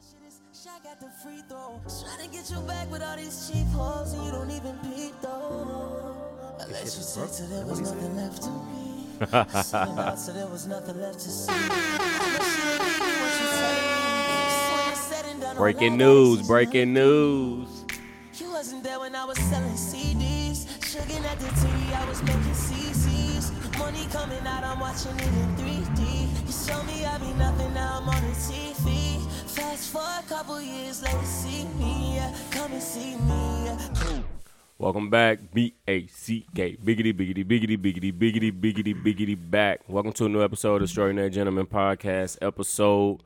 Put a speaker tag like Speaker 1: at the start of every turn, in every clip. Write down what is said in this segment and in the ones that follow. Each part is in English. Speaker 1: wish I got the free throw. Trying to get you back with all these cheap hoes, and you don't even peep though. I let you sit till there was nothing left to me. I sold out till there was nothing left to see.
Speaker 2: Breaking news, breaking news.
Speaker 1: You wasn't there when I was selling CDs. Sugar at the TV, I was making CCs. Money coming out, I'm watching it in 3D. You show me I be nothing, now I'm on the TV. Fast forward a couple years later, see me. yeah. Come and see me. yeah.
Speaker 2: Welcome back, B A C K. Biggity, biggity, biggity, biggity, biggity, biggity, biggity, back. Welcome to a new episode of Extraordinary Gentlemen Podcast, episode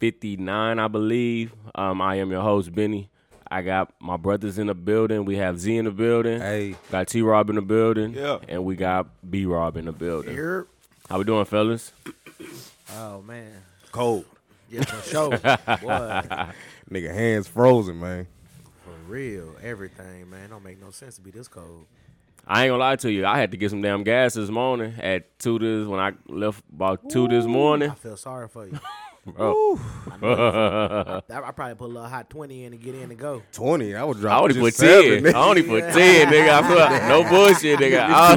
Speaker 2: 59, I believe. Um, I am your host, Benny. I got my brothers in the building. We have Z in the building.
Speaker 3: Hey.
Speaker 2: Got T Rob in the building.
Speaker 3: Yeah.
Speaker 2: And we got B Rob in the building. How we doing, fellas?
Speaker 4: Oh man,
Speaker 3: Cold.
Speaker 4: yeah, for sure, boy,
Speaker 3: Nigga, hands frozen, man.
Speaker 4: for real, everything, man. Don't make no sense to be this cold.
Speaker 2: I ain't gonna lie to you. I had to get some damn gas this morning at two this when I left about two this morning.
Speaker 4: I feel sorry for you.
Speaker 2: Bro,
Speaker 4: I, I probably put a little hot twenty in to get in and go.
Speaker 3: 20. I was
Speaker 2: I
Speaker 3: dropping
Speaker 2: only
Speaker 3: just
Speaker 2: put
Speaker 3: seven,
Speaker 2: ten. I only put ten, nigga. I put no bullshit, nigga. I-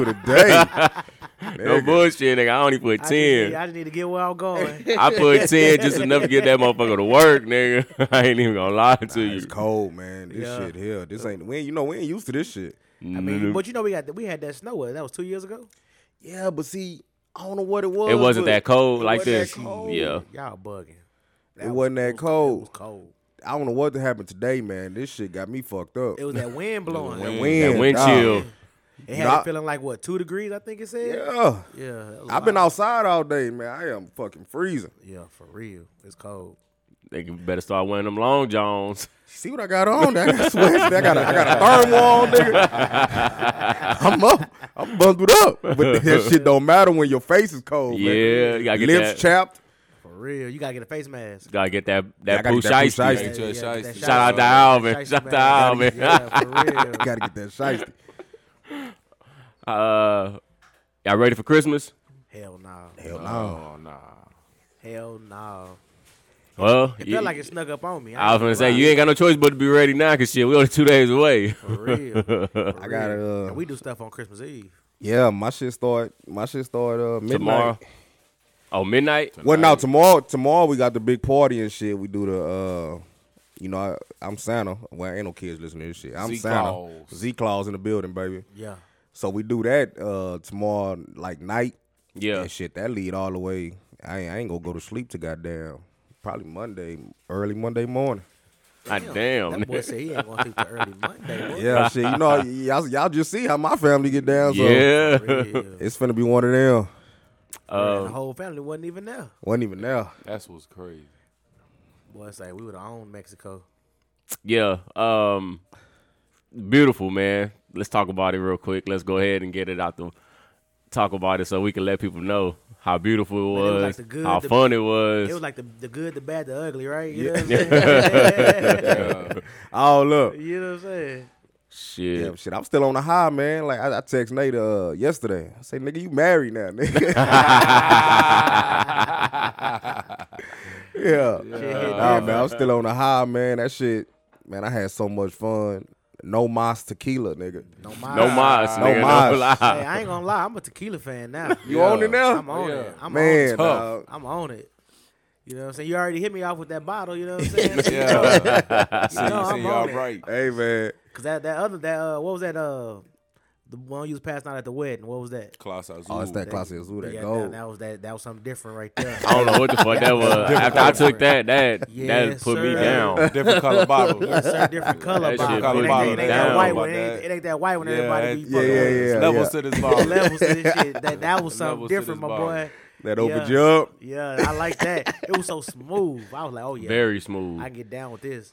Speaker 3: nigga. today.
Speaker 2: no bullshit, nigga. I only put
Speaker 4: I just, need,
Speaker 2: ten.
Speaker 4: I just need to get where I'm going.
Speaker 2: I put ten just enough to get that motherfucker to work, nigga. I ain't even gonna lie to you.
Speaker 3: It's cold, man. This
Speaker 4: Yeah.
Speaker 3: shit here. This ain't we ain't, you know, we ain't used to this shit.
Speaker 4: I mean, but you know we got we had that snow. what, That was two years ago.
Speaker 3: Yeah, but see, I don't know what it was.
Speaker 2: It wasn't
Speaker 3: but
Speaker 2: that cold
Speaker 3: it
Speaker 2: like
Speaker 3: wasn't that
Speaker 2: this. Mm,
Speaker 3: cold.
Speaker 2: Yeah.
Speaker 4: Oh, Y'all bugging.
Speaker 3: It wasn't that
Speaker 4: It was
Speaker 3: cold.
Speaker 4: cold.
Speaker 3: I don't know what happened today, man. This shit got me fucked up.
Speaker 4: It was that wind blowing.
Speaker 3: That
Speaker 2: That wind
Speaker 3: dog.
Speaker 2: chill.
Speaker 4: It had
Speaker 3: Nah.
Speaker 4: it feeling like what two degrees? I think it said.
Speaker 3: Yeah.
Speaker 4: Yeah, that was
Speaker 3: I've been
Speaker 4: wild.
Speaker 3: outside all day, man. I am fucking freezing.
Speaker 4: Yeah, for real, it's cold.
Speaker 2: Nigga better start wearing them long johns.
Speaker 3: See what I got on? I got sweats. I got a, I got a thermal on, nigga. I'm up. I'm bundled up. But that shit don't matter when your face is cold. man.
Speaker 2: Yeah, you gotta get
Speaker 3: lips
Speaker 2: that.
Speaker 3: chapped.
Speaker 4: For real, you gotta get a face mask.
Speaker 2: Gotta get that
Speaker 3: I
Speaker 2: that
Speaker 3: gotta
Speaker 2: blue
Speaker 3: get that blue
Speaker 2: shiesty.
Speaker 3: shiesty.
Speaker 4: Yeah, yeah,
Speaker 5: Shout
Speaker 4: that
Speaker 5: out
Speaker 2: to Alvin.
Speaker 4: shiesty mask.
Speaker 2: Shout out to
Speaker 4: Shiesty mask. Yeah, for real.
Speaker 3: Gotta get that shiesty.
Speaker 2: Uh, y'all ready for Christmas?
Speaker 4: Hell no.
Speaker 3: Hell no.
Speaker 4: Hell no.
Speaker 2: Well,
Speaker 4: It
Speaker 2: you-
Speaker 4: felt like it snuck up on me.
Speaker 2: I was
Speaker 4: ain't
Speaker 2: gonna say
Speaker 4: lie.
Speaker 2: you ain't got no choice but to be ready now, cause shit, we only two days away.
Speaker 4: For real. For
Speaker 3: I gotta,
Speaker 4: real.
Speaker 3: uh,
Speaker 4: And we do stuff on Christmas Eve.
Speaker 3: Yeah, my shit start. My shit start uh, midnight.
Speaker 2: Tomorrow. Oh, midnight.
Speaker 3: Well, now tomorrow. Tomorrow we got the big party and shit. We do the. uh you know, I, I'm Santa. Well, ain't no kids listening to this shit. I'm
Speaker 5: Z
Speaker 3: Santa.
Speaker 5: Claus.
Speaker 3: Z Claus in the building, baby.
Speaker 4: Yeah.
Speaker 3: So we do that uh tomorrow, like night.
Speaker 2: Yeah.
Speaker 3: And shit, that lead all the way. I ain't, I ain't gonna go to sleep to goddamn probably Monday, early Monday morning.
Speaker 2: God Ah, damn.
Speaker 4: That boy said he ain't gonna sleep till early Monday. Boy.
Speaker 3: Yeah, shit. You know, y'all, y'all just see how my family get down. So
Speaker 4: For
Speaker 2: Yeah.
Speaker 4: real.
Speaker 3: it's finna be one of them.
Speaker 2: Um,
Speaker 4: Man, the whole family wasn't even there.
Speaker 3: Wasn't even now.
Speaker 5: That's what's crazy.
Speaker 4: Boy, it's like we would have owned Mexico.
Speaker 2: Yeah. Um beautiful, man. Let's talk about it real quick. Let's go ahead and get it out the talk about it so we can let people know how beautiful it
Speaker 4: Man, it was
Speaker 2: was,
Speaker 4: like the good,
Speaker 2: how
Speaker 4: the-
Speaker 2: fun it was.
Speaker 4: It was like the, the good, the bad, the ugly, right? You
Speaker 3: Yeah.
Speaker 4: know what I'm saying?
Speaker 3: All up.
Speaker 4: you know what I'm saying?
Speaker 2: shit.
Speaker 3: Oh, Damn, shit, I'm still on the high, man. Like I, I text Nate uh, yesterday. I say, nigga, you married now, nigga. yeah. Nah, man, I'm still on the high, man. That shit, man, I had so much fun. No Moss tequila, nigga.
Speaker 4: No mind.
Speaker 2: No mas,
Speaker 3: No
Speaker 2: nigga.
Speaker 3: mas.
Speaker 2: No lie.
Speaker 4: Hey, I ain't gonna lie, I'm a tequila fan now.
Speaker 3: You on it now?
Speaker 4: I'm on
Speaker 5: Yeah.
Speaker 4: it. I'm on
Speaker 3: man,
Speaker 4: it.
Speaker 3: dog.
Speaker 4: I'm on it. You know what I'm saying? You already hit me off with that bottle, you know what I'm saying?
Speaker 5: Yeah.
Speaker 4: You know,
Speaker 5: See,
Speaker 4: I'm
Speaker 5: y'all
Speaker 4: on it.
Speaker 5: right.
Speaker 3: Hey man.
Speaker 4: Cause that, that other that uh what was that uh the one you was passing out at the wedding? What was that?
Speaker 5: Class Azul.
Speaker 3: Oh, it's that classic Azul, that
Speaker 4: yeah,
Speaker 3: gold.
Speaker 4: that, that was that that was something different right there.
Speaker 2: I
Speaker 5: Oh,
Speaker 2: don't know what the fuck that was. After I took that, that that
Speaker 4: Yes,
Speaker 2: put me
Speaker 4: sir.
Speaker 2: down.
Speaker 5: Different color bottle.
Speaker 4: Yes, sir, different color
Speaker 2: shit
Speaker 4: bottle.
Speaker 2: put
Speaker 4: It
Speaker 2: me
Speaker 4: ain't, it ain't
Speaker 2: down
Speaker 4: that white
Speaker 5: about
Speaker 4: one. It ain't,
Speaker 5: that.
Speaker 4: it ain't that white one. everybody be
Speaker 5: it-
Speaker 4: fucking with.
Speaker 3: yeah,
Speaker 5: Levels
Speaker 3: yeah.
Speaker 5: to this bottle.
Speaker 4: Levels to this shit. That that was something
Speaker 5: Levels to
Speaker 4: different,
Speaker 5: this
Speaker 4: my
Speaker 5: bottle.
Speaker 4: boy.
Speaker 3: That opened
Speaker 4: Yeah.
Speaker 3: you up.
Speaker 4: Yeah, I like that. It was so smooth. I was like, oh yeah,
Speaker 2: Very smooth.
Speaker 4: I
Speaker 3: Mm.
Speaker 4: can get down with this.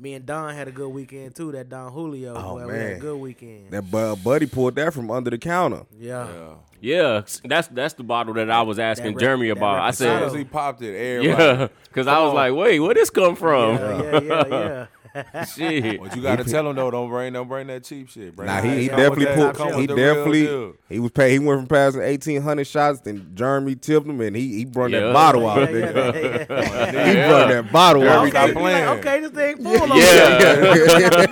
Speaker 4: Me and Don had a good weekend too. That Don Julio,
Speaker 3: Oh,
Speaker 4: boy, we had a
Speaker 3: man.
Speaker 4: good weekend.
Speaker 3: That bu- buddy pulled that from under the counter.
Speaker 4: yeah.
Speaker 5: Yeah.
Speaker 2: Yeah, that's that's the bottle that I was asking
Speaker 4: rep-
Speaker 2: Jeremy
Speaker 4: that
Speaker 2: about. I
Speaker 5: As soon as
Speaker 2: said,
Speaker 5: he popped it, everybody.
Speaker 2: yeah, because I was like, wait, where this come from?
Speaker 4: yeah, yeah, yeah. yeah.
Speaker 2: Shit.
Speaker 5: But you gotta tell him though, don't bring don't bring that cheap shit. Bring
Speaker 3: Nah,
Speaker 5: that-
Speaker 3: he, he
Speaker 5: come
Speaker 3: definitely
Speaker 5: with that- come
Speaker 3: put.
Speaker 5: with
Speaker 3: He
Speaker 5: the real
Speaker 3: definitely
Speaker 5: deal.
Speaker 3: he was pay, He went from passing eighteen hundred shots. Then Jeremy tipped him, and he he brought
Speaker 2: Yeah.
Speaker 3: that bottle
Speaker 4: Yeah,
Speaker 3: out.
Speaker 4: yeah,
Speaker 3: nigga.
Speaker 4: yeah, yeah.
Speaker 3: He brought that bottle
Speaker 5: Yeah.
Speaker 3: out.
Speaker 4: Okay,
Speaker 5: Stop
Speaker 4: you like,
Speaker 5: playing.
Speaker 4: okay, this thing full over
Speaker 2: Yeah.
Speaker 4: here.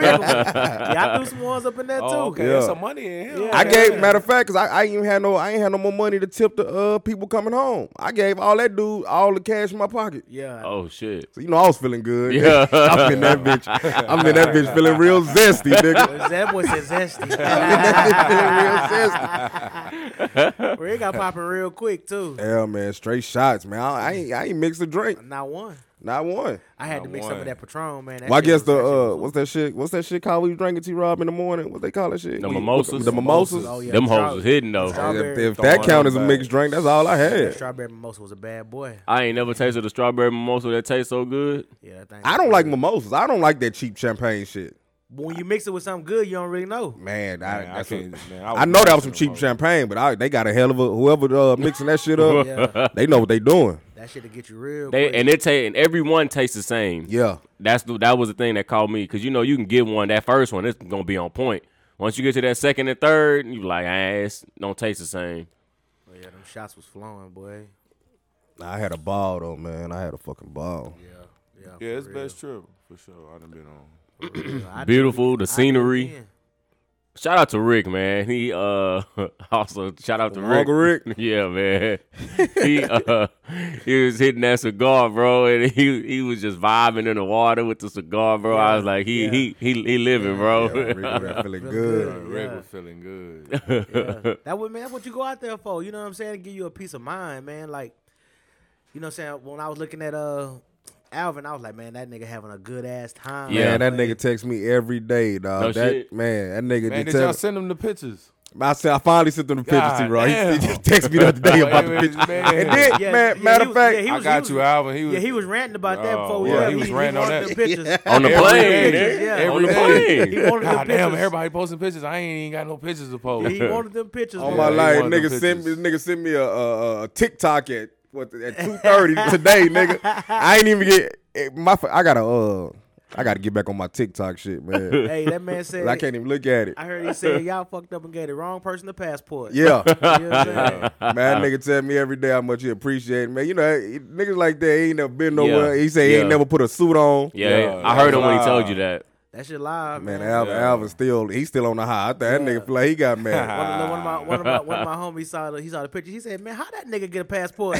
Speaker 4: yeah, I threw some ones up in there too.
Speaker 5: Oh, okay.
Speaker 3: Yeah.
Speaker 5: There's some money in him.
Speaker 4: Yeah.
Speaker 3: I gave matter of fact, cause I, I ain't even had no I ain't had no more money to tip the uh people coming home. I gave all that dude all the cash in my pocket.
Speaker 4: Yeah.
Speaker 2: Oh shit.
Speaker 3: So you know I was feeling good.
Speaker 2: Yeah.
Speaker 3: I'm in that bitch. I'm in that bitch feeling real zesty, nigga.
Speaker 4: That boy said zesty.
Speaker 3: I'm in that bitch feeling real zesty.
Speaker 4: Red got popping real quick too.
Speaker 3: Yeah, man, straight shots, man. I, I ain't I ain't mixed a drink,
Speaker 4: Not one.
Speaker 3: not one.
Speaker 4: I had to
Speaker 5: Not
Speaker 4: mix some
Speaker 5: one.
Speaker 4: of that Patron, man. That
Speaker 3: Well, I
Speaker 4: shit
Speaker 3: guess
Speaker 4: was- that shit
Speaker 3: the uh,
Speaker 4: was-
Speaker 3: what's that shit? What's that shit called? We drinking T Rob in the morning. What they call that shit?
Speaker 2: The
Speaker 3: We-
Speaker 2: mimosas.
Speaker 3: The mimosas.
Speaker 4: Oh, yeah.
Speaker 2: Them
Speaker 4: Strawberry-
Speaker 2: hoes was hitting though.
Speaker 5: Oh,
Speaker 4: Strawberry-
Speaker 3: If, if
Speaker 5: Throwing
Speaker 3: that count
Speaker 5: them
Speaker 3: as a
Speaker 5: back.
Speaker 3: mixed drink, that's all I
Speaker 4: that
Speaker 3: had.
Speaker 4: strawberry mimosa was a bad boy.
Speaker 2: I ain't never tasted a strawberry mimosa that tastes so good.
Speaker 4: Yeah, that thing.
Speaker 3: I don't like mimosas. I don't like that cheap champagne shit.
Speaker 4: when you mix it with something good, you don't really know.
Speaker 3: Man, I,
Speaker 5: Man, I
Speaker 3: that's a-
Speaker 5: can't- man, I
Speaker 3: I
Speaker 5: was
Speaker 3: know that was some
Speaker 5: mixing them
Speaker 3: cheap
Speaker 5: up.
Speaker 3: champagne, but I, they got a hell of a whoever uh, mixing that shit up.
Speaker 4: Yeah.
Speaker 3: They know what they doing.
Speaker 4: That shit to get you real.
Speaker 2: They
Speaker 4: quick.
Speaker 2: and it ta- and everyone tastes the same.
Speaker 3: Yeah,
Speaker 2: That's the, that was the thing that caught me because you know you can get one that first one it's gonna be on point. Once you get to that second and third, you like ass don't taste the same.
Speaker 4: But Oh, yeah, them shots was flowing, boy.
Speaker 3: I had a ball though, man. I had a fucking ball.
Speaker 4: Yeah, yeah.
Speaker 5: Yeah, it's
Speaker 4: for
Speaker 5: best trip for sure. I done been on.
Speaker 4: real. I did
Speaker 2: Beautiful
Speaker 4: it-
Speaker 2: the
Speaker 4: I did it
Speaker 2: scenery.
Speaker 4: then.
Speaker 2: Shout out to Rick, man. He uh also shout out to Rick.
Speaker 3: Uncle Rick.
Speaker 2: Yeah, man. he uh he was hitting that cigar, bro, and he he was just vibing in the water with the cigar, bro. I was like, he
Speaker 4: yeah.
Speaker 2: he he he living, bro.
Speaker 3: Yeah, really, really feeling
Speaker 4: Feeling
Speaker 3: good.
Speaker 4: good.
Speaker 5: Rick
Speaker 4: Yeah.
Speaker 5: was feeling good.
Speaker 4: Yeah. that would man, that's what you go out there for. You know what I'm saying? To give you a peace of mind, man. Like, you know what I'm saying? When I was looking at uh Alvin, I was like, man, that nigga having a good ass time.
Speaker 2: Yeah.
Speaker 3: Man, that nigga texts me every day, dog.
Speaker 2: No
Speaker 3: that
Speaker 2: shit.
Speaker 3: man, that nigga just
Speaker 5: Man, did
Speaker 3: tell
Speaker 5: y'all send him the pictures?
Speaker 3: I said I finally sent him the pictures to you, bro. He,
Speaker 5: God
Speaker 3: he just texted me the other day about the
Speaker 5: Wait,
Speaker 3: pictures.
Speaker 5: man.
Speaker 3: And then,
Speaker 4: Yeah,
Speaker 3: man,
Speaker 4: yeah,
Speaker 3: matter of
Speaker 4: he was-
Speaker 3: fact,
Speaker 4: yeah, he
Speaker 5: I
Speaker 4: was-
Speaker 5: got
Speaker 4: was-
Speaker 5: you, Alvin. He was,
Speaker 4: Yeah, he was ranting about that
Speaker 5: Oh,
Speaker 4: before we
Speaker 5: yeah,
Speaker 4: left.
Speaker 5: he was ranting on
Speaker 4: wanted
Speaker 5: that.
Speaker 4: them pictures.
Speaker 2: On the
Speaker 5: Every
Speaker 2: plane,
Speaker 5: day.
Speaker 2: nigga.
Speaker 4: Yeah.
Speaker 2: on the
Speaker 5: Every
Speaker 2: plane.
Speaker 5: day.
Speaker 4: He wanted them
Speaker 5: God damn,
Speaker 4: pictures.
Speaker 5: everybody posting pictures. I ain't even got no pictures to post.
Speaker 4: He wanted them pictures.
Speaker 3: all
Speaker 4: man.
Speaker 3: my
Speaker 5: he
Speaker 3: life,
Speaker 5: wanted them
Speaker 3: nigga sent me,
Speaker 5: pictures.
Speaker 3: nigga sent me a, a, a TikTok at what at two thirty today, nigga. I ain't even get eh, my. fu- I gotta uh, I gotta get back on my TikTok shit, man.
Speaker 4: Hey, that man said.
Speaker 3: I can't even look at it.
Speaker 4: I heard he said y'all fucked up and gave the wrong person the passport.
Speaker 3: Yeah,
Speaker 4: You know what I'm saying?
Speaker 3: man, that nigga tell me every day how much he appreciate, it, man. You know, eh, niggas like that he ain't never been nowhere.
Speaker 2: Yeah.
Speaker 3: He say he
Speaker 2: Yeah.
Speaker 3: ain't never put a suit on.
Speaker 2: Yeah,
Speaker 5: Yeah,
Speaker 2: I heard him when he
Speaker 5: wow.
Speaker 2: told you that.
Speaker 4: That shit live, man.
Speaker 3: Man, Alvin,
Speaker 5: Yeah.
Speaker 3: Alvin still, he's still on the high. I think that nigga feel like he got mad.
Speaker 4: One of, the- one of my one of my one of my homies saw the, he saw the picture. He said, "Man, how that nigga get a passport?"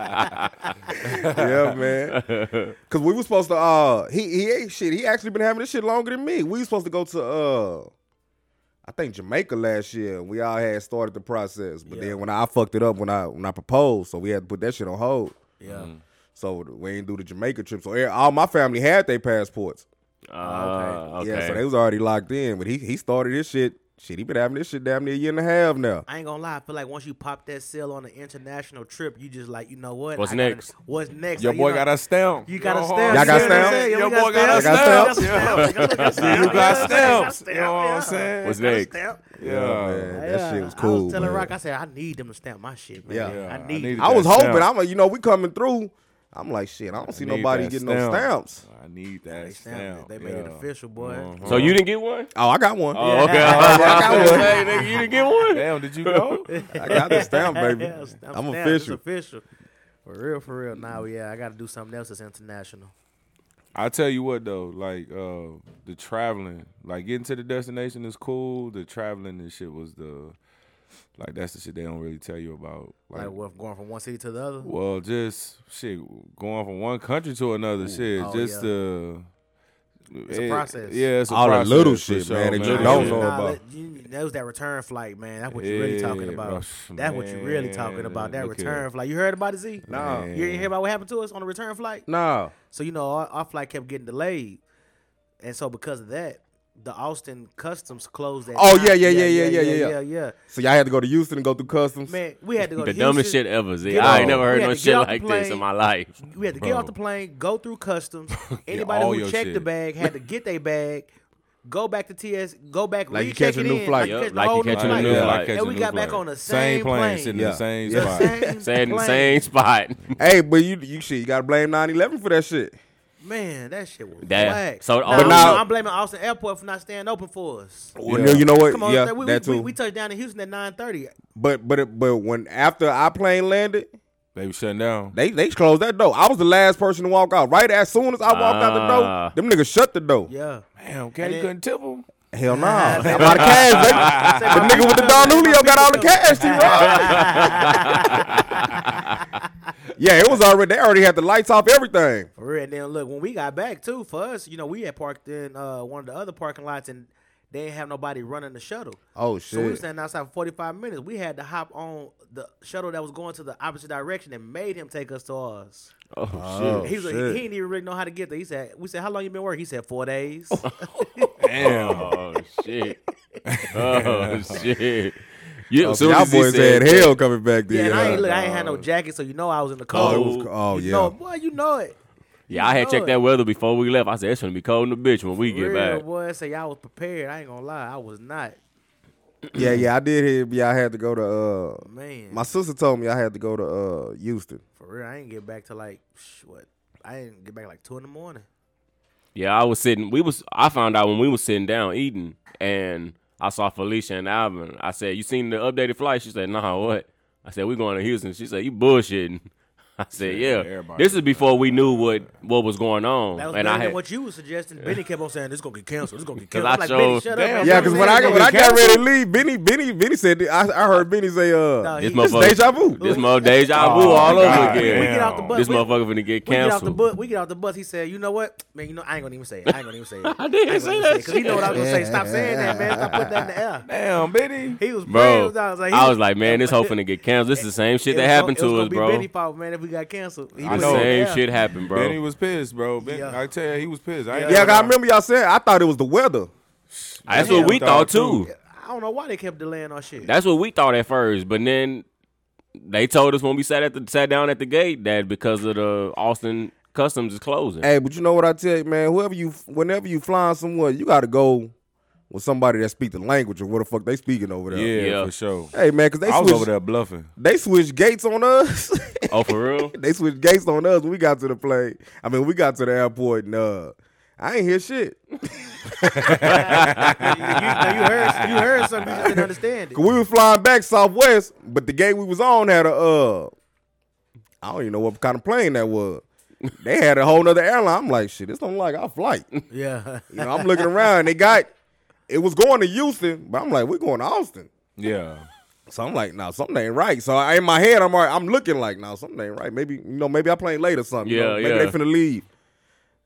Speaker 3: yeah, man. Cause we were supposed to uh he he ain't shit. He actually been having this shit longer than me. We was supposed to go to uh I think Jamaica last year. We all had started the process. But
Speaker 4: Yeah.
Speaker 3: then when I, I fucked it up when I when I proposed, so we had to put that shit on hold.
Speaker 4: yeah,
Speaker 2: Mm.
Speaker 3: So we ain't do the Jamaica trip. So eh, all my family had their passports.
Speaker 2: Ah,
Speaker 4: Uh,
Speaker 2: okay.
Speaker 3: Yeah, so they was already locked in. But he he started this shit. Shit, he been having this shit damn near a year and a half now.
Speaker 4: I ain't gonna lie. I feel like once you pop that seal on an international trip, you just like, you know what?
Speaker 2: What's
Speaker 4: I gotta-
Speaker 2: next?
Speaker 4: what's next?
Speaker 5: Your
Speaker 4: Like, you
Speaker 5: boy
Speaker 4: know-
Speaker 5: got a stamp.
Speaker 4: You got a
Speaker 5: Yo,
Speaker 4: stamp.
Speaker 5: Harvey.
Speaker 3: Y'all got
Speaker 4: you know what I'm
Speaker 3: stamp?
Speaker 4: saying? Yeah,
Speaker 5: Your
Speaker 4: we
Speaker 5: boy got a
Speaker 3: stamp.
Speaker 4: stamp.
Speaker 5: stamp.
Speaker 4: We got a stamp.
Speaker 5: You
Speaker 4: We got a
Speaker 5: got
Speaker 4: stamp.
Speaker 5: stamps. You know what
Speaker 4: Yeah.
Speaker 5: I'm saying?
Speaker 2: What's
Speaker 4: Got a
Speaker 2: next?
Speaker 4: stamp.
Speaker 5: Yeah.
Speaker 3: man. That
Speaker 4: Yeah.
Speaker 3: shit was
Speaker 4: I
Speaker 3: cool,
Speaker 4: was telling
Speaker 3: man.
Speaker 4: Rock, I said, I need them to stamp my shit, man.
Speaker 3: Yeah.
Speaker 5: Yeah,
Speaker 4: I
Speaker 5: I
Speaker 4: need.
Speaker 5: need it.
Speaker 3: I was
Speaker 5: that
Speaker 3: hoping
Speaker 5: stamp.
Speaker 3: I'm a, you know we coming through. I'm like shit. I don't see
Speaker 5: need
Speaker 3: nobody
Speaker 5: that
Speaker 3: getting
Speaker 5: stamp.
Speaker 3: no stamps.
Speaker 5: I need that
Speaker 4: They stamped it.
Speaker 5: stamp.
Speaker 4: They made it
Speaker 5: yeah.
Speaker 4: official, boy.
Speaker 5: Uh-huh.
Speaker 2: So you didn't get one?
Speaker 3: Oh, I got one.
Speaker 2: Oh, okay.
Speaker 3: I got
Speaker 2: I was
Speaker 3: one.
Speaker 2: saying, nigga, you didn't get one?
Speaker 5: Damn, did you go?
Speaker 3: I got the stamp, baby.
Speaker 4: Yeah, stamp,
Speaker 3: I'm
Speaker 4: stamp.
Speaker 3: official.
Speaker 4: It's official. For real, for real. Now, yeah, I got to do something else that's international.
Speaker 5: I tell you what though, like uh the traveling, like getting to the destination is cool. The traveling and shit was the like that's the shit they don't really tell you about.
Speaker 4: Like,
Speaker 5: Like,
Speaker 4: we're going from one city to the other.
Speaker 5: well, just shit going from one country to another. Shit,
Speaker 4: Oh,
Speaker 5: just
Speaker 4: yeah.
Speaker 5: the eh,
Speaker 4: It's a process.
Speaker 5: Yeah, it's a
Speaker 3: All the
Speaker 5: process
Speaker 3: little
Speaker 5: for
Speaker 3: shit,
Speaker 5: sure,
Speaker 3: man, that you
Speaker 5: man.
Speaker 3: don't
Speaker 5: Yeah.
Speaker 3: know
Speaker 4: Nah,
Speaker 3: about.
Speaker 4: that- you- that was that return flight, man. That's what you really talking
Speaker 5: Yeah,
Speaker 4: about.
Speaker 5: bro,
Speaker 4: That's what you really talking
Speaker 5: man,
Speaker 4: about. That
Speaker 5: look here.
Speaker 4: return flight. You heard about it, Z?
Speaker 3: Nah.
Speaker 4: You didn't hear about what happened to us on the return flight?
Speaker 3: Nah.
Speaker 4: So you know our, our flight kept getting delayed, and so because of that, the Austin customs closed that.
Speaker 3: Oh,
Speaker 4: time.
Speaker 3: yeah, yeah, yeah, yeah, yeah,
Speaker 4: yeah,
Speaker 3: yeah.
Speaker 4: yeah.
Speaker 3: So y'all had to go to Houston and go through customs.
Speaker 4: Man, we had to go.
Speaker 2: The
Speaker 4: to
Speaker 2: dumbest
Speaker 4: Houston.
Speaker 2: shit ever, Z.
Speaker 4: Get
Speaker 2: I
Speaker 4: off.
Speaker 2: ain't never heard
Speaker 4: We had
Speaker 2: no
Speaker 4: to get
Speaker 2: shit
Speaker 4: off the
Speaker 2: like this
Speaker 4: plane.
Speaker 2: in my life.
Speaker 4: We had to get off the plane, go through customs. Anybody
Speaker 5: all
Speaker 4: who
Speaker 5: your
Speaker 4: checked the
Speaker 5: shit.
Speaker 4: bag had to get their bag, go back to TS, go back,
Speaker 3: Like you
Speaker 4: recheck
Speaker 3: catching
Speaker 4: it
Speaker 3: a new
Speaker 4: in,
Speaker 3: flight.
Speaker 2: Yup,
Speaker 4: catching
Speaker 2: like you
Speaker 4: whole new
Speaker 2: catching
Speaker 5: Like,
Speaker 2: a new
Speaker 5: yeah,
Speaker 2: flight.
Speaker 5: like
Speaker 4: And
Speaker 5: catching
Speaker 4: we
Speaker 5: a new
Speaker 4: got back
Speaker 5: plane.
Speaker 4: on the same plane.
Speaker 5: plane, sitting in
Speaker 3: Yeah.
Speaker 5: the same
Speaker 4: The
Speaker 5: spot.
Speaker 4: same
Speaker 2: Saying the
Speaker 4: plane.
Speaker 2: same spot.
Speaker 3: Hey, but you you shit, you gotta blame 9-11 for that shit.
Speaker 4: Man, that shit was
Speaker 2: That-
Speaker 4: whack.
Speaker 2: so
Speaker 4: Nah,
Speaker 2: all- But
Speaker 4: I'm-
Speaker 3: now-
Speaker 4: I'm blaming Austin Airport for not staying open for us.
Speaker 3: Well, no, you know what?
Speaker 4: Come on,
Speaker 3: yeah,
Speaker 4: we,
Speaker 3: that
Speaker 4: we,
Speaker 3: too.
Speaker 4: we, we touched down in Houston at nine thirty.
Speaker 3: but but it, but when after our plane landed,
Speaker 5: They was shutting down.
Speaker 3: they they closed that door. I was the last person to walk out. Right as soon as I walked
Speaker 2: Ah.
Speaker 3: out the door, them niggas shut the door.
Speaker 4: Yeah.
Speaker 5: Damn, okay,
Speaker 4: And
Speaker 5: you
Speaker 4: it-
Speaker 5: couldn't tip them.
Speaker 3: Hell no, nah. They out of cash, baby. The nigga with the Don Julio got all the cash, T-Rock. yeah, it was already. They already had the lights off, everything.
Speaker 4: For real. And then look, when we got back too, for us, you know, we had parked in uh, one of the other parking lots and they didn't have nobody running the shuttle.
Speaker 3: Oh
Speaker 4: So we were standing outside for 45 minutes. We had to hop on the shuttle that was going to the opposite direction and made him take us to ours.
Speaker 2: Oh,
Speaker 3: Oh,
Speaker 4: he was like,
Speaker 3: shit.
Speaker 4: he didn't even really know how to get there. He said, "We said how long you been working?" He said, four days."
Speaker 2: shit! Oh shit! Oh shit! You,
Speaker 3: Oh,
Speaker 2: as
Speaker 3: so
Speaker 2: soon
Speaker 3: y'all
Speaker 2: as he
Speaker 3: boys
Speaker 2: said
Speaker 3: had hell coming back
Speaker 4: yeah,
Speaker 3: there.
Speaker 4: and I ain't,
Speaker 3: huh?
Speaker 4: look, I ain't had no jacket, so you know I was in
Speaker 3: Oh,
Speaker 4: the cold.
Speaker 3: it was, oh
Speaker 4: you
Speaker 3: yeah.
Speaker 4: know, boy, you know it.
Speaker 2: Yeah, I had
Speaker 4: know
Speaker 2: checked
Speaker 4: it.
Speaker 2: that weather before we left. I said it's gonna be cold in the bitch when we get
Speaker 4: Oh. Real
Speaker 2: back.
Speaker 4: boy, say y'all was prepared. I ain't gonna lie, I was not.
Speaker 3: Yeah, yeah, I did hear. Yeah, I had to go to. Uh,
Speaker 4: Man,
Speaker 3: my sister told me I had to go to uh, Houston.
Speaker 4: for real, I ain't get back to like psh, what? I didn't get back like two in the morning.
Speaker 2: Yeah, I was sitting. We was. I found out when we was sitting down eating, and I saw Felicia and Alvin. I said, "You seen the updated flight?" She said, "Nah, what?" I said, "We going to Houston." She said, "You bullshitting." I said,
Speaker 5: Yeah,
Speaker 2: "Yeah."
Speaker 5: everybody
Speaker 2: This is
Speaker 5: was
Speaker 2: before we knew what what was going on,
Speaker 4: That was
Speaker 2: and
Speaker 4: better
Speaker 2: I
Speaker 4: than
Speaker 2: had.
Speaker 4: what you was suggesting. Benny kept on saying this gonna get canceled. This gonna get
Speaker 2: 'Cause
Speaker 4: canceled.
Speaker 2: I
Speaker 4: I'm like, Benny,
Speaker 2: showed-
Speaker 4: shut
Speaker 5: Damn,
Speaker 4: up.
Speaker 3: Yeah,
Speaker 5: Yeah,
Speaker 3: because
Speaker 5: but
Speaker 3: when I
Speaker 5: they-
Speaker 3: when
Speaker 5: they
Speaker 3: I got ready to
Speaker 5: canceled?
Speaker 3: leave, Benny Benny Benny said that- I, I heard Benny say uh
Speaker 4: No, he-
Speaker 2: this motherfucker,
Speaker 3: deja vu.
Speaker 2: This motherfucker, deja vu
Speaker 5: Oh,
Speaker 2: all
Speaker 5: my
Speaker 2: over
Speaker 5: God.
Speaker 2: again.
Speaker 5: We get out
Speaker 4: the bus,
Speaker 2: This
Speaker 4: we-
Speaker 2: motherfucker finna get
Speaker 4: we get off the
Speaker 2: canceled.
Speaker 4: bus. We get off the bus. He said, "You know what, man? You know I ain't gonna even say it. I ain't gonna even say it. I
Speaker 2: didn't
Speaker 4: ain't
Speaker 2: say
Speaker 4: gonna even
Speaker 2: that
Speaker 4: it, 'cause he know what I was gonna say. Stop saying that, man. Stop putting that in the air.
Speaker 5: Damn, Benny.
Speaker 4: He was
Speaker 2: Bro,
Speaker 4: playing. I was like,
Speaker 2: I
Speaker 4: he-
Speaker 2: was like, man, this whole finna get canceled. This is the same shit
Speaker 4: It
Speaker 2: that
Speaker 4: was
Speaker 2: happened
Speaker 4: gonna- it
Speaker 2: to
Speaker 4: was
Speaker 2: us,
Speaker 4: gonna be
Speaker 2: bro.
Speaker 4: Benny fault, man. If we got canceled, he
Speaker 5: I
Speaker 2: The
Speaker 4: was
Speaker 5: know.
Speaker 4: like,
Speaker 2: same
Speaker 4: yeah.
Speaker 2: shit happened, bro.
Speaker 5: Benny was pissed, bro. Ben,
Speaker 4: Yeah.
Speaker 5: I tell you, he was pissed. I ain't
Speaker 3: Yeah, 'cause
Speaker 5: gonna
Speaker 3: I
Speaker 5: lie.
Speaker 3: remember y'all saying I thought it was the weather.
Speaker 2: That's what we thought too.
Speaker 4: I don't know why they kept delaying our shit.
Speaker 2: That's what we thought at first, but then they told us when we sat at the sat down at the gate that because of the Austin customs is closing.
Speaker 3: Hey, but you know what I tell you, man? Whoever you whenever you flying somewhere, you gotta go with somebody that speak the language or what the fuck they speaking over there.
Speaker 5: Yeah,
Speaker 2: Yeah.
Speaker 5: for sure.
Speaker 3: Hey man, cause they
Speaker 5: I was over
Speaker 3: switched
Speaker 5: there bluffing.
Speaker 3: they switched gates on us.
Speaker 2: Oh, for real?
Speaker 3: they switched gates on us when we got to the plane. I mean, we got to the airport and uh I ain't hear shit.
Speaker 4: you, you, you heard, you heard something, you just didn't understand it.
Speaker 3: Cause we was flying back southwest, but the gate we was on had a uh I don't even know what kind of plane that was. They had a whole nother airline. I'm like, shit, this don't like our flight. You
Speaker 4: Yeah,
Speaker 3: know, I'm looking around. They got it was going to Houston, but I'm like, we're going to Austin.
Speaker 5: Yeah.
Speaker 3: So I'm like, nah, something ain't right. So I, in my head, I'm like, I'm looking like, nah, something ain't right. Maybe you know, maybe I playing late or something. you
Speaker 2: Yeah,
Speaker 3: know? maybe
Speaker 2: yeah.
Speaker 3: they finna leave.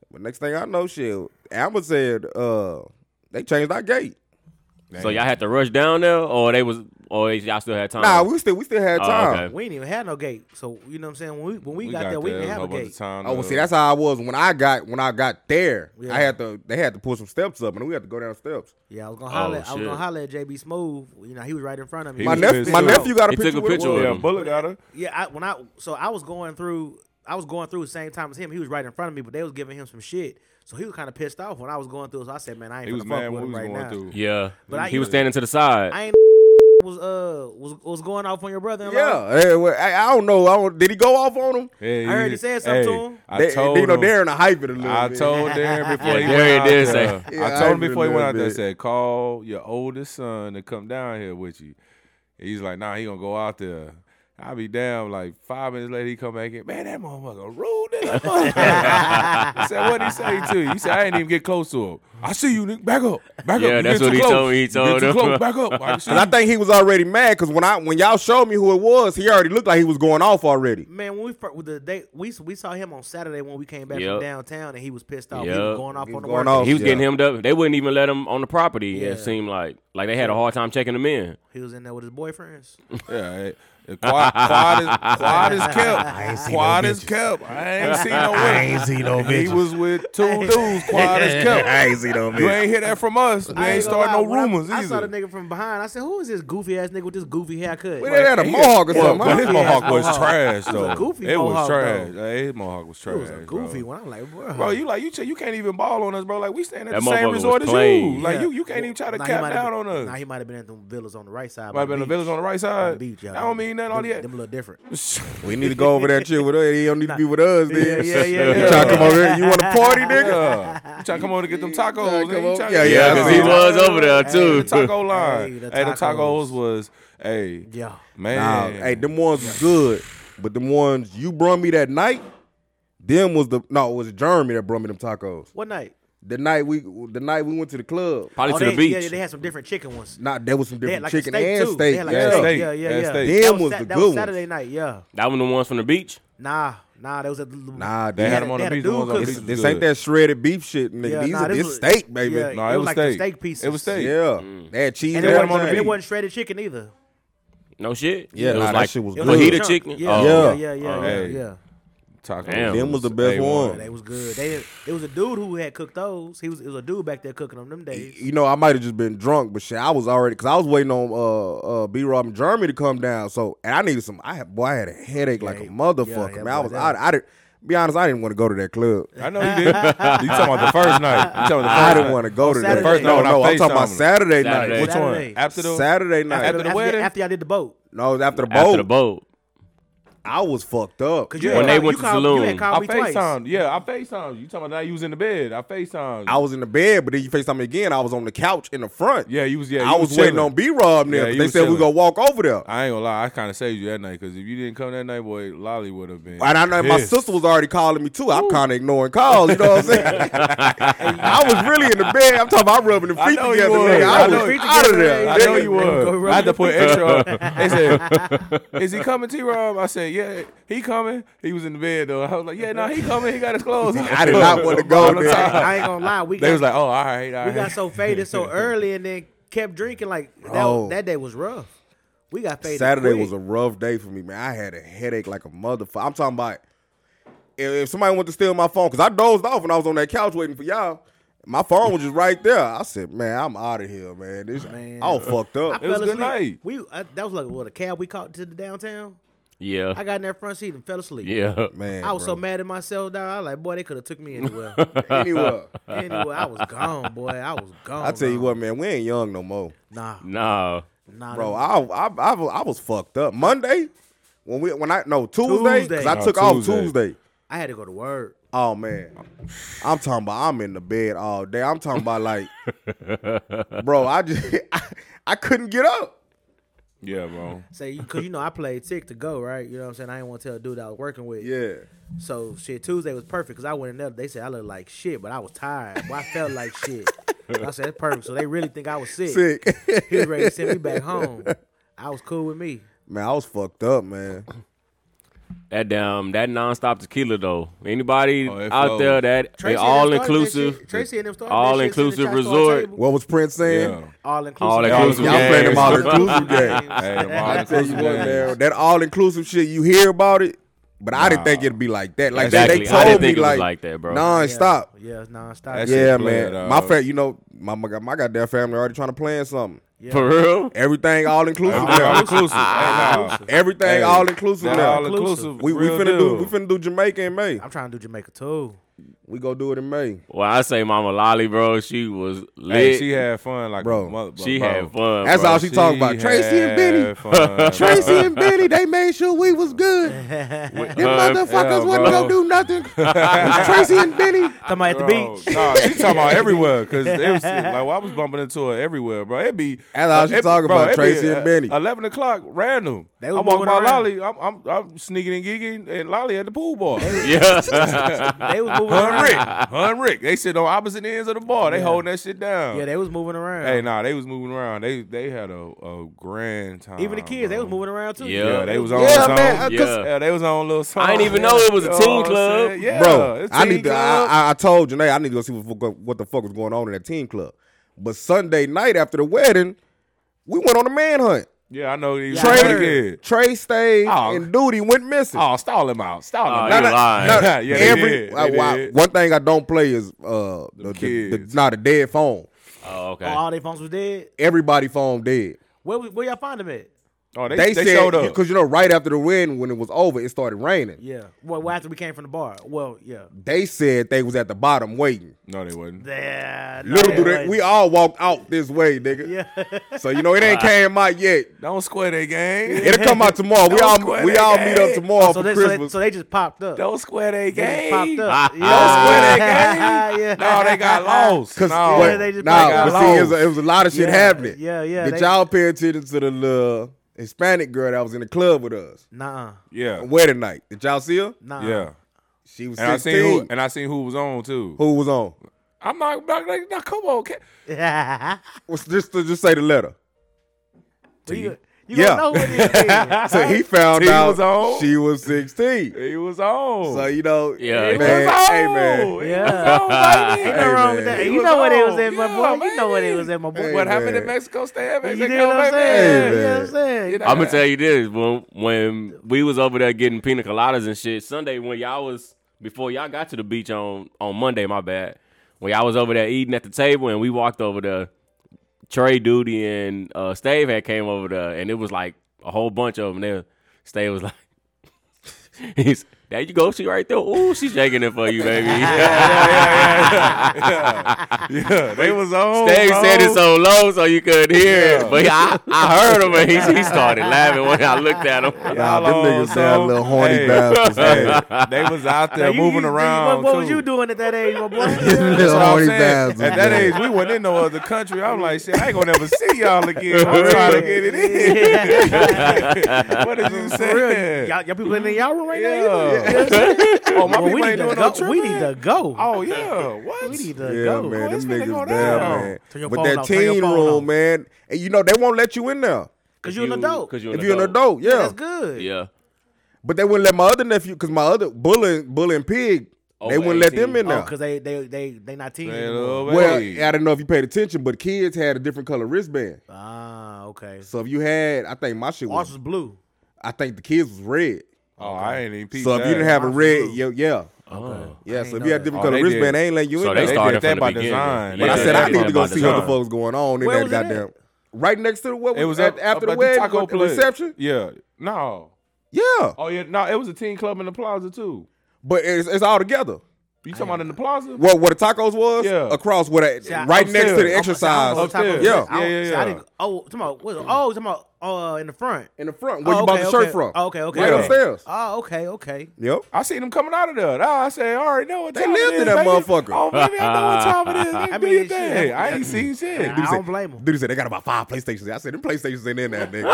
Speaker 3: But next thing I know, shit, Amber said, uh, they changed our gate.
Speaker 2: So y'all had to rush down there, or they was, or y'all still had time?
Speaker 3: Nah, we still we still had
Speaker 2: Oh,
Speaker 3: time.
Speaker 2: okay.
Speaker 4: we ain't even had no gate. So you know what I'm saying? When we when we, got, there, we didn't
Speaker 5: there,
Speaker 4: have a
Speaker 5: no bunch of
Speaker 4: gate.
Speaker 5: time
Speaker 3: Oh, well,
Speaker 5: to-
Speaker 3: see, that's how I was when I got when I got there.
Speaker 4: Yeah.
Speaker 3: I had to they had to pull some steps up, and we had to go down steps.
Speaker 4: Yeah, I
Speaker 5: Oh,
Speaker 4: was gonna holler. I was
Speaker 2: shit.
Speaker 4: gonna holler at JB Smooth. You know, he was right in front of me.
Speaker 5: He
Speaker 3: My
Speaker 5: was
Speaker 3: nephew,
Speaker 5: pissed
Speaker 3: my
Speaker 5: off.
Speaker 3: nephew got a
Speaker 2: He
Speaker 3: picture.
Speaker 2: took a
Speaker 3: with it.
Speaker 2: picture of
Speaker 5: Yeah,
Speaker 2: him.
Speaker 5: Bullet got her.
Speaker 4: Yeah, I, when I so I was going through, I was going through the same time as him. He was right in front of me, but they was giving him some shit. So he was kind of pissed off when I was going through. So I said, "Man, I ain't
Speaker 5: He was
Speaker 4: gonna
Speaker 5: mad
Speaker 4: fuck
Speaker 5: what
Speaker 4: with
Speaker 5: we
Speaker 4: him
Speaker 5: was
Speaker 4: right
Speaker 5: going
Speaker 4: now."
Speaker 5: through.
Speaker 2: Yeah,
Speaker 4: But I-
Speaker 2: he was standing to the side.
Speaker 4: I ain't was uh was was going off on your brother.
Speaker 3: Yeah, hey, well, I, I don't know. I don't, did he go off on him?
Speaker 5: Hey,
Speaker 4: I heard he said something to
Speaker 5: hey,
Speaker 4: him.
Speaker 5: I
Speaker 3: They-
Speaker 5: told
Speaker 3: you know,
Speaker 5: him.
Speaker 3: Darren to hype it a little
Speaker 5: I
Speaker 3: bit.
Speaker 5: told Darren before he
Speaker 2: Yeah,
Speaker 5: went
Speaker 2: Darren
Speaker 5: out
Speaker 2: did
Speaker 5: there.
Speaker 2: say.
Speaker 3: Yeah,
Speaker 5: I told him
Speaker 3: I
Speaker 5: before he went out there. I
Speaker 3: remember that.
Speaker 5: said, "Call your oldest son to come down here with you." He's like, "Nah, he gonna go out there." I be damn. Like five minutes later, he come back in. Man, that motherfucker rude. That motherfucker. I said, "What he say to you?" He said, "I ain't even get close to him." I see you, nigga. Back up. Back
Speaker 2: Yeah,
Speaker 5: up. You
Speaker 2: that's
Speaker 5: get too
Speaker 2: what he
Speaker 5: close.
Speaker 2: told me. He
Speaker 5: You get
Speaker 2: told
Speaker 5: too
Speaker 2: him.
Speaker 5: close. Back up. I can see
Speaker 3: And I
Speaker 5: you.
Speaker 3: think he was already mad because when I when y'all showed me who it was, he already looked like he was going off already.
Speaker 4: Man, when we fir- with the day we we saw him on Saturday when we came back
Speaker 2: Yep.
Speaker 4: from downtown and he was pissed off. He
Speaker 2: Yep.
Speaker 4: was going off
Speaker 3: He
Speaker 4: on
Speaker 3: was
Speaker 4: the
Speaker 3: going
Speaker 4: work.
Speaker 3: off.
Speaker 2: he was getting
Speaker 3: Yeah.
Speaker 2: hemmed up. They wouldn't even let him on the property.
Speaker 4: Yeah.
Speaker 2: It seemed like like they had a hard time checking him in.
Speaker 4: He was in there with his boyfriends.
Speaker 5: Yeah, hey, the quad, quad, is, quad is kept. Quad is kept. I ain't seen no I ain't seen no bitch. He was with two dudes. Quad is kept. I ain't seen no bitch. You ain't hear that from us. We
Speaker 4: I
Speaker 5: ain't
Speaker 4: gonna
Speaker 5: starting no
Speaker 4: lie, when I-
Speaker 5: rumors
Speaker 4: I,
Speaker 5: either.
Speaker 4: saw the nigga from behind. I said, "Who is this goofy ass nigga with this goofy haircut?"
Speaker 3: Well, they had a
Speaker 5: He-
Speaker 3: mohawk or
Speaker 5: well,
Speaker 3: something.
Speaker 5: but
Speaker 3: huh?
Speaker 5: his mohawk was trash though.
Speaker 4: goofy
Speaker 5: it
Speaker 4: mohawk,
Speaker 5: was trash.
Speaker 4: though.
Speaker 5: Hey, his mohawk was trash.
Speaker 4: It was a goofy
Speaker 5: bro.
Speaker 4: one. I'm like, bro,
Speaker 5: Bro, you like you ch- you can't even ball on us, bro. Like we staying at
Speaker 2: That
Speaker 5: the
Speaker 2: motherfucker
Speaker 5: same
Speaker 2: was
Speaker 5: resort as
Speaker 2: plain.
Speaker 5: you. Like
Speaker 4: Yeah.
Speaker 5: you, you can't even try to
Speaker 4: Nah, he
Speaker 5: cap
Speaker 4: might've
Speaker 5: down
Speaker 4: been-
Speaker 5: on us.
Speaker 4: Nah, he might have been at the villas on the right side.
Speaker 5: Might have been the village on the right side.
Speaker 4: beach, y'all.
Speaker 5: I don't mean ain't nothing on
Speaker 4: Them,
Speaker 5: the
Speaker 4: them look different.
Speaker 3: We need to go over there and chill with us. He don't need to be with us,
Speaker 4: Yeah,
Speaker 3: then.
Speaker 4: yeah, yeah.
Speaker 3: You trying to come over here? You want to party, nigga?
Speaker 5: Yeah. You trying to come over to get them tacos?
Speaker 3: Tryna come
Speaker 5: nigga. You
Speaker 3: over-
Speaker 5: tryna-
Speaker 3: Yeah,
Speaker 2: Yeah, because he
Speaker 3: Hey,
Speaker 2: was over there
Speaker 4: hey,
Speaker 5: Hey,
Speaker 2: too.
Speaker 5: the taco line.
Speaker 4: Hey,
Speaker 5: Hey,
Speaker 4: the
Speaker 5: the,
Speaker 4: tacos.
Speaker 5: tacos was, hey,
Speaker 4: Yeah.
Speaker 5: man.
Speaker 3: Nah, hey, them ones was good, but them ones you brought me that night, them was the no, it was Jeremy that brought me them tacos.
Speaker 4: What night?
Speaker 3: The night we, the night we went to the club.
Speaker 2: Probably
Speaker 4: Oh,
Speaker 2: to the
Speaker 4: they, yeah,
Speaker 2: beach.
Speaker 4: they had some different chicken ones.
Speaker 3: Nah, there was some
Speaker 4: They had
Speaker 3: different
Speaker 4: like
Speaker 3: chicken
Speaker 4: a steak
Speaker 3: and
Speaker 4: too.
Speaker 3: steak.
Speaker 4: They had like
Speaker 5: yeah.
Speaker 4: a steak.
Speaker 5: Steak.
Speaker 4: Yeah, yeah,
Speaker 5: Yeah,
Speaker 4: yeah.
Speaker 5: steak.
Speaker 3: Them
Speaker 4: That
Speaker 3: was
Speaker 4: Sat-
Speaker 3: the
Speaker 4: that
Speaker 3: good
Speaker 4: was
Speaker 3: ones.
Speaker 4: Saturday night. Yeah.
Speaker 2: that one the ones from the beach.
Speaker 4: Nah, nah. That was at the
Speaker 3: Nah,
Speaker 5: They
Speaker 3: these-
Speaker 5: had them on
Speaker 4: they
Speaker 5: the
Speaker 4: had a
Speaker 5: beach.
Speaker 4: dude
Speaker 5: ones on the
Speaker 4: cooking.
Speaker 5: beach was
Speaker 3: This
Speaker 5: good.
Speaker 3: ain't that shredded beef shit, nigga.
Speaker 4: Yeah,
Speaker 3: these
Speaker 4: nah,
Speaker 3: are
Speaker 4: this
Speaker 3: this
Speaker 4: was-
Speaker 3: steak, baby.
Speaker 4: yeah,
Speaker 3: Yeah,
Speaker 5: Nah,
Speaker 4: It was
Speaker 5: it was
Speaker 4: like the
Speaker 5: steak.
Speaker 4: steak pieces.
Speaker 5: It was steak. Mm.
Speaker 3: they had cheese.
Speaker 4: And
Speaker 3: they
Speaker 4: it
Speaker 3: had
Speaker 4: wasn't,
Speaker 3: them on the
Speaker 4: and it
Speaker 3: beach.
Speaker 4: wasn't shredded chicken either.
Speaker 2: No shit.
Speaker 3: Yeah,
Speaker 2: it was
Speaker 3: nah, that
Speaker 2: like
Speaker 3: shit was
Speaker 4: It
Speaker 3: good.
Speaker 4: was
Speaker 2: fajita
Speaker 4: chunk.
Speaker 2: chicken.
Speaker 4: Yeah,
Speaker 2: Oh.
Speaker 4: yeah,
Speaker 3: Yeah.
Speaker 4: yeah, yeah,
Speaker 5: Oh,
Speaker 4: yeah,
Speaker 5: hey.
Speaker 4: yeah.
Speaker 5: Tacos.
Speaker 2: Damn.
Speaker 3: Them was the best
Speaker 5: A1.
Speaker 3: one.
Speaker 4: They was good. They it was a dude who had cooked those. He was it was a dude back there cooking them them days.
Speaker 3: You know, I might have just been drunk, but shit, I was already because I was waiting on uh, uh B Rob and Jeremy to come down. So and I needed some. I had boy, I had a headache like a
Speaker 4: Yeah,
Speaker 3: motherfucker.
Speaker 4: yeah,
Speaker 3: man, I
Speaker 4: boy,
Speaker 3: was out.
Speaker 4: that-
Speaker 3: I didn't be honest. I didn't want to go to that club.
Speaker 5: I know you did. you talking about the first night. You talking about the first
Speaker 3: I didn't
Speaker 5: night.
Speaker 3: want to go to that.
Speaker 4: Saturday. First
Speaker 3: no,
Speaker 5: Uh, night
Speaker 3: no,
Speaker 5: when I
Speaker 3: I'm talking about
Speaker 5: FaceTimed
Speaker 3: Saturday,
Speaker 2: Saturday.
Speaker 4: Which
Speaker 3: night.
Speaker 5: Which one?
Speaker 4: Saturday.
Speaker 5: After the
Speaker 3: Saturday night.
Speaker 5: After the
Speaker 4: after,
Speaker 5: wedding?
Speaker 4: after y'all did the boat,
Speaker 3: no, it was after the boat.
Speaker 2: After the boat.
Speaker 3: I was fucked up.
Speaker 4: cause you
Speaker 5: When
Speaker 4: had
Speaker 5: they
Speaker 4: called-
Speaker 2: went
Speaker 4: you
Speaker 2: to
Speaker 4: called, you
Speaker 2: Saloon.
Speaker 4: had
Speaker 5: I
Speaker 4: called me twice.
Speaker 5: FaceTimed. Yeah, I FaceTimed. You talking about now you was in the bed. I FaceTimed.
Speaker 3: I was in the bed, but then you FaceTime me again. I was on the couch in the front.
Speaker 5: Yeah, you was- yeah,
Speaker 3: I
Speaker 5: you
Speaker 3: was,
Speaker 5: was
Speaker 3: waiting
Speaker 5: chilling.
Speaker 3: on B Rob now.
Speaker 5: Yeah,
Speaker 3: 'cause
Speaker 5: you
Speaker 3: they
Speaker 5: was
Speaker 3: said we
Speaker 5: chilling.
Speaker 3: gonna walk over there.
Speaker 5: I ain't gonna lie, I kind of saved you that night because if you didn't come that night, boy, Lolly would have been.
Speaker 3: And I know my
Speaker 5: pissed.
Speaker 3: sister was already calling me too. I'm kind of ignoring calls. You know what I'm saying? I was really in the bed. I'm talking about I'm rubbing the
Speaker 5: I
Speaker 3: feet
Speaker 5: know you
Speaker 3: together.
Speaker 5: was.
Speaker 3: Nigga. I,
Speaker 5: I
Speaker 3: was
Speaker 5: know you-
Speaker 3: out of there.
Speaker 5: I know you
Speaker 4: Nigga, nigga, go
Speaker 5: would.
Speaker 4: rub
Speaker 5: I had to put
Speaker 4: your
Speaker 5: extra. up. They said, "Is he coming, T Rob?" I said, "Yeah, he coming." He was in the bed though. I was like, "Yeah, no, he coming. He got his clothes." on."
Speaker 3: I did not want to go
Speaker 5: All the
Speaker 3: there.
Speaker 5: time.
Speaker 4: I ain't gonna lie, we
Speaker 5: They
Speaker 4: got,
Speaker 5: was like, "Oh, all right, all
Speaker 4: we
Speaker 5: right."
Speaker 4: got so faded so early and then kept drinking like that,
Speaker 3: Bro.
Speaker 4: that day was rough. We got faded.
Speaker 3: Saturday
Speaker 4: quick.
Speaker 3: was a rough day for me, man. I had a headache like a motherfucker. I'm talking about if, if somebody went to steal my phone, because I dozed off when I was on that couch waiting for y'all. My phone was just right there. I said, man, I'm out of here, man. This,
Speaker 4: Man.
Speaker 3: I was fucked up.
Speaker 5: It was
Speaker 4: Fell
Speaker 5: a good
Speaker 4: asleep.
Speaker 5: night.
Speaker 4: We I, that was like what a cab we caught to the downtown. I
Speaker 2: Yeah.
Speaker 4: got in that front seat and fell asleep.
Speaker 2: Yeah.
Speaker 3: man,
Speaker 4: I was so
Speaker 3: bro.
Speaker 4: mad at myself, dog. I was like, boy, they could have took me anywhere.
Speaker 3: Anyway,
Speaker 4: anywhere, I was gone, boy. I was gone.
Speaker 3: I tell you
Speaker 2: Oh,
Speaker 4: gone.
Speaker 3: what, man, we ain't young no more.
Speaker 4: nah,
Speaker 2: Nah.
Speaker 4: nah,
Speaker 3: Bro,
Speaker 4: them-
Speaker 3: I I, I, I was fucked up. Monday, when we when I no Tuesday, because I
Speaker 4: Tuesday.
Speaker 3: took
Speaker 5: Oh,
Speaker 3: off
Speaker 5: Tuesday.
Speaker 3: Tuesday.
Speaker 4: I had to go to work.
Speaker 3: Oh man, I'm talking about I'm in the bed all day. I'm talking about like, bro, I just I, I couldn't get up.
Speaker 5: yeah, bro.
Speaker 4: Say, cause you know I played tick to go, right? You know what I'm saying? I didn't want to tell the dude I was working with.
Speaker 3: Yeah,
Speaker 4: So shit, Tuesday was perfect because I went in there. They said I looked like shit, but I was tired. Boy, I felt like shit. I said it's perfect. So they really think I was sick.
Speaker 3: sick.
Speaker 4: He was ready to send me back home. I was cool with me.
Speaker 3: man, I was fucked up, man.
Speaker 2: That damn that nonstop tequila though. Anybody
Speaker 5: Oh, it
Speaker 2: out
Speaker 5: flows.
Speaker 2: there that
Speaker 4: Tracy
Speaker 2: a
Speaker 4: and them
Speaker 2: all
Speaker 4: started that
Speaker 2: inclusive
Speaker 4: shit. Tracy and them started that
Speaker 2: all
Speaker 4: shit, sitting at
Speaker 2: inclusive
Speaker 4: y'all store
Speaker 2: resort.
Speaker 4: table.
Speaker 3: What was Prince saying?
Speaker 5: Yeah.
Speaker 4: All inclusive.
Speaker 2: All inclusive
Speaker 3: Y'all playing them
Speaker 2: games.
Speaker 3: all inclusive game.
Speaker 5: Hey, them all
Speaker 3: Inclusive
Speaker 5: inclusive
Speaker 3: game.
Speaker 5: games.
Speaker 3: That all inclusive shit you hear about it, but I didn't think it'd be like that. Like that,
Speaker 2: Exactly.
Speaker 3: they
Speaker 2: I
Speaker 3: told
Speaker 2: didn't think
Speaker 3: me
Speaker 2: it was
Speaker 3: like,
Speaker 2: like that, bro.
Speaker 3: Non stop.
Speaker 4: Yeah, it's nonstop.
Speaker 5: That's-
Speaker 3: Yeah,
Speaker 5: shit played,
Speaker 3: man.
Speaker 5: dog.
Speaker 3: my fa- you know, my my god- my goddamn family already trying to plan something.
Speaker 2: For real?
Speaker 3: Everything all inclusive
Speaker 5: All
Speaker 3: now.
Speaker 5: inclusive. Hey, nah.
Speaker 3: Everything
Speaker 5: Hey,
Speaker 3: all inclusive
Speaker 5: that
Speaker 3: now.
Speaker 5: all inclusive.
Speaker 3: we we
Speaker 5: real
Speaker 3: finna
Speaker 5: deal.
Speaker 3: do we finna do Jamaica in May.
Speaker 4: I'm trying to do Jamaica too.
Speaker 3: We go do it in May.
Speaker 2: Well, I say Mama Lolly, bro, she was
Speaker 5: Hey,
Speaker 2: lit.
Speaker 5: she had fun like
Speaker 3: Bro.
Speaker 5: a mother,
Speaker 2: She
Speaker 5: bro.
Speaker 2: had fun.
Speaker 3: That's
Speaker 2: bro.
Speaker 3: all she talking about. Tracy and Benny.
Speaker 5: had fun.
Speaker 3: Tracy and Benny, they made sure we was good. Them
Speaker 2: Uh,
Speaker 5: yeah,
Speaker 3: motherfuckers wouldn't
Speaker 5: bro.
Speaker 3: go do nothing. Tracy and Benny.
Speaker 4: Talking about at the
Speaker 5: Bro,
Speaker 4: beach.
Speaker 5: Oh, Nah, she talking about everywhere because like well, I was bumping into her everywhere, bro. It be
Speaker 3: That's all she
Speaker 5: it-
Speaker 3: talking about,
Speaker 5: it be,
Speaker 3: Tracy and
Speaker 5: uh,
Speaker 3: Benny.
Speaker 5: Eleven o'clock, random.
Speaker 4: They
Speaker 5: I
Speaker 4: was
Speaker 5: walk
Speaker 4: moving
Speaker 5: by
Speaker 4: around.
Speaker 5: Lolly. I'm, I'm I'm sneaking and gigging and Lolly at the pool bar. Her
Speaker 2: Yeah.
Speaker 4: They was moving
Speaker 5: and Rick,
Speaker 4: around.
Speaker 5: her and Rick. They sit on opposite ends of the bar. They holding that shit down.
Speaker 4: Yeah, they was moving around.
Speaker 5: hey, nah, they was moving around. They they had a, a grand time.
Speaker 4: Even the kids, they was moving around too.
Speaker 2: Yeah,
Speaker 5: Yeah, they was on
Speaker 3: Yeah,
Speaker 5: song.
Speaker 3: man, uh, 'cause-
Speaker 5: Yeah, they was on little song.
Speaker 2: I ain't even know it was a
Speaker 5: You
Speaker 2: teen
Speaker 5: what I'm
Speaker 2: club.
Speaker 5: saying? Yeah,
Speaker 3: Bro,
Speaker 5: it's
Speaker 3: I
Speaker 5: teen
Speaker 3: need to. I,
Speaker 5: club.
Speaker 3: I- I told Janae I need to go see what, fu- what the fuck was going on in that teen club. But Sunday night after the wedding, we went on a manhunt.
Speaker 5: yeah, I know these.
Speaker 4: Yeah, I heard.
Speaker 5: kids.
Speaker 3: Trey stayed
Speaker 5: Oh.
Speaker 3: and Duty went missing.
Speaker 5: Oh, stall him out. Stall
Speaker 2: Oh,
Speaker 5: him
Speaker 2: you
Speaker 5: out.
Speaker 3: no,
Speaker 2: lying.
Speaker 3: no,
Speaker 5: Yeah, they
Speaker 3: every
Speaker 5: did.
Speaker 3: I-
Speaker 5: They
Speaker 3: I-
Speaker 5: did.
Speaker 3: one thing I don't play is uh the, the, the,
Speaker 5: kids.
Speaker 3: not a dead phone.
Speaker 2: oh, okay.
Speaker 4: Oh, all their phones was dead.
Speaker 3: Everybody phone dead.
Speaker 4: Where we- where y'all find them at?
Speaker 5: Oh, they,
Speaker 3: They,
Speaker 5: they,
Speaker 3: said
Speaker 5: showed up.
Speaker 3: because you know right after the win, when it was over, it started raining.
Speaker 4: Yeah. Well, well, after we came from the bar. Well, yeah.
Speaker 3: They said they was at the bottom waiting.
Speaker 5: No, they wasn't.
Speaker 4: Yeah. no,
Speaker 3: Little do
Speaker 4: that
Speaker 3: they,
Speaker 4: was-
Speaker 3: we all walked out this way, nigga.
Speaker 4: Yeah.
Speaker 3: So you know it ain't came out yet.
Speaker 5: Don't square that game.
Speaker 3: It'll come out tomorrow. We
Speaker 5: Don't Oh,
Speaker 3: all
Speaker 5: square
Speaker 3: we
Speaker 5: that
Speaker 3: all meet
Speaker 5: game.
Speaker 3: up tomorrow
Speaker 4: so,
Speaker 3: for
Speaker 4: they, so, they,
Speaker 3: Christmas.
Speaker 4: so they just popped up.
Speaker 5: Don't square that
Speaker 4: They just
Speaker 5: game.
Speaker 4: popped up. Yeah.
Speaker 5: that game.
Speaker 4: yeah.
Speaker 5: No, they got lost.
Speaker 3: Cause
Speaker 5: no.
Speaker 3: what-
Speaker 4: Yeah, they just
Speaker 3: nah,
Speaker 4: played
Speaker 3: but
Speaker 5: got
Speaker 3: see, it was,
Speaker 5: lost.
Speaker 3: a, it was a lot of shit
Speaker 4: Yeah,
Speaker 3: happening.
Speaker 4: yeah, yeah,
Speaker 3: Did
Speaker 4: they-
Speaker 3: y'all pay attention to the little Hispanic girl that was in the club with us
Speaker 4: Nah.
Speaker 5: yeah.
Speaker 3: on wedding night? Did y'all see her?
Speaker 4: Nah.
Speaker 5: Yeah.
Speaker 3: She was
Speaker 5: And I seen
Speaker 3: sixteen.
Speaker 5: who and I seen who was on too.
Speaker 3: who was on?
Speaker 5: I'm not, not, not, not- come on, Ca-
Speaker 4: Yeah.
Speaker 3: Well, just just say the letter.
Speaker 4: you you
Speaker 3: Yeah.
Speaker 4: yeah. know what it is.
Speaker 3: So he found
Speaker 5: She
Speaker 3: out
Speaker 5: was on?
Speaker 3: she was sixteen.
Speaker 5: he was on.
Speaker 3: So you know,
Speaker 2: Yeah.
Speaker 5: he
Speaker 2: It
Speaker 3: man,
Speaker 5: was on.
Speaker 3: hey man,
Speaker 5: He
Speaker 4: Yeah.
Speaker 5: was on, baby.
Speaker 4: Ain't no wrong
Speaker 3: man.
Speaker 4: with that.
Speaker 5: He
Speaker 4: you
Speaker 5: was
Speaker 4: know what it was
Speaker 5: on.
Speaker 4: in, my
Speaker 5: Yeah,
Speaker 4: boy. You know what it
Speaker 5: baby.
Speaker 4: was in, my boy.
Speaker 3: Hey,
Speaker 5: What happened
Speaker 3: man.
Speaker 5: in Mexico State?
Speaker 4: You
Speaker 5: Mexico,
Speaker 4: dig what I'm saying?
Speaker 5: baby.
Speaker 4: You know
Speaker 3: man.
Speaker 4: what I'm saying?
Speaker 5: You know,
Speaker 2: I'm gonna tell you this: when when we was over there getting pina coladas and shit Sunday, when y'all was before y'all got to the beach on on Monday, my bad. When y'all was over there eating at the table and we walked over there, Trey Duty and uh, Stave had came over there and it was like a whole bunch of them. There, Stave was like, "He's there you go, she right there. Ooh, she's shaking it for you, baby."
Speaker 5: Yeah, they was on.
Speaker 2: Stave
Speaker 5: Oh, bro.
Speaker 2: said it so low so you couldn't hear it, but I, I heard him and he, he started laughing when I looked at him.
Speaker 3: Nah, them
Speaker 5: Y'all
Speaker 3: niggas
Speaker 5: on,
Speaker 3: sound
Speaker 5: so-
Speaker 3: little horny
Speaker 5: Hey.
Speaker 3: bastards. man.
Speaker 5: Hey, they was out
Speaker 4: Now,
Speaker 5: there
Speaker 4: you-
Speaker 5: moving
Speaker 4: you-
Speaker 5: around.
Speaker 4: What, what was
Speaker 5: too.
Speaker 4: you doing at that age, my boy?
Speaker 5: That's what I'm
Speaker 3: Horny
Speaker 5: saying.
Speaker 3: bastards,
Speaker 5: At that
Speaker 3: man.
Speaker 5: age, we wasn't in no other country. I'm like, shit, I ain't gonna never see y'all again. I'm trying to get it in. What did you
Speaker 4: For real,
Speaker 5: say?
Speaker 4: y'all, y'all people in y'all room right now? either?
Speaker 5: Yeah. Oh, my
Speaker 4: Well, we
Speaker 5: people
Speaker 4: need
Speaker 5: ain't
Speaker 4: to
Speaker 5: doing
Speaker 4: go.
Speaker 5: no trip.
Speaker 4: we need to go.
Speaker 5: Oh yeah, what?
Speaker 4: we need to
Speaker 3: Yeah,
Speaker 4: go.
Speaker 3: man,
Speaker 5: it's
Speaker 3: them
Speaker 5: finna
Speaker 3: niggas
Speaker 5: go
Speaker 3: down,
Speaker 5: down.
Speaker 3: man.
Speaker 4: Turn your
Speaker 3: But
Speaker 4: phone
Speaker 3: that
Speaker 4: off, turn your
Speaker 3: teen
Speaker 4: phone
Speaker 3: room,
Speaker 4: off.
Speaker 3: man, and you know they won't let you in there
Speaker 4: Cause you're an adult.
Speaker 2: Cause you
Speaker 3: if you're an adult. Yeah,
Speaker 4: That's good.
Speaker 2: Yeah.
Speaker 3: but they wouldn't let my other nephew because my other bully, bully and pig, they
Speaker 2: Over
Speaker 3: wouldn't let them
Speaker 2: 18.
Speaker 3: in there.
Speaker 4: Oh, cause they they they they not teens
Speaker 5: Man, oh,
Speaker 4: anymore.
Speaker 5: little
Speaker 3: well,
Speaker 5: baby.
Speaker 3: I don't know if you paid attention, but kids had a different color wristband.
Speaker 4: Ah, okay.
Speaker 3: So if you had, I think my shit was,
Speaker 4: Ours was blue.
Speaker 3: I think the kids was red.
Speaker 5: oh, I ain't even. peeped
Speaker 3: so if you
Speaker 5: that.
Speaker 3: didn't have a
Speaker 4: Ours was
Speaker 3: red,
Speaker 4: blue.
Speaker 3: yo, yeah,
Speaker 2: Oh.
Speaker 3: yeah. So
Speaker 4: didn't
Speaker 3: if you had
Speaker 4: know that.
Speaker 3: a different
Speaker 5: Oh,
Speaker 3: color
Speaker 5: they
Speaker 3: wrisband,
Speaker 5: did.
Speaker 3: they ain't letting you
Speaker 2: So
Speaker 3: in
Speaker 2: they
Speaker 3: there.
Speaker 5: did
Speaker 2: started
Speaker 5: that
Speaker 2: from the
Speaker 5: by
Speaker 2: beginning.
Speaker 5: design.
Speaker 3: But
Speaker 5: Yeah,
Speaker 3: I said I
Speaker 5: they did
Speaker 3: need
Speaker 5: that
Speaker 3: to
Speaker 5: by
Speaker 3: go see what the
Speaker 5: design.
Speaker 3: fuck's going on in
Speaker 4: Where
Speaker 3: that
Speaker 4: was it at?
Speaker 3: goddamn. Right next to the what
Speaker 5: It was
Speaker 3: at,
Speaker 5: up,
Speaker 3: after the
Speaker 5: up at the
Speaker 3: wedding
Speaker 5: taco
Speaker 3: what- the
Speaker 5: place.
Speaker 3: reception.
Speaker 5: Yeah. No.
Speaker 3: Yeah,
Speaker 5: Oh yeah. No. It was a teen club in the plaza too.
Speaker 3: but it's, it's all together.
Speaker 5: You talking about in the plaza?
Speaker 3: What where the tacos was?
Speaker 5: Yeah.
Speaker 3: Across where that,
Speaker 4: See, I-
Speaker 3: right
Speaker 5: I'm
Speaker 3: next to the
Speaker 5: serious. I'm-
Speaker 3: exercise
Speaker 5: I'm- Upstairs.
Speaker 3: Yeah.
Speaker 4: I,
Speaker 5: Yeah, yeah,
Speaker 4: see, I
Speaker 5: yeah.
Speaker 4: didn't, oh, talking about what, oh, talking about uh in the front.
Speaker 3: in the front where
Speaker 4: oh,
Speaker 3: you bought
Speaker 4: okay,
Speaker 3: the shirt
Speaker 4: okay.
Speaker 3: from.
Speaker 4: Oh, okay, okay.
Speaker 3: Right
Speaker 5: Yeah.
Speaker 3: upstairs.
Speaker 4: Oh, okay, okay.
Speaker 3: Yep.
Speaker 5: I seen them coming out of there. Nah, I said, all right, know what
Speaker 3: They
Speaker 5: time
Speaker 3: lived
Speaker 5: it is,
Speaker 3: in that
Speaker 5: baby.
Speaker 3: motherfucker.
Speaker 5: Oh, baby, I know what time it is. Nigga,
Speaker 4: I
Speaker 5: do
Speaker 4: mean,
Speaker 5: your
Speaker 4: shit,
Speaker 5: thing.
Speaker 4: that-
Speaker 5: I ain't seen shit.
Speaker 4: I don't blame them.
Speaker 3: Dude said they got about five PlayStations. I said them PlayStations ain't in that nigga.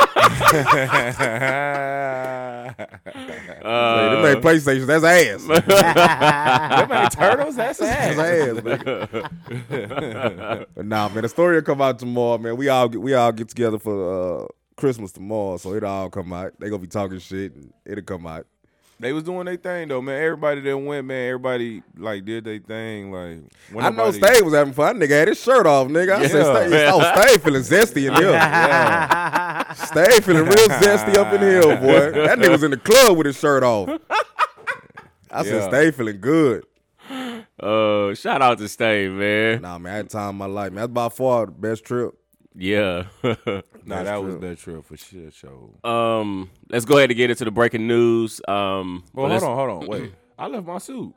Speaker 2: Uh,
Speaker 3: them ain't PlayStations. That's ass. That's
Speaker 5: Them ain't turtles. That's ass.
Speaker 3: ass. nigga. But nah, man. The story will come out tomorrow, man. We all get we all get together for uh, Christmas tomorrow, so it'll all come out. They gonna be talking shit, and it'll come out.
Speaker 5: They was doing their thing though, man. Everybody that went, man. Everybody like did their thing. Like when
Speaker 3: I know
Speaker 5: nobody-
Speaker 3: Stave was having fun. That Nigga had his shirt off, nigga. I said,
Speaker 5: Yeah.
Speaker 3: Stave, oh, Stave feeling zesty in here. Stave feeling real zesty up in here, boy. That nigga was in the club with his shirt off. I said,
Speaker 5: Yeah.
Speaker 3: Stave feeling good.
Speaker 2: uh, shout out to Stave, man.
Speaker 3: Nah, man, I had time of my life, man. That's by far the best trip.
Speaker 2: Yeah.
Speaker 5: Nah, that was that trip for shit show.
Speaker 2: um, let's go ahead and get into the breaking news. Um,
Speaker 5: Well,
Speaker 2: let's-
Speaker 5: hold on, hold on, wait. I left my suit.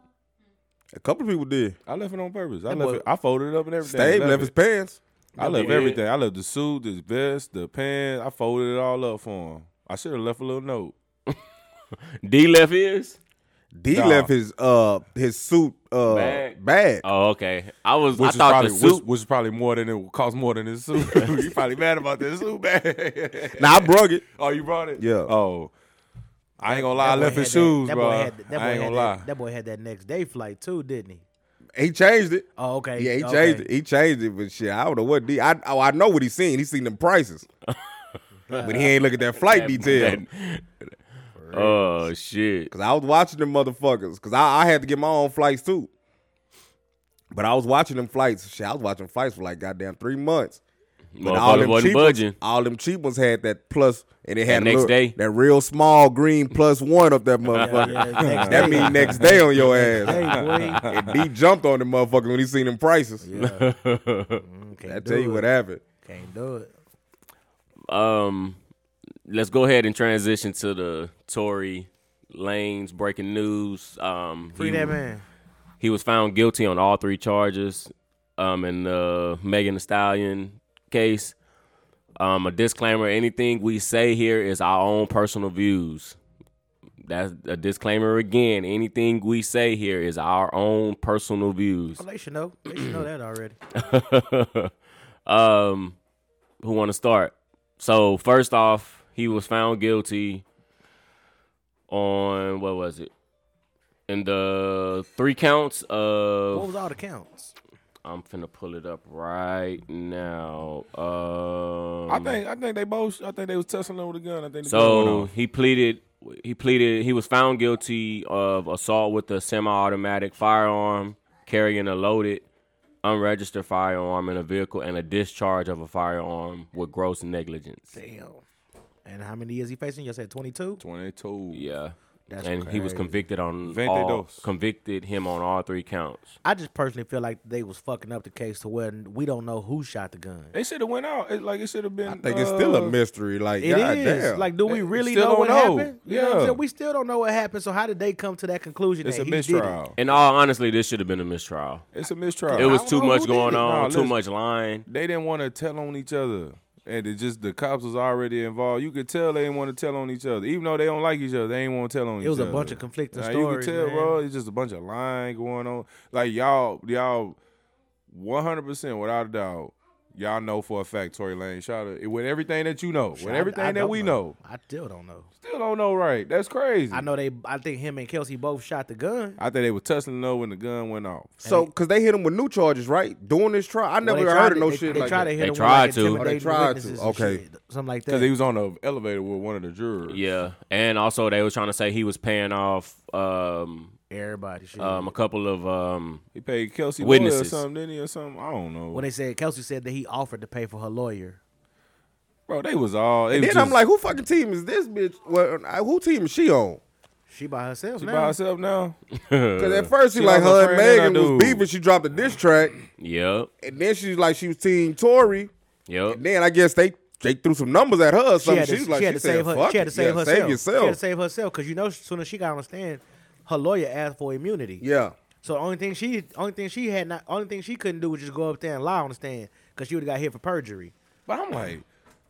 Speaker 3: A couple of people did.
Speaker 5: I left it on purpose. I
Speaker 4: That
Speaker 5: left
Speaker 4: boy-
Speaker 5: it. I folded it up and everything.
Speaker 3: Stave
Speaker 5: Left
Speaker 3: left
Speaker 5: it.
Speaker 3: his pants.
Speaker 5: I left
Speaker 2: Yeah.
Speaker 5: everything. I left the suit, the vest, the pants. I folded it all up for him. I should have left a little note.
Speaker 2: D left is.
Speaker 3: D
Speaker 5: Nah.
Speaker 3: left his uh his suit uh
Speaker 2: Bag.
Speaker 3: bag.
Speaker 2: Oh, okay. I was.
Speaker 5: Which
Speaker 2: I
Speaker 5: is
Speaker 2: thought
Speaker 5: probably
Speaker 2: the
Speaker 5: which,
Speaker 2: suit.
Speaker 5: which is probably more than it will cost more than his suit. you probably mad about this suit bag.
Speaker 3: Nah, I brung it.
Speaker 5: oh, you brought it?
Speaker 3: Yeah.
Speaker 5: Oh. I ain't gonna lie, I
Speaker 4: That boy
Speaker 5: left
Speaker 4: had
Speaker 5: his
Speaker 4: that-
Speaker 5: shoes,
Speaker 4: that
Speaker 5: bro.
Speaker 4: Boy had, that boy
Speaker 5: I ain't
Speaker 4: had
Speaker 5: gonna
Speaker 4: that,
Speaker 5: lie.
Speaker 4: That boy had that next day flight too, didn't he?
Speaker 3: He changed it.
Speaker 4: Oh, okay.
Speaker 3: Yeah, he
Speaker 4: okay.
Speaker 3: changed it. He changed it, but shit, I don't know what D. I oh, I know what he's seen. He's seen them prices, but he ain't look at that flight detail.
Speaker 2: Oh shit.
Speaker 3: Cause I was watching them motherfuckers. Cause I, I had to get my own flights too. But I was watching them flights. Shit, I was watching flights for like goddamn three months. But all
Speaker 2: Motherfucker
Speaker 3: them
Speaker 2: wasn't
Speaker 3: cheap
Speaker 2: budging.
Speaker 3: ones, all them cheap ones had that plus, and it had
Speaker 2: That
Speaker 3: a
Speaker 2: next
Speaker 3: little-
Speaker 2: day.
Speaker 3: that real small green plus one up that motherfucker.
Speaker 4: Yeah, next
Speaker 3: That
Speaker 4: day.
Speaker 3: mean next day on your ass.
Speaker 4: Hey, boy.
Speaker 3: And D jumped on the motherfucker when he seen them prices.
Speaker 4: Can't
Speaker 3: I
Speaker 4: do
Speaker 3: tell you
Speaker 4: it.
Speaker 3: what happened.
Speaker 4: Can't do it.
Speaker 2: Um, let's go ahead and transition to the Tory Lane's breaking news. Um,
Speaker 4: Free
Speaker 2: he,
Speaker 4: that man.
Speaker 2: he was found guilty on all three charges um, in the Megan Thee Stallion case. Um, a disclaimer: anything we say here is our own personal views. That's a disclaimer again. Anything we say here is our own personal views.
Speaker 4: Well, they should know. They should know that already.
Speaker 2: um, who want to start? So first off, he was found guilty on what was it? In the three counts
Speaker 4: What
Speaker 2: of
Speaker 4: was all the counts?
Speaker 2: I'm finna pull it up right now. Um,
Speaker 5: I think I think they both. I think they was tussling over the gun. I think the gun went
Speaker 2: so.
Speaker 5: off.
Speaker 2: He pleaded. He pleaded. He was found guilty of assault with a semi-automatic firearm, carrying a loaded, unregistered firearm in a vehicle, and a discharge of a firearm with gross negligence.
Speaker 4: Damn. And how many years he facing? You said 22?
Speaker 5: twenty two.
Speaker 2: Yeah.
Speaker 4: That's
Speaker 2: and he was
Speaker 4: crazy.
Speaker 2: convicted on
Speaker 5: Veinte
Speaker 2: all,
Speaker 5: dos.
Speaker 2: convicted him on all three counts.
Speaker 4: I just personally feel like they was fucking up the case to where we don't know who shot the gun.
Speaker 5: They should have went out. It, like it should have been.
Speaker 3: I think it's still a
Speaker 5: uh,
Speaker 3: mystery. Like,
Speaker 4: It is
Speaker 3: goddamn.
Speaker 4: Like, do we
Speaker 5: They
Speaker 4: really
Speaker 5: still
Speaker 4: know
Speaker 5: don't
Speaker 4: what
Speaker 5: know.
Speaker 4: happened? You know what I'm
Speaker 5: Yeah.
Speaker 4: saying? We still don't know what happened. So how did they come to that conclusion?
Speaker 5: It's
Speaker 4: that
Speaker 5: a
Speaker 4: he did it?
Speaker 5: mistrial.
Speaker 2: In all honestly, this should have been a mistrial.
Speaker 5: It's a mistrial.
Speaker 2: It was
Speaker 5: I
Speaker 2: too
Speaker 5: don't know
Speaker 2: much
Speaker 5: who
Speaker 2: going
Speaker 5: did it.
Speaker 2: on,
Speaker 5: Nah,
Speaker 2: too
Speaker 5: listen,
Speaker 2: much lying.
Speaker 5: They didn't want to tell on each other, and it just the cops was already involved. You could tell they didn't want to tell on each other, even though they don't like each other. They ain't want to tell on each other.
Speaker 4: It was a bunch of conflicting
Speaker 5: Nah,
Speaker 4: stories.
Speaker 5: You can tell,
Speaker 4: man.
Speaker 5: bro. It's just a bunch of lying going on. Like y'all, y'all, one hundred percent, without a doubt, y'all know for a fact Tory Lane shot it with everything that you know, with
Speaker 4: I-
Speaker 5: everything
Speaker 4: I
Speaker 5: that
Speaker 4: don't
Speaker 5: we know.
Speaker 4: I still don't know.
Speaker 5: Still don't know right. That's crazy.
Speaker 4: I know they. I think him and Kelsey both shot the gun.
Speaker 5: I think they were tussling though when the gun went off.
Speaker 3: so, because they hit him with new charges, right? During this trial. I
Speaker 4: Well,
Speaker 3: never
Speaker 4: they
Speaker 3: heard
Speaker 4: tried
Speaker 3: of no
Speaker 4: they,
Speaker 3: shit
Speaker 4: They
Speaker 3: like
Speaker 4: tried
Speaker 3: that.
Speaker 4: to hit
Speaker 2: They
Speaker 4: him
Speaker 2: tried
Speaker 4: with
Speaker 2: to.
Speaker 4: like
Speaker 2: Oh, they
Speaker 4: intimidating
Speaker 3: tried to.
Speaker 4: witnesses and
Speaker 3: Okay.
Speaker 4: shit, something like
Speaker 5: Because
Speaker 4: that.
Speaker 5: he was on the elevator with one of the jurors.
Speaker 2: Yeah. And also they were trying to say he was paying off um,
Speaker 4: Everybody shit.
Speaker 2: um a couple of um
Speaker 5: He paid Kelsey Witnesses.
Speaker 2: Witnesses.
Speaker 5: or something, didn't he, or something? I don't know.
Speaker 4: when they said Kelsey said that he offered to pay for her lawyer.
Speaker 5: Bro, they was all. They
Speaker 3: Then
Speaker 5: was
Speaker 3: I'm
Speaker 5: just-
Speaker 3: like, who fucking team is this bitch? Well, I- who team is she on?
Speaker 4: She by herself
Speaker 5: she
Speaker 4: now.
Speaker 5: by herself now.
Speaker 3: Because at first, Uh, she,
Speaker 5: she
Speaker 3: like,
Speaker 5: was a
Speaker 3: her and
Speaker 5: friend of
Speaker 3: Megan
Speaker 5: that
Speaker 3: was
Speaker 5: dude.
Speaker 3: beefing. She dropped a diss track.
Speaker 2: Yep.
Speaker 3: And then she's like, she was team Tory.
Speaker 2: Yep.
Speaker 3: And then I guess they they threw some numbers at her or
Speaker 4: she
Speaker 3: something.
Speaker 4: had to,
Speaker 3: She was like,
Speaker 4: she had to
Speaker 3: said,
Speaker 4: save her.
Speaker 3: "Fuck
Speaker 4: She had
Speaker 3: it.
Speaker 4: to save
Speaker 3: Yeah,
Speaker 4: herself.
Speaker 3: Save
Speaker 4: She had to
Speaker 3: yourself.
Speaker 4: save herself because you know, as soon as she got on the stand, her lawyer asked for immunity.
Speaker 3: Yeah.
Speaker 4: So the only thing she, only thing she had not, only thing she couldn't do was just go up there and lie on the stand because she would have got hit for perjury.
Speaker 5: But I'm like,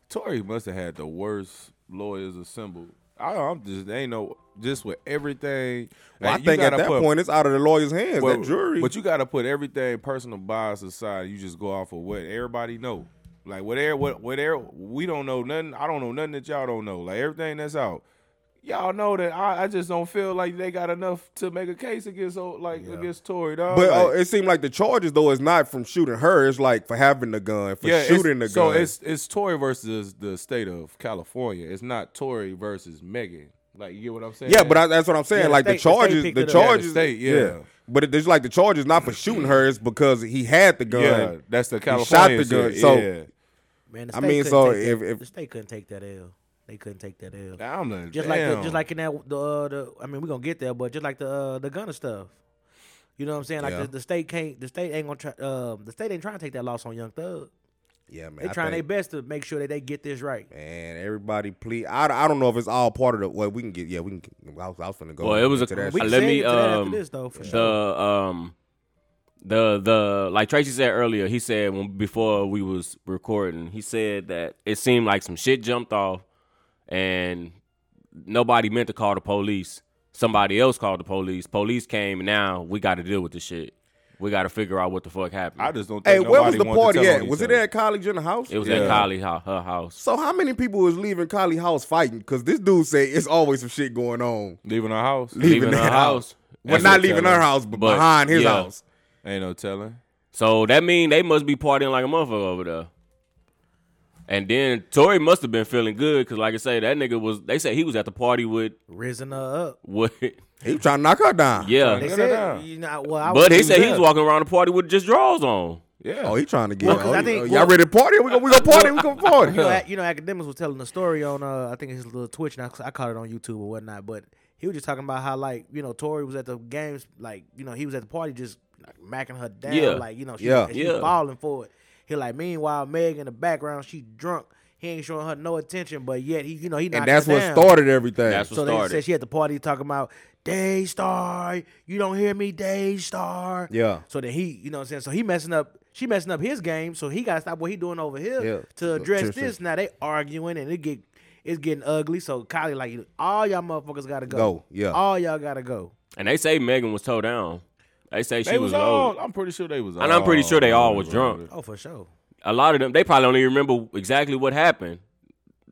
Speaker 5: Tory must have had the worst lawyers assembled. I, I'm just they ain't no just with everything.
Speaker 3: Well,
Speaker 5: like,
Speaker 3: I
Speaker 5: you
Speaker 3: think at
Speaker 5: gotta
Speaker 3: that
Speaker 5: put-
Speaker 3: point, it's out of the lawyer's hands.
Speaker 5: but-
Speaker 3: that jury.
Speaker 5: But you got to put everything personal bias aside. You just go off of what everybody know. Like whatever, what whatever we don't know nothing. I don't know nothing that y'all don't know. Like everything that's out. Y'all know that I, I just don't feel like they got enough to make a case against oh, like against Tory dog.
Speaker 3: But
Speaker 5: like,
Speaker 3: uh, it seemed like the charges though is not from shooting her; it's like for having the gun, for
Speaker 5: it's-
Speaker 3: shooting the
Speaker 5: So
Speaker 3: gun.
Speaker 5: it's it's Tory versus the state of California. It's not Tory versus Megan. Like you get what I'm saying?
Speaker 3: yeah, but I, that's what I'm saying.
Speaker 4: Yeah, the
Speaker 3: like the
Speaker 4: state- the state
Speaker 3: charges, the,
Speaker 4: picked it up. Yeah, the
Speaker 3: charges,
Speaker 5: state, yeah.
Speaker 3: But it, it's like the charges not for shooting her; it's because he had the gun.
Speaker 5: yeah, that's the
Speaker 3: He shot
Speaker 5: California.
Speaker 3: the gun,
Speaker 5: shit,
Speaker 3: so-
Speaker 4: Man, the
Speaker 3: I
Speaker 4: state
Speaker 3: mean,
Speaker 4: couldn't
Speaker 3: so
Speaker 4: take that-
Speaker 3: if- if-
Speaker 4: the state couldn't take that L, they couldn't take that L.
Speaker 5: yeah. I'm like,
Speaker 4: Just like the, just like in that the, uh, the I mean we're gonna get there, but just like the uh, the gunner stuff. You know what I'm saying? Like
Speaker 3: Yeah.
Speaker 4: the, the state can't the state ain't gonna try um the state ain't trying to take that loss on Young Thug.
Speaker 3: yeah, man.
Speaker 4: They
Speaker 3: I
Speaker 4: trying their
Speaker 3: think-
Speaker 4: best to make sure that they get this right.
Speaker 3: Man, everybody, please. I, I don't know if it's all part of the. Well, we can get. Yeah, we can. Get, I was, I was finna go.
Speaker 2: Well, it was a
Speaker 3: into that
Speaker 4: We can
Speaker 2: let
Speaker 4: save
Speaker 2: me
Speaker 4: it to that after
Speaker 2: um
Speaker 4: this, though, for
Speaker 2: the
Speaker 4: sure.
Speaker 2: um the the like Tracy said earlier. He said when before we was recording, he said that it seemed like some shit jumped off, and nobody meant to call the police. Somebody else called the police. Police came, and now we got to deal with the shit. We got to figure out what the fuck happened.
Speaker 5: I just don't. Think
Speaker 3: Hey, where was
Speaker 5: nobody
Speaker 3: the
Speaker 5: wanted to
Speaker 3: party
Speaker 5: tell on
Speaker 3: at?
Speaker 5: each
Speaker 3: Was it
Speaker 5: other.
Speaker 3: at college in the house?
Speaker 2: it was
Speaker 5: Yeah.
Speaker 2: at Kylie ho- her house.
Speaker 3: So how many people was leaving Kylie house fighting? Because this dude said it's always some shit going on.
Speaker 5: leaving our house?
Speaker 3: Leaving
Speaker 2: Leaving her
Speaker 3: that
Speaker 2: house,
Speaker 3: Well,
Speaker 5: That's
Speaker 3: not
Speaker 5: what
Speaker 3: leaving
Speaker 5: telling.
Speaker 3: her house, but,
Speaker 2: But,
Speaker 3: behind his
Speaker 2: yeah.
Speaker 3: house.
Speaker 5: Ain't no telling.
Speaker 2: So that mean they must be partying like a motherfucker over there. And then Tory must have been feeling good because, like I say, that nigga was. They said he was at the party with
Speaker 4: Risen her up.
Speaker 2: with
Speaker 3: He was trying to knock her down.
Speaker 2: yeah.
Speaker 4: They
Speaker 5: no,
Speaker 4: said
Speaker 5: no.
Speaker 4: you know well I
Speaker 2: But
Speaker 4: was-
Speaker 2: they said he
Speaker 5: there.
Speaker 2: was walking around the party with just drawers on.
Speaker 5: Yeah.
Speaker 3: Oh, he trying to get.
Speaker 4: Well, 'cause
Speaker 3: oh,
Speaker 4: I
Speaker 3: y-
Speaker 4: think-
Speaker 3: y'all
Speaker 4: well-
Speaker 3: ready to party? We gonna we gonna party? We gonna party?
Speaker 4: you know, ac- you know, academics was telling the story on uh, I think his little Twitch, and I, I caught it on YouTube or whatnot. But he was just talking about how like you know Tori was at the games, like you know he was at the party just like, macking her down,
Speaker 2: Yeah.
Speaker 4: like you know she,
Speaker 3: Yeah.
Speaker 4: she
Speaker 2: Yeah.
Speaker 4: balling for it. He like meanwhile Meg in the background, she drunk. He ain't showing her no attention, but yet he, you know, he
Speaker 3: And
Speaker 4: knocking
Speaker 3: that's
Speaker 4: her
Speaker 3: what
Speaker 4: down.
Speaker 3: started everything.
Speaker 2: That's what
Speaker 4: So they
Speaker 2: started.
Speaker 4: said she at the party talking about Daystar, you don't hear me, Daystar.
Speaker 3: Yeah.
Speaker 4: So then he, you know what I'm saying? So he messing up, she messing up his game, so he gotta stop what he doing over here
Speaker 3: Yeah.
Speaker 4: to address
Speaker 3: Seriously.
Speaker 4: this. Now they arguing and it get it's getting ugly. So Kylie like all y'all motherfuckers gotta go.
Speaker 3: Go, yeah.
Speaker 4: All y'all gotta go.
Speaker 2: and they say Megan was towed down. They say she
Speaker 5: They
Speaker 2: was
Speaker 5: was
Speaker 2: low.
Speaker 5: all. I'm pretty sure they was all.
Speaker 2: And I'm pretty sure they all was drunk.
Speaker 4: Oh, for sure.
Speaker 2: A lot of them, they probably don't even remember exactly what happened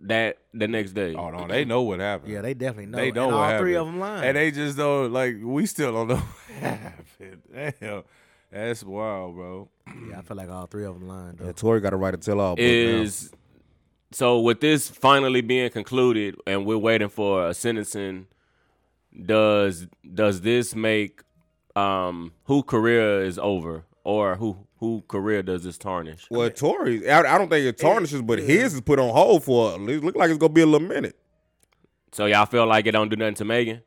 Speaker 2: that the next day.
Speaker 5: Oh no, they know what happened.
Speaker 4: Yeah, they definitely know.
Speaker 5: They know
Speaker 4: and
Speaker 5: what
Speaker 4: all
Speaker 5: happened.
Speaker 4: three of them lying.
Speaker 5: and they just don't like. We still don't know what happened. Damn, that's wild, bro.
Speaker 4: yeah, I feel like all three of them lying. Though.
Speaker 3: Yeah, Tori got to write a tell-all book now.
Speaker 2: is so with this finally being concluded and we're waiting for a sentencing does does this make um who career is over or who who career does this tarnish
Speaker 3: Well, Tory's. I, I don't think it tarnishes, but his is put on hold for. It look like it's gonna be a little minute.
Speaker 2: so y'all feel like it don't do nothing to megan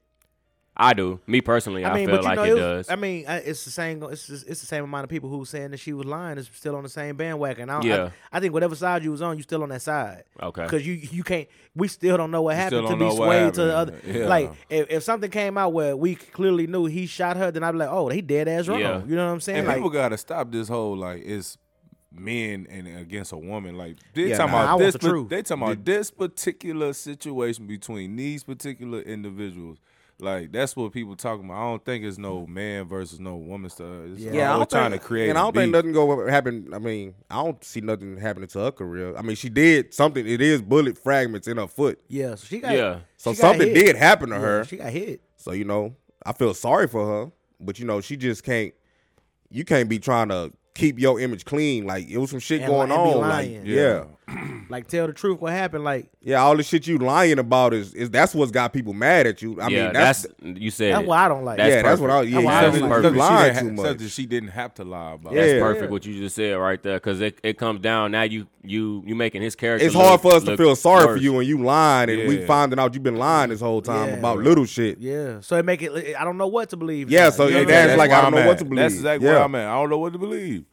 Speaker 2: i do me personally i, feel like it,
Speaker 4: was-
Speaker 2: does
Speaker 4: I mean, I, it's the same. It's just, it's the same amount of people who saying that she was lying is still on the same bandwagon. I, don't-
Speaker 2: Yeah.
Speaker 4: I, I think whatever side you was on, you still on that side.
Speaker 2: Okay.
Speaker 4: Because you you can't. We still don't know what happened
Speaker 5: still
Speaker 4: to
Speaker 5: don't
Speaker 4: be
Speaker 5: know what
Speaker 4: swayed to the other.
Speaker 5: happened. Yeah.
Speaker 4: Like if, if something came out where we clearly knew he shot her, then I'd be like, oh, he dead ass wrong.
Speaker 2: Yeah.
Speaker 4: You know what I'm saying?
Speaker 5: And
Speaker 4: like,
Speaker 5: people gotta stop this whole like it's men and against a woman. Like they
Speaker 3: Yeah,
Speaker 5: talking
Speaker 3: nah,
Speaker 4: I
Speaker 5: about
Speaker 4: want
Speaker 5: this.
Speaker 4: the
Speaker 5: pa-
Speaker 4: truth.
Speaker 5: They talking about this particular situation between these particular individuals. Like that's what people talking about. I don't think it's no man versus no woman stuff. It's
Speaker 4: Yeah.
Speaker 5: yeah,
Speaker 4: Yeah,
Speaker 5: yeah.
Speaker 4: I
Speaker 5: Whole
Speaker 4: don't
Speaker 5: trying to create.
Speaker 3: And I don't
Speaker 5: beef.
Speaker 3: think nothing gonna happen. I mean, I don't see nothing happening to her career. I mean, she did something. It is bullet fragments in her foot,
Speaker 4: yeah. So she got.
Speaker 2: Yeah.
Speaker 3: so
Speaker 4: she got
Speaker 3: something
Speaker 4: hit.
Speaker 3: did happen to
Speaker 4: Yeah,
Speaker 3: her.
Speaker 4: She got hit.
Speaker 3: so you know, I feel sorry for her, but you know, she just can't. You can't be trying to keep your image clean. Like it was some shit
Speaker 4: And li-
Speaker 3: going
Speaker 4: and be
Speaker 3: on. Like
Speaker 4: lying.
Speaker 3: yeah,
Speaker 4: Like tell the truth, what happened? Like
Speaker 3: yeah, all the shit you lying about is is that's what's got people mad at you. I
Speaker 2: yeah
Speaker 3: mean,
Speaker 2: that's,
Speaker 3: that's,
Speaker 2: you said
Speaker 4: that's
Speaker 2: it.
Speaker 4: what I don't like.
Speaker 2: That's
Speaker 3: yeah, that's what I
Speaker 2: perfect.
Speaker 3: yeah.
Speaker 4: That's why I
Speaker 3: you
Speaker 4: don't
Speaker 5: Something-
Speaker 4: like
Speaker 3: lying too
Speaker 4: it.
Speaker 5: something she didn't ha-
Speaker 3: much.
Speaker 5: Something she didn't have to lie about.
Speaker 3: Yeah.
Speaker 2: That's perfect what you just said right there, because it, it comes down now. You you you making his character.
Speaker 3: it's hard
Speaker 2: look-
Speaker 3: for us to
Speaker 2: look
Speaker 3: feel sorry for
Speaker 2: worse.
Speaker 3: you when you lying and we
Speaker 5: Yeah.
Speaker 3: finding out you've been lying this whole time
Speaker 4: Yeah.
Speaker 3: about little shit. Yeah,
Speaker 4: yeah. So it make it. I don't know what to believe.
Speaker 3: Yeah,
Speaker 4: now.
Speaker 3: so
Speaker 4: You know
Speaker 3: it
Speaker 4: what I'm
Speaker 3: adds
Speaker 4: saying?
Speaker 3: like, I
Speaker 5: where
Speaker 3: don't know
Speaker 5: I'm
Speaker 3: what
Speaker 5: at.
Speaker 3: to
Speaker 5: That's
Speaker 3: believe.
Speaker 5: exactly
Speaker 3: Yeah.
Speaker 5: where I'm at. I don't know what to believe.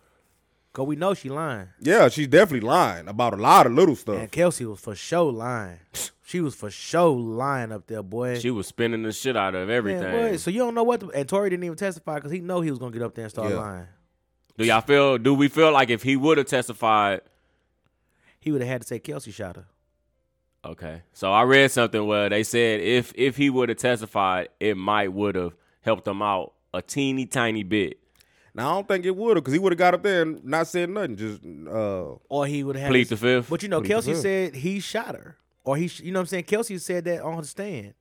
Speaker 4: Cause we know she lying.
Speaker 3: she's definitely lying about a lot of little stuff.
Speaker 4: And Kelsey was for sure lying. She was for sure lying up there, boy.
Speaker 2: She was spinning the shit out of
Speaker 4: Man,
Speaker 2: everything.
Speaker 4: boy, so you don't know what. To, and Tori didn't even testify because he know he was gonna get up there and start
Speaker 3: Yeah.
Speaker 4: lying.
Speaker 2: Do y'all feel? Do we feel like if he would have testified?
Speaker 4: He would have had to say Kelsey shot her.
Speaker 2: Okay, so I read something where they said if if he would have testified, it might would have helped him out a teeny tiny bit.
Speaker 3: Now I don't think it would have because he would have got up there and not said nothing. Just uh,
Speaker 4: Or he would have
Speaker 2: Plead the fifth.
Speaker 4: But you know,
Speaker 3: Plead the
Speaker 4: Kelsey
Speaker 3: fifth.
Speaker 4: said he shot her, or he. sh- You know what I'm saying? Kelsey said that on the stand.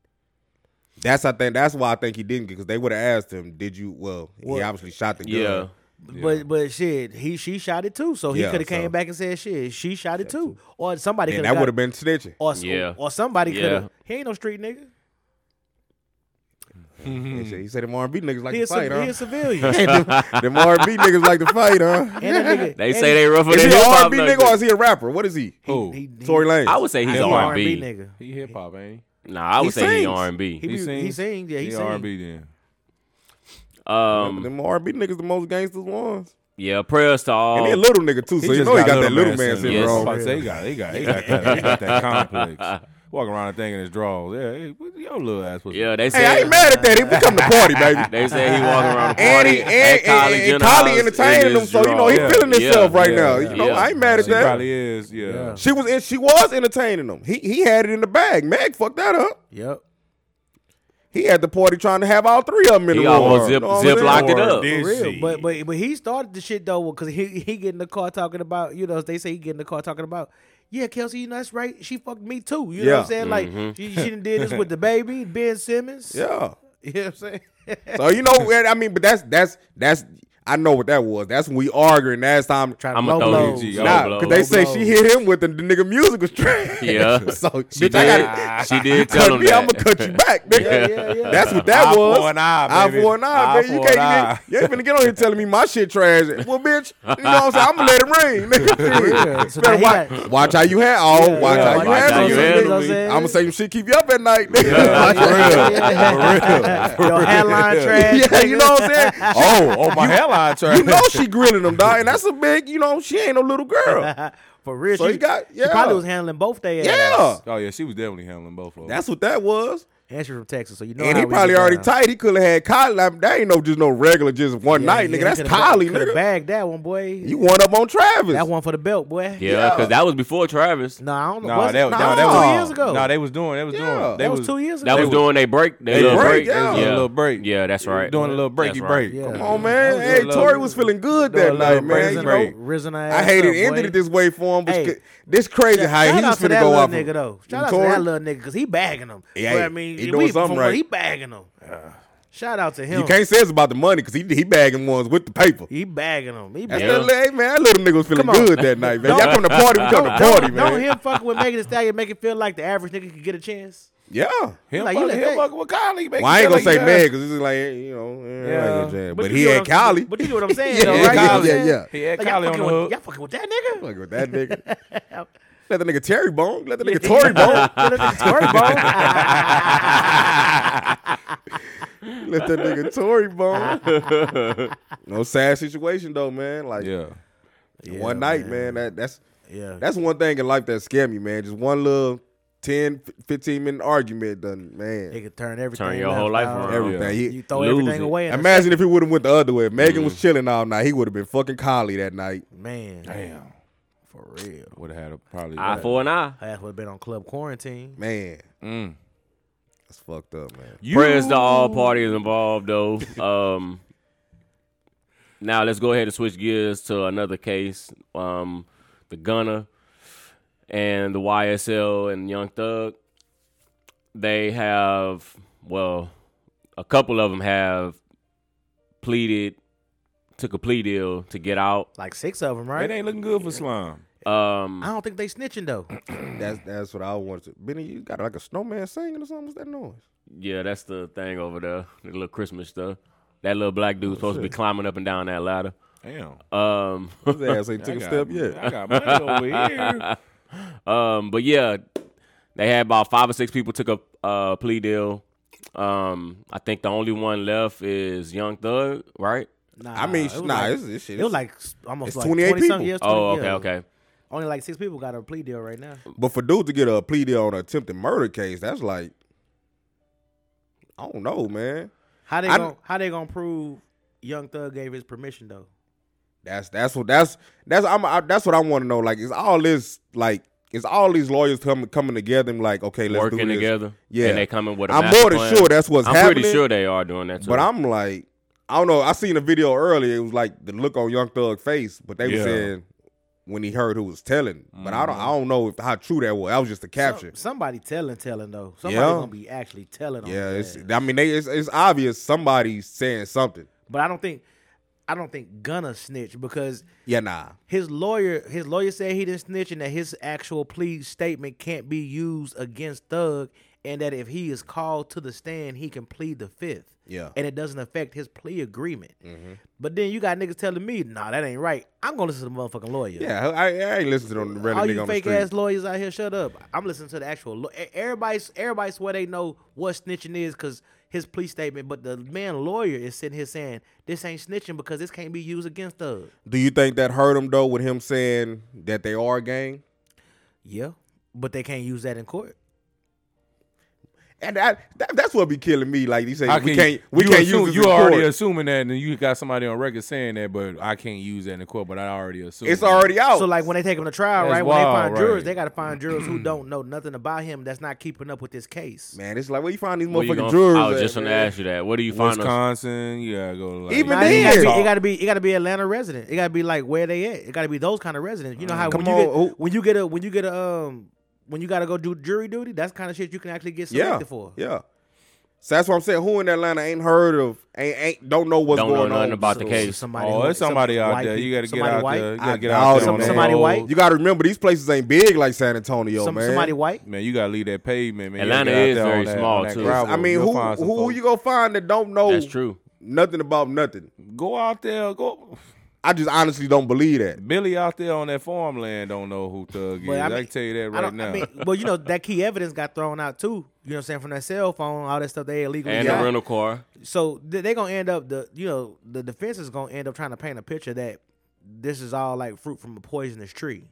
Speaker 3: that's I think that's why I think he didn't because they would have asked him, "Did you?" Well, he
Speaker 4: Well,
Speaker 3: obviously shot the gun.
Speaker 2: yeah,
Speaker 4: But but shit, he she shot it too. So he
Speaker 3: Yeah,
Speaker 4: could have
Speaker 3: so-
Speaker 4: came back and said shit, she shot it too, or somebody
Speaker 3: and
Speaker 4: could
Speaker 3: that would
Speaker 4: have
Speaker 3: have been snitching.
Speaker 4: Or, s-
Speaker 2: Yeah.
Speaker 4: or somebody
Speaker 2: Yeah.
Speaker 4: could have. He ain't no street nigga.
Speaker 2: Mm.
Speaker 3: He said- He said them R&B niggas like
Speaker 4: He
Speaker 3: to
Speaker 4: a, civ-
Speaker 3: fight,
Speaker 4: he a
Speaker 3: huh?
Speaker 4: civilian.
Speaker 3: them R&B niggas like to fight, huh?
Speaker 4: And that nigga-
Speaker 2: they
Speaker 4: and
Speaker 2: say they rougher
Speaker 3: Is
Speaker 2: than
Speaker 3: he
Speaker 2: hip
Speaker 3: an
Speaker 2: hop.
Speaker 3: R&B nigga or is he a rapper? What is he?
Speaker 5: Who?
Speaker 4: he- he-
Speaker 3: Tory Lane.
Speaker 2: I would say he's
Speaker 5: He
Speaker 4: R
Speaker 2: R
Speaker 4: and
Speaker 2: and
Speaker 4: B
Speaker 2: B.
Speaker 4: nigga.
Speaker 5: He hip hop, ain't he?
Speaker 2: Nah, I would
Speaker 3: He
Speaker 2: say he
Speaker 3: sings.
Speaker 2: R and B.
Speaker 4: He, be- he sings, yeah, he, sings.
Speaker 5: R&B then.
Speaker 2: Um,
Speaker 3: them R&B niggas the most gangsters ones.
Speaker 2: yeah, prayers to all.
Speaker 3: And he a little nigga too, so you know he got that little man
Speaker 5: syndrome.
Speaker 2: Yes.
Speaker 3: syndrome.
Speaker 5: I'm about to say, he got, he got, he got, that, he got that complex. Walking around and thinking his drawers. Yeah, hey, what- your little ass was.
Speaker 2: yeah, they
Speaker 3: Hey, I
Speaker 2: said
Speaker 3: ain't mad at that. He become the party, baby.
Speaker 2: they said he walking around the
Speaker 3: And
Speaker 2: party
Speaker 3: he and,
Speaker 2: at
Speaker 3: and,
Speaker 2: Kylie
Speaker 3: and,
Speaker 2: Jenner's
Speaker 3: Kylie
Speaker 2: house in
Speaker 3: entertaining him,
Speaker 2: his
Speaker 3: so you know he
Speaker 2: drawer.
Speaker 5: Yeah.
Speaker 3: feeling himself
Speaker 2: Yeah.
Speaker 3: right
Speaker 5: Yeah.
Speaker 3: now. You know,
Speaker 2: Yeah.
Speaker 3: I ain't mad at
Speaker 5: She
Speaker 3: that.
Speaker 5: probably is. Yeah.
Speaker 4: Yeah.
Speaker 3: She was in, she was entertaining him. He he had it in the bag. Meg fucked that up.
Speaker 4: Yep.
Speaker 3: He had the party trying to have all three of them in
Speaker 2: He
Speaker 3: the room.
Speaker 2: almost zip-
Speaker 3: You know what I'm saying?
Speaker 2: zip locked it
Speaker 5: Or
Speaker 2: up.
Speaker 5: did
Speaker 4: For real.
Speaker 5: she?
Speaker 4: But but but he started the shit though because he he get in the car talking about you know they say he get in the car talking about yeah Kelsey you know that's right she fucked me too you know what I'm
Speaker 3: Yeah. Mm-hmm.
Speaker 4: saying like she, she done did this with the baby Ben Simmons
Speaker 3: Yeah.
Speaker 4: you know what I'm saying
Speaker 3: So you know, and I mean, but that's that's that's I know what that was. That's when we arguing last time.
Speaker 4: Trying to
Speaker 2: I'm
Speaker 4: low
Speaker 2: a throw
Speaker 4: blows.
Speaker 2: you.
Speaker 5: Low
Speaker 3: Nah,
Speaker 2: blows.
Speaker 3: because they say
Speaker 4: blows.
Speaker 3: she hit him with the, the nigga music was trash.
Speaker 2: Yeah.
Speaker 3: so
Speaker 2: She
Speaker 3: bitch, I
Speaker 2: did.
Speaker 3: got
Speaker 2: She did tell
Speaker 3: Cut
Speaker 2: him
Speaker 3: me,
Speaker 2: that.
Speaker 3: I'm gonna cut you back, nigga.
Speaker 4: Yeah, yeah, yeah.
Speaker 3: That's what that
Speaker 5: Eye
Speaker 3: was.
Speaker 5: for an eye, baby.
Speaker 3: for an eye,
Speaker 5: Eye
Speaker 3: baby. You
Speaker 5: for
Speaker 3: can't.
Speaker 5: an eye.
Speaker 3: You, ain't- you ain't finna get on here telling me my shit trash. Well, bitch, you know what I'm saying? I'm gonna let it ring, nigga.
Speaker 4: Yeah, so
Speaker 3: Better
Speaker 4: now he
Speaker 3: watch,
Speaker 4: got-
Speaker 3: watch how you handle. Oh, watch
Speaker 4: yeah,
Speaker 3: how you
Speaker 2: watch how you handle
Speaker 3: handle.
Speaker 4: me.
Speaker 3: I'm gonna say some shit keep you up at night, nigga.
Speaker 4: yeah. your hairline trash
Speaker 3: yeah, you know what I'm saying?
Speaker 5: Oh, oh, my hairline
Speaker 3: You
Speaker 5: trash.
Speaker 3: know she grilling him, dog, and that's a big. You know, she ain't no little girl.
Speaker 4: For real,
Speaker 3: So
Speaker 4: she,
Speaker 3: he got-
Speaker 4: she
Speaker 3: yeah.
Speaker 4: probably was handling both their
Speaker 3: Yeah,
Speaker 5: Oh yeah, she was definitely handling both of them.
Speaker 3: that's what that was.
Speaker 4: and she from Texas, so you know.
Speaker 3: and
Speaker 4: how
Speaker 3: he
Speaker 4: we
Speaker 3: probably
Speaker 4: get
Speaker 3: already
Speaker 4: down.
Speaker 3: tight. He could have had Kylie. I mean, that ain't no just no regular, just one night, nigga. that's Kylie, nigga.
Speaker 4: Bag that one, boy.
Speaker 3: You one up on Travis.
Speaker 4: that one for the belt, boy.
Speaker 2: Yeah, because that was before Travis.
Speaker 4: No, I don't know.
Speaker 5: Nah,
Speaker 4: was it?
Speaker 5: that,
Speaker 4: no,
Speaker 5: nah,
Speaker 4: that
Speaker 5: that
Speaker 4: was
Speaker 5: was
Speaker 4: two years ago.
Speaker 5: Nah, they was doing. They was
Speaker 3: Yeah.
Speaker 5: doing. They
Speaker 4: that was, two years ago.
Speaker 2: That was during they break. They
Speaker 5: They
Speaker 2: little
Speaker 5: break,
Speaker 2: break.
Speaker 3: yeah.
Speaker 2: Yeah.
Speaker 3: Doing a
Speaker 5: little break.
Speaker 2: Yeah, that's right.
Speaker 5: doing a little breaky
Speaker 2: That's right.
Speaker 5: break.
Speaker 4: Yeah.
Speaker 5: Come
Speaker 3: Oh
Speaker 5: on,
Speaker 3: man,
Speaker 5: That was
Speaker 3: hey,
Speaker 5: a
Speaker 3: Tori
Speaker 5: little-
Speaker 3: was feeling good
Speaker 5: that
Speaker 3: that
Speaker 5: was a
Speaker 3: night,
Speaker 5: little
Speaker 3: man. You
Speaker 5: break.
Speaker 3: know,
Speaker 5: break.
Speaker 4: Risen ass
Speaker 3: I hated
Speaker 4: up, boy.
Speaker 3: ended it this way for him, but
Speaker 4: Hey,
Speaker 3: sh- this crazy how he
Speaker 4: Shout
Speaker 3: was
Speaker 4: out to
Speaker 3: finna
Speaker 4: that
Speaker 3: go
Speaker 4: little
Speaker 3: off. him.
Speaker 4: nigga though. Shout out to
Speaker 3: Tori.
Speaker 4: that little nigga because he bagging him.
Speaker 3: Yeah,
Speaker 4: But, I mean,
Speaker 3: he
Speaker 4: we-
Speaker 3: doing something
Speaker 4: from what
Speaker 3: right.
Speaker 4: He bagging him. Shout out to him.
Speaker 3: You can't say it's about the money because he he bagging ones with the paper.
Speaker 4: He bagging him. He
Speaker 3: That's
Speaker 4: bagging
Speaker 2: Yeah.
Speaker 3: that little, hey, man, that little nigga was feeling
Speaker 4: on.
Speaker 3: good that night, man. Y'all come to party, we come to party,
Speaker 4: Don't, don't
Speaker 3: man.
Speaker 4: him fucking with Megan Thee Stallion make it feel like the average nigga could get a chance.
Speaker 3: Yeah.
Speaker 5: Him
Speaker 4: Like, you
Speaker 5: fucking
Speaker 4: let
Speaker 5: him
Speaker 4: that-
Speaker 5: fucking with Kylie.
Speaker 3: Well, I ain't gonna say man
Speaker 5: man.
Speaker 3: because it's like you know, eh, I
Speaker 5: Yeah.
Speaker 3: like that jazz.
Speaker 4: But
Speaker 3: but
Speaker 4: you
Speaker 3: he
Speaker 4: know
Speaker 3: had
Speaker 4: what I'm-
Speaker 3: Cali.
Speaker 4: But you know what I'm saying,
Speaker 3: Yeah,
Speaker 4: though,
Speaker 3: yeah,
Speaker 4: right? You know what
Speaker 3: yeah, yeah.
Speaker 4: I'm saying?
Speaker 5: He had
Speaker 4: Like, y'all
Speaker 5: Kylie on
Speaker 4: fucking
Speaker 5: the
Speaker 4: with-
Speaker 5: hook.
Speaker 4: Y'all fucking with that nigga?
Speaker 3: Fuck with that nigga. Let the nigga Terry bone. Let the nigga Tory bone.
Speaker 4: Let that nigga twerk, bro.
Speaker 3: Let that nigga Tory bone. no sad situation though, man. Like
Speaker 5: Yeah.
Speaker 3: one night, man. That that's
Speaker 4: Yeah.
Speaker 3: that's one thing in life that scare me, man. Just one little 10, 15 minute argument done, man.
Speaker 4: They could turn everything.
Speaker 2: Turn your
Speaker 4: left
Speaker 2: whole life
Speaker 4: out.
Speaker 2: around.
Speaker 3: Everything. He-
Speaker 4: You throw
Speaker 2: Lose
Speaker 4: everything
Speaker 2: it.
Speaker 4: away. in a
Speaker 3: imagine if he would have went the other way. If Megan
Speaker 5: Mm.
Speaker 3: was chilling all night, he would have been fucking Collie that night.
Speaker 4: second. man,
Speaker 5: Damn.
Speaker 4: for real.
Speaker 5: Would have had a probably.
Speaker 2: Eye for an eye.
Speaker 4: Her ass would have been on club quarantine.
Speaker 3: Man,
Speaker 5: Mm.
Speaker 3: that's fucked up, man.
Speaker 2: Prayers to all parties involved, though. Um, now let's go ahead and switch gears to another case. Um, the Gunner and the YSL and Young Thug. They have, well, a couple of them have pleaded took a plea deal to get out.
Speaker 4: Like six of them, right?
Speaker 5: It ain't looking good for slime.
Speaker 2: Um,
Speaker 4: I don't think they snitching though.
Speaker 3: That's
Speaker 4: Mm.
Speaker 3: that's what I wanted to. Benny, you got like a snowman singing or something? What's that noise?
Speaker 2: Yeah, that's the thing over there. The little Christmas stuff. That little black
Speaker 3: Oh,
Speaker 2: dude's supposed to be climbing up and down that ladder.
Speaker 5: Damn.
Speaker 2: Um,
Speaker 3: His ass ain't took a step
Speaker 5: I
Speaker 3: yet.
Speaker 5: got money over here.
Speaker 2: um, but yeah, they had about five or six people took a uh, plea deal. Um, I think the only one left is Young Thug, right?
Speaker 4: Nah,
Speaker 3: I mean,
Speaker 4: it was
Speaker 3: nah,
Speaker 4: like,
Speaker 3: this, this shit.
Speaker 4: it was
Speaker 3: is-
Speaker 4: like s- almost
Speaker 3: it's
Speaker 4: like
Speaker 3: 28
Speaker 4: twenty something
Speaker 3: people.
Speaker 4: years. 20
Speaker 2: Oh, okay,
Speaker 4: years.
Speaker 2: okay.
Speaker 4: Only like six people got a plea deal right now.
Speaker 3: but for dude to get a plea deal on an attempted murder case, that's like, I don't know, man.
Speaker 4: How they
Speaker 3: I-
Speaker 4: gonna how they gonna prove Young Thug gave his permission though?
Speaker 3: That's that's what that's that's I'm I, that's what I want to know. Like, is all this like is all these lawyers coming coming together and like, okay, let's do
Speaker 2: Working
Speaker 3: this.
Speaker 2: together.
Speaker 3: Yeah.
Speaker 2: And they coming with a
Speaker 3: I'm
Speaker 2: master
Speaker 3: more than
Speaker 2: plan.
Speaker 3: sure that's what's
Speaker 2: I'm
Speaker 3: happening.
Speaker 2: pretty sure they are doing that too.
Speaker 3: But I'm like, I don't know. I seen a video earlier. It was like the look on Young Thug's face, but they
Speaker 5: Yeah.
Speaker 3: were saying when he heard who was telling. But I don't I don't know if how true that was. That was just a capture.
Speaker 4: Some- somebody telling, telling though. Somebody
Speaker 3: Yeah.
Speaker 4: gonna be actually telling.
Speaker 3: yeah,
Speaker 4: on
Speaker 3: it's,
Speaker 4: his ass.
Speaker 3: I mean, they, it's it's obvious somebody's saying something.
Speaker 4: but I don't think I don't think gonna snitch because
Speaker 3: Yeah, nah.
Speaker 4: his lawyer his lawyer said he didn't snitch and that his actual plea statement can't be used against Thug and that if he is called to the stand he can plead the fifth.
Speaker 3: Yeah. Mm-hmm.
Speaker 4: And it doesn't affect his plea agreement. But then you got niggas telling me, nah, that ain't right. I'm gonna listen to the motherfucking lawyer.
Speaker 3: Yeah, I, I ain't listening to no
Speaker 4: All
Speaker 3: random nigga
Speaker 4: you
Speaker 3: on the
Speaker 4: fake
Speaker 3: street.
Speaker 4: ass lawyers out here, shut up. I'm listening to the actual. Law- e- everybody, everybody swear they know what snitching is because his plea statement. But the man lawyer is sitting here saying this ain't snitching because this can't be used against Thug.
Speaker 3: Do you think that hurt him though with him saying that they are a gang?
Speaker 4: Yeah, but they can't use that in court.
Speaker 3: And that, that that's what be killing me. Like you say,
Speaker 5: How
Speaker 3: we
Speaker 5: can
Speaker 3: can't
Speaker 5: you-
Speaker 3: we
Speaker 5: you
Speaker 3: can't
Speaker 5: assume-
Speaker 3: use this
Speaker 5: You
Speaker 3: in
Speaker 5: already
Speaker 3: court.
Speaker 5: assuming that, and you got somebody on record saying that, but I can't use that in the court. But I already assume
Speaker 3: It's already out.
Speaker 4: So like when they take him to trial,
Speaker 5: Oh. That's
Speaker 4: right? When they
Speaker 5: wild,
Speaker 4: find jurors,
Speaker 5: right. Mm.
Speaker 4: they gotta find jurors who don't know nothing about him. That's not keeping up with this case.
Speaker 3: man, it's like where you find these
Speaker 2: Where you
Speaker 3: motherfucking
Speaker 2: gonna-
Speaker 3: jurors.
Speaker 2: I was
Speaker 3: at,
Speaker 2: just gonna
Speaker 3: man?
Speaker 2: ask you that. Where do you find us?
Speaker 5: Wisconsin. You gotta go. Like,
Speaker 3: Even
Speaker 4: Nah,
Speaker 3: then-
Speaker 4: it, gotta be,
Speaker 3: Talk.
Speaker 4: it gotta be it gotta be Atlanta resident. It gotta be like where they at. It gotta be those kind of residents. You know how
Speaker 3: Come
Speaker 4: when you,
Speaker 3: on, who-
Speaker 4: get, when you get a when you get a um when you gotta go do jury duty, that's kind of shit you can actually get selected
Speaker 3: Yeah,
Speaker 4: for.
Speaker 3: yeah. So that's what I'm saying. Who in Atlanta ain't heard of? Ain't, ain't don't know what's
Speaker 2: Don't know
Speaker 3: going on
Speaker 2: nothing about the
Speaker 4: So-
Speaker 2: case.
Speaker 4: Somebody
Speaker 5: Oh,
Speaker 4: who-
Speaker 5: it's
Speaker 4: some
Speaker 5: somebody out
Speaker 4: white
Speaker 5: there.
Speaker 4: people-
Speaker 5: You gotta get
Speaker 4: somebody
Speaker 5: out
Speaker 4: white,
Speaker 5: there. You
Speaker 3: I
Speaker 5: gotta get
Speaker 3: doubt
Speaker 5: out
Speaker 3: it,
Speaker 5: there. on
Speaker 3: man.
Speaker 5: that
Speaker 4: somebody
Speaker 5: road.
Speaker 4: white.
Speaker 3: You got to remember these places ain't big like San Antonio,
Speaker 4: some,
Speaker 3: man.
Speaker 4: somebody white.
Speaker 5: Man, you gotta leave that pavement, man. You
Speaker 2: Atlanta
Speaker 5: gotta get
Speaker 2: is
Speaker 5: out there
Speaker 2: very
Speaker 5: on that-
Speaker 2: small,
Speaker 5: on that
Speaker 2: too.
Speaker 5: gravel.
Speaker 3: I mean,
Speaker 5: You'll
Speaker 3: who
Speaker 5: find some
Speaker 3: who
Speaker 5: folks.
Speaker 3: you gonna find that don't know?
Speaker 2: That's true.
Speaker 3: Nothing about nothing.
Speaker 5: go out there? Go
Speaker 3: I just honestly don't believe that.
Speaker 5: Billy out there on that farmland. Don't know who Thug
Speaker 4: But
Speaker 5: is.
Speaker 4: I
Speaker 5: I,
Speaker 4: mean-
Speaker 5: can tell you that
Speaker 4: I
Speaker 5: right
Speaker 4: don't,
Speaker 5: now.
Speaker 4: I mean, well, you know that key evidence got thrown out too. You know what I'm saying from that cell phone, all that stuff they illegally
Speaker 2: And
Speaker 4: got.
Speaker 2: a rental car.
Speaker 4: so they're gonna end up the you know the defense is gonna end up trying to paint a picture that this is all like fruit from a poisonous tree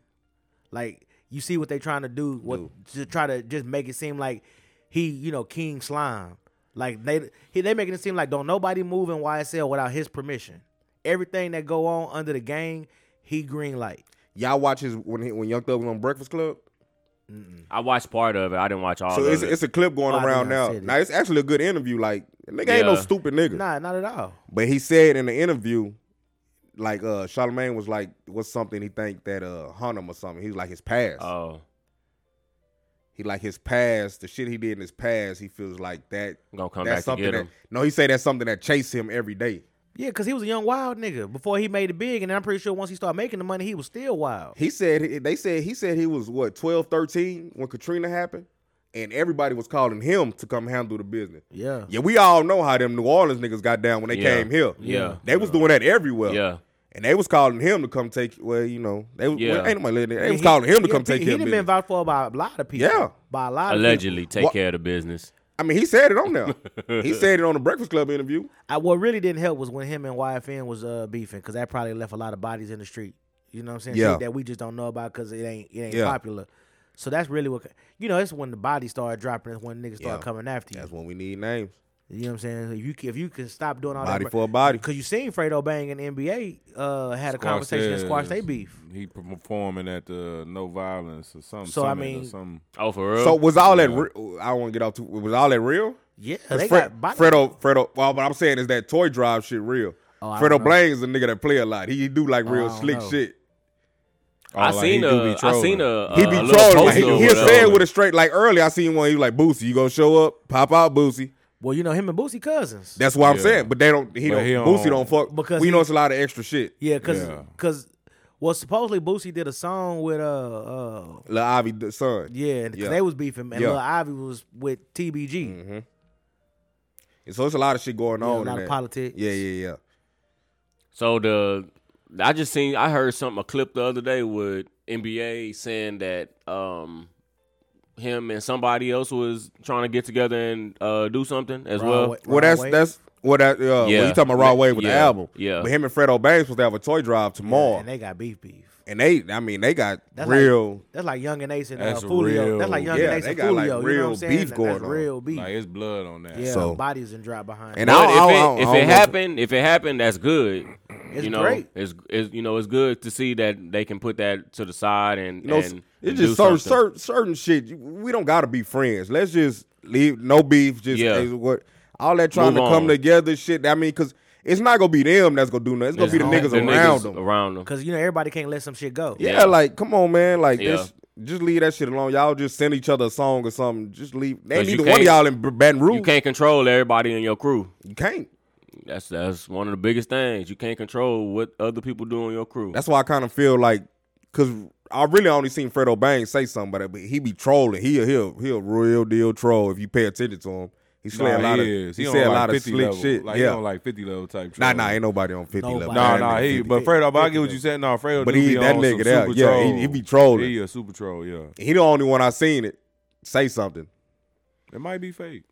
Speaker 4: Like you see what they trying to do, what to try to just make it seem like he, you know, King Slime. Like they he, they making it seem like don't nobody move in YSL without his permission. Everything that go on under the gang, he green light.
Speaker 3: Y'all watch his when he, when Young Thug was on Breakfast Club.
Speaker 2: I watched part of it. I didn't watch all
Speaker 3: So
Speaker 2: of
Speaker 3: it's,
Speaker 2: it.
Speaker 3: it's a clip going
Speaker 4: Oh, I
Speaker 3: around
Speaker 4: did not
Speaker 3: now.
Speaker 4: see it.
Speaker 3: Now it's actually a good interview. Like nigga ain't no
Speaker 2: Yeah.
Speaker 3: stupid nigga.
Speaker 4: Nah, not at all.
Speaker 3: But he said in the interview, like uh Charlemagne was like, "What's something he think that uh haunt him or something?" He was like his past.
Speaker 2: oh,
Speaker 3: he like his past, the shit he did in his past. He feels like that.
Speaker 2: Gonna come
Speaker 3: that's
Speaker 2: back to
Speaker 3: something
Speaker 2: get
Speaker 3: that.
Speaker 2: him.
Speaker 3: No, he said that's something that chased him every day.
Speaker 4: Yeah, cause he was a young wild nigga before he made it big, and I'm pretty sure once he started making the money, he was still wild.
Speaker 3: He said they said he said he was what 12, 13 when Katrina happened, and everybody was calling him to come handle the business.
Speaker 4: Yeah,
Speaker 3: Yeah, we all know how them New Orleans niggas got down when they
Speaker 2: Yeah.
Speaker 3: came here.
Speaker 2: Yeah.
Speaker 3: they was doing that everywhere.
Speaker 2: yeah,
Speaker 3: and they was calling him to come take. Well, you know, they was
Speaker 2: Yeah.
Speaker 3: well, ain't nobody letting. They
Speaker 4: And
Speaker 3: was
Speaker 4: he-
Speaker 3: calling him to
Speaker 4: yeah,
Speaker 3: come
Speaker 4: he-
Speaker 3: take
Speaker 4: He
Speaker 3: care of
Speaker 4: done been
Speaker 3: business.
Speaker 4: vouched for by a lot of people.
Speaker 3: Yeah.
Speaker 4: by a lot of
Speaker 2: allegedly
Speaker 4: people.
Speaker 2: take
Speaker 3: What-
Speaker 2: care of the business.
Speaker 3: I mean, he said it on there. he said it on the Breakfast Club interview.
Speaker 4: I, what really didn't help was when him and YFN was uh, beefing, because that probably left a lot of bodies in the street. You know what I'm saying?
Speaker 3: Yeah.
Speaker 4: Shit that we just don't know about because it ain't it ain't
Speaker 3: Yeah.
Speaker 4: popular. So that's really what you know. That's when the bodies started dropping. That's when niggas started
Speaker 3: Yeah.
Speaker 4: coming after you.
Speaker 3: That's when we need names.
Speaker 4: You know what I'm saying? If you if you can stop doing all
Speaker 3: Body
Speaker 4: that
Speaker 3: for a body.
Speaker 4: because you seen Fredo Bang in the NBA uh, had a
Speaker 5: Squash
Speaker 4: conversation and squashed they
Speaker 5: says
Speaker 4: beef.
Speaker 5: He performing at the No Violence or something.
Speaker 4: So, I
Speaker 5: summit or
Speaker 4: mean-
Speaker 5: something.
Speaker 2: Oh, for real.
Speaker 3: So was all that? Re- I don't want to get off too. Was all that real?
Speaker 4: Yeah,
Speaker 3: 'Cause
Speaker 4: they
Speaker 3: Fre-
Speaker 4: got bodies.
Speaker 3: Fredo, Fredo. Well, what I'm saying is that toy drive shit real.
Speaker 4: Oh, I don't
Speaker 3: Fredo
Speaker 4: know.
Speaker 3: Blaine is a nigga that play a lot. He do like real
Speaker 4: I don't
Speaker 3: slick
Speaker 4: know.
Speaker 3: shit.
Speaker 2: I
Speaker 5: Oh, like,
Speaker 2: seen
Speaker 5: he do
Speaker 2: a,
Speaker 5: be
Speaker 2: I seen
Speaker 5: trolling.
Speaker 2: a, a
Speaker 3: He be
Speaker 2: a Uh, little
Speaker 3: trolling. Like,
Speaker 2: poster
Speaker 3: he-
Speaker 2: or
Speaker 3: he'll
Speaker 2: whatever.
Speaker 3: say it with a straight. Like early, I seen one. He was like, "Boosie, you gonna show up? Pop out, Boosie."
Speaker 4: Well, you know him and Boosie cousins.
Speaker 3: That's what I'm
Speaker 5: Yeah.
Speaker 3: saying. But they don't. He
Speaker 5: But
Speaker 3: don't.
Speaker 5: he don't-
Speaker 3: Boosie don't fuck.
Speaker 4: Because
Speaker 3: we
Speaker 4: he-
Speaker 3: know it's a lot of extra shit.
Speaker 4: yeah, because
Speaker 5: Yeah.
Speaker 4: because well, supposedly Boosie did a song with uh uh
Speaker 3: Lil Ivy the son.
Speaker 4: Yeah, because
Speaker 3: Yeah.
Speaker 4: they was beefing, and
Speaker 3: Yeah.
Speaker 4: Lil Ivy was with TBG.
Speaker 3: And so it's a lot of shit going
Speaker 4: Yeah,
Speaker 3: on.
Speaker 4: a
Speaker 3: in
Speaker 4: lot of
Speaker 3: that.
Speaker 4: politics.
Speaker 3: Yeah, yeah, yeah.
Speaker 2: So the I just seen I heard something a clip the other day with NBA saying that um him and somebody else was trying to get together and uh do something as
Speaker 4: Raw
Speaker 2: well.
Speaker 4: Wa- Raw
Speaker 3: Well, that's
Speaker 4: Wave.
Speaker 3: that's what that. Uh, well,
Speaker 2: Yeah.
Speaker 3: you talking about Raw Wave with the
Speaker 2: Yeah.
Speaker 3: album?
Speaker 2: Yeah.
Speaker 3: But him and Fredo Banks supposed to have a toy drive tomorrow,
Speaker 4: and they got beef beef.
Speaker 3: and, they, I mean, they got
Speaker 4: That's
Speaker 3: real.
Speaker 4: Like, that's like Young and Ace and uh,
Speaker 5: That's
Speaker 4: Fulio.
Speaker 5: real.
Speaker 4: That's like Young
Speaker 3: Yeah,
Speaker 4: and Ace
Speaker 3: they
Speaker 4: and
Speaker 3: got, like,
Speaker 4: Fulio. you know what
Speaker 3: real
Speaker 4: I'm saying?
Speaker 3: beef
Speaker 4: That-
Speaker 3: going
Speaker 4: that's
Speaker 3: on.
Speaker 4: real beef.
Speaker 5: Like it's blood on that.
Speaker 4: yeah,
Speaker 3: so-
Speaker 4: bodies and drop behind.
Speaker 3: And
Speaker 4: it.
Speaker 2: But
Speaker 3: I don't- I don't-
Speaker 2: if it,
Speaker 3: I
Speaker 2: if
Speaker 3: don't
Speaker 2: it
Speaker 3: know.
Speaker 2: happened, if it happened, that's good.
Speaker 4: It's
Speaker 2: you know,
Speaker 4: great.
Speaker 2: It's, it's you know, it's good to see that they can put that to the side and
Speaker 3: You know,
Speaker 2: and, and
Speaker 3: it's
Speaker 2: do
Speaker 3: just certain,
Speaker 2: something.
Speaker 3: certain certain shit. you- We don't gotta be friends. Let's just leave no beef. Just
Speaker 2: Yeah.
Speaker 3: hey, what all that trying
Speaker 2: Move
Speaker 3: to come
Speaker 2: on.
Speaker 3: together shit. I mean, because it's not gonna be them that's gonna do nothing. It's gonna
Speaker 2: It's
Speaker 3: be the
Speaker 2: all-
Speaker 3: niggas around them.
Speaker 2: Around them.
Speaker 4: Because you know everybody can't let some shit go.
Speaker 3: Yeah,
Speaker 2: Yeah.
Speaker 3: like come on, man. Like
Speaker 2: Yeah.
Speaker 3: this, just leave that shit alone. Y'all just send each other a song or something. Just leave. They ain't
Speaker 2: 'Cause you
Speaker 3: neither one of
Speaker 2: can't-
Speaker 3: y'all in B- Baton Rouge.
Speaker 2: You can't control everybody in your crew.
Speaker 3: You can't.
Speaker 2: That's that's one of the biggest things. You can't control what other people do in your crew.
Speaker 3: That's why I kind of feel like, cause I really only seen Fredo Bang say something, but he be trolling. He a he'll he a real deal troll if you pay attention to him. He
Speaker 5: Nah,
Speaker 3: slay a lot
Speaker 5: he
Speaker 3: of
Speaker 5: is.
Speaker 3: he,
Speaker 5: on
Speaker 3: say a
Speaker 5: like
Speaker 3: lot of
Speaker 5: 50
Speaker 3: slick
Speaker 5: level.
Speaker 3: shit.
Speaker 5: Like he
Speaker 3: yeah,
Speaker 5: on like fifty level type.
Speaker 3: nah,
Speaker 5: trolling.
Speaker 3: nah, ain't nobody on fifty level.
Speaker 4: Nobody.
Speaker 5: Nah,
Speaker 3: That
Speaker 5: nah,
Speaker 3: nigga
Speaker 5: he.
Speaker 3: 50.
Speaker 5: But Fredo, I get what you said. Nah, Fredo,
Speaker 3: But
Speaker 5: do
Speaker 3: he-
Speaker 5: be
Speaker 3: that
Speaker 5: on
Speaker 3: nigga
Speaker 5: some
Speaker 3: there.
Speaker 5: super
Speaker 3: Yeah, he-
Speaker 5: troll.
Speaker 3: he be trolling.
Speaker 5: He a super troll. Yeah,
Speaker 3: he the only one I seen it say something.
Speaker 5: it might be fake.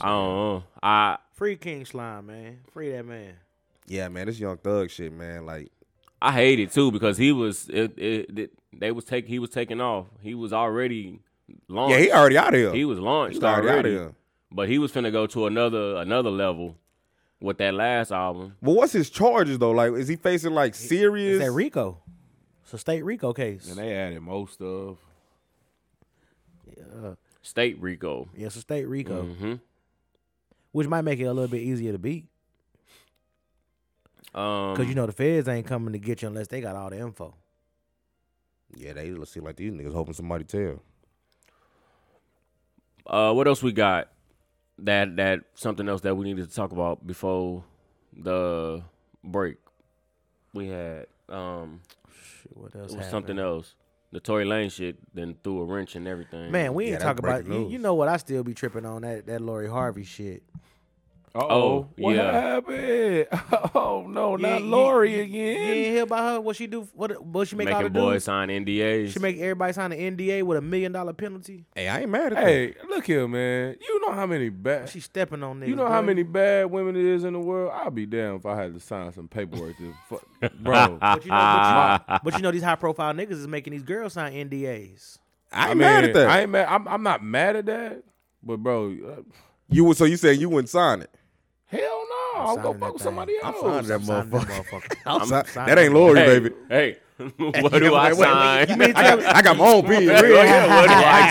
Speaker 2: I don't know. I
Speaker 4: Free King Slime, man. Free that man.
Speaker 3: Yeah, man, this young thug shit, man. Like
Speaker 2: I hate it too because he was it, it, it- they was take he was taking off. He was already launched.
Speaker 3: yeah, he already out of here.
Speaker 2: He was launched
Speaker 3: He was
Speaker 2: already,
Speaker 3: already out of here.
Speaker 2: but he was finna go to another another level with that last album.
Speaker 3: But what's his charges though? Like, is he facing like serious?
Speaker 4: Is that Rico? It's a state Rico case.
Speaker 5: And they added most stuff.
Speaker 2: State Rico.
Speaker 4: Yeah, it's a state Rico,
Speaker 3: Mm.
Speaker 2: Mm-hmm.
Speaker 4: which might make it a little bit easier to beat.
Speaker 2: Um,
Speaker 4: Because you know the feds ain't coming to get you unless they got all the info.
Speaker 3: yeah, they look- seem like these niggas hoping somebody tell.
Speaker 2: uh, what else we got? That that something else that we needed to talk about before the break. We had um,
Speaker 4: Shit, what else?
Speaker 2: it was
Speaker 4: happened?
Speaker 2: something else. The Tory Lane shit then threw a wrench and everything.
Speaker 4: Man, we ain't
Speaker 3: that's
Speaker 4: talk about
Speaker 3: breaking
Speaker 4: you,
Speaker 3: news.
Speaker 4: you know what I still be tripping on that that Lori Harvey shit.
Speaker 5: Uh-oh. what
Speaker 2: Oh, yeah.
Speaker 5: happened? Oh no,
Speaker 4: You-
Speaker 5: not
Speaker 4: you-
Speaker 5: Lori
Speaker 4: You
Speaker 5: again.
Speaker 4: ain't hear about her? What she do? What? What she make all the
Speaker 2: Making boys
Speaker 4: dudes?
Speaker 2: sign NDAs.
Speaker 4: She make everybody sign an NDA with a million dollar penalty.
Speaker 3: Hey, I ain't mad at that.
Speaker 5: Hey, look here, man. You know how many bad
Speaker 4: She stepping on niggas.
Speaker 5: you know how
Speaker 4: boy.
Speaker 5: many bad women it is in the world? I'd be damned if I had to sign some paperwork to fuck bro.
Speaker 4: But you, know, but, you, but you know these high profile niggas is making these girls sign NDAs.
Speaker 3: I ain't mad at that.
Speaker 5: I ain't mad. I'm, I'm not mad at that. But bro, uh,
Speaker 3: you would so you saying you wouldn't sign it?
Speaker 5: hell no. I'm
Speaker 4: signing
Speaker 5: gonna
Speaker 4: that
Speaker 5: fuck with
Speaker 4: thing.
Speaker 5: somebody
Speaker 3: I'm
Speaker 5: else.
Speaker 3: signing that
Speaker 4: Sign that
Speaker 3: motherfucker.
Speaker 4: motherfucker.
Speaker 3: I'm si-
Speaker 4: signing
Speaker 3: that ain't
Speaker 4: that.
Speaker 3: Lori,
Speaker 2: hey,
Speaker 3: baby.
Speaker 2: hey, what do I
Speaker 3: Wait, wait, wait.
Speaker 2: sign?
Speaker 4: Me too.
Speaker 3: I, got- I got my own opinion. Real.
Speaker 2: what do I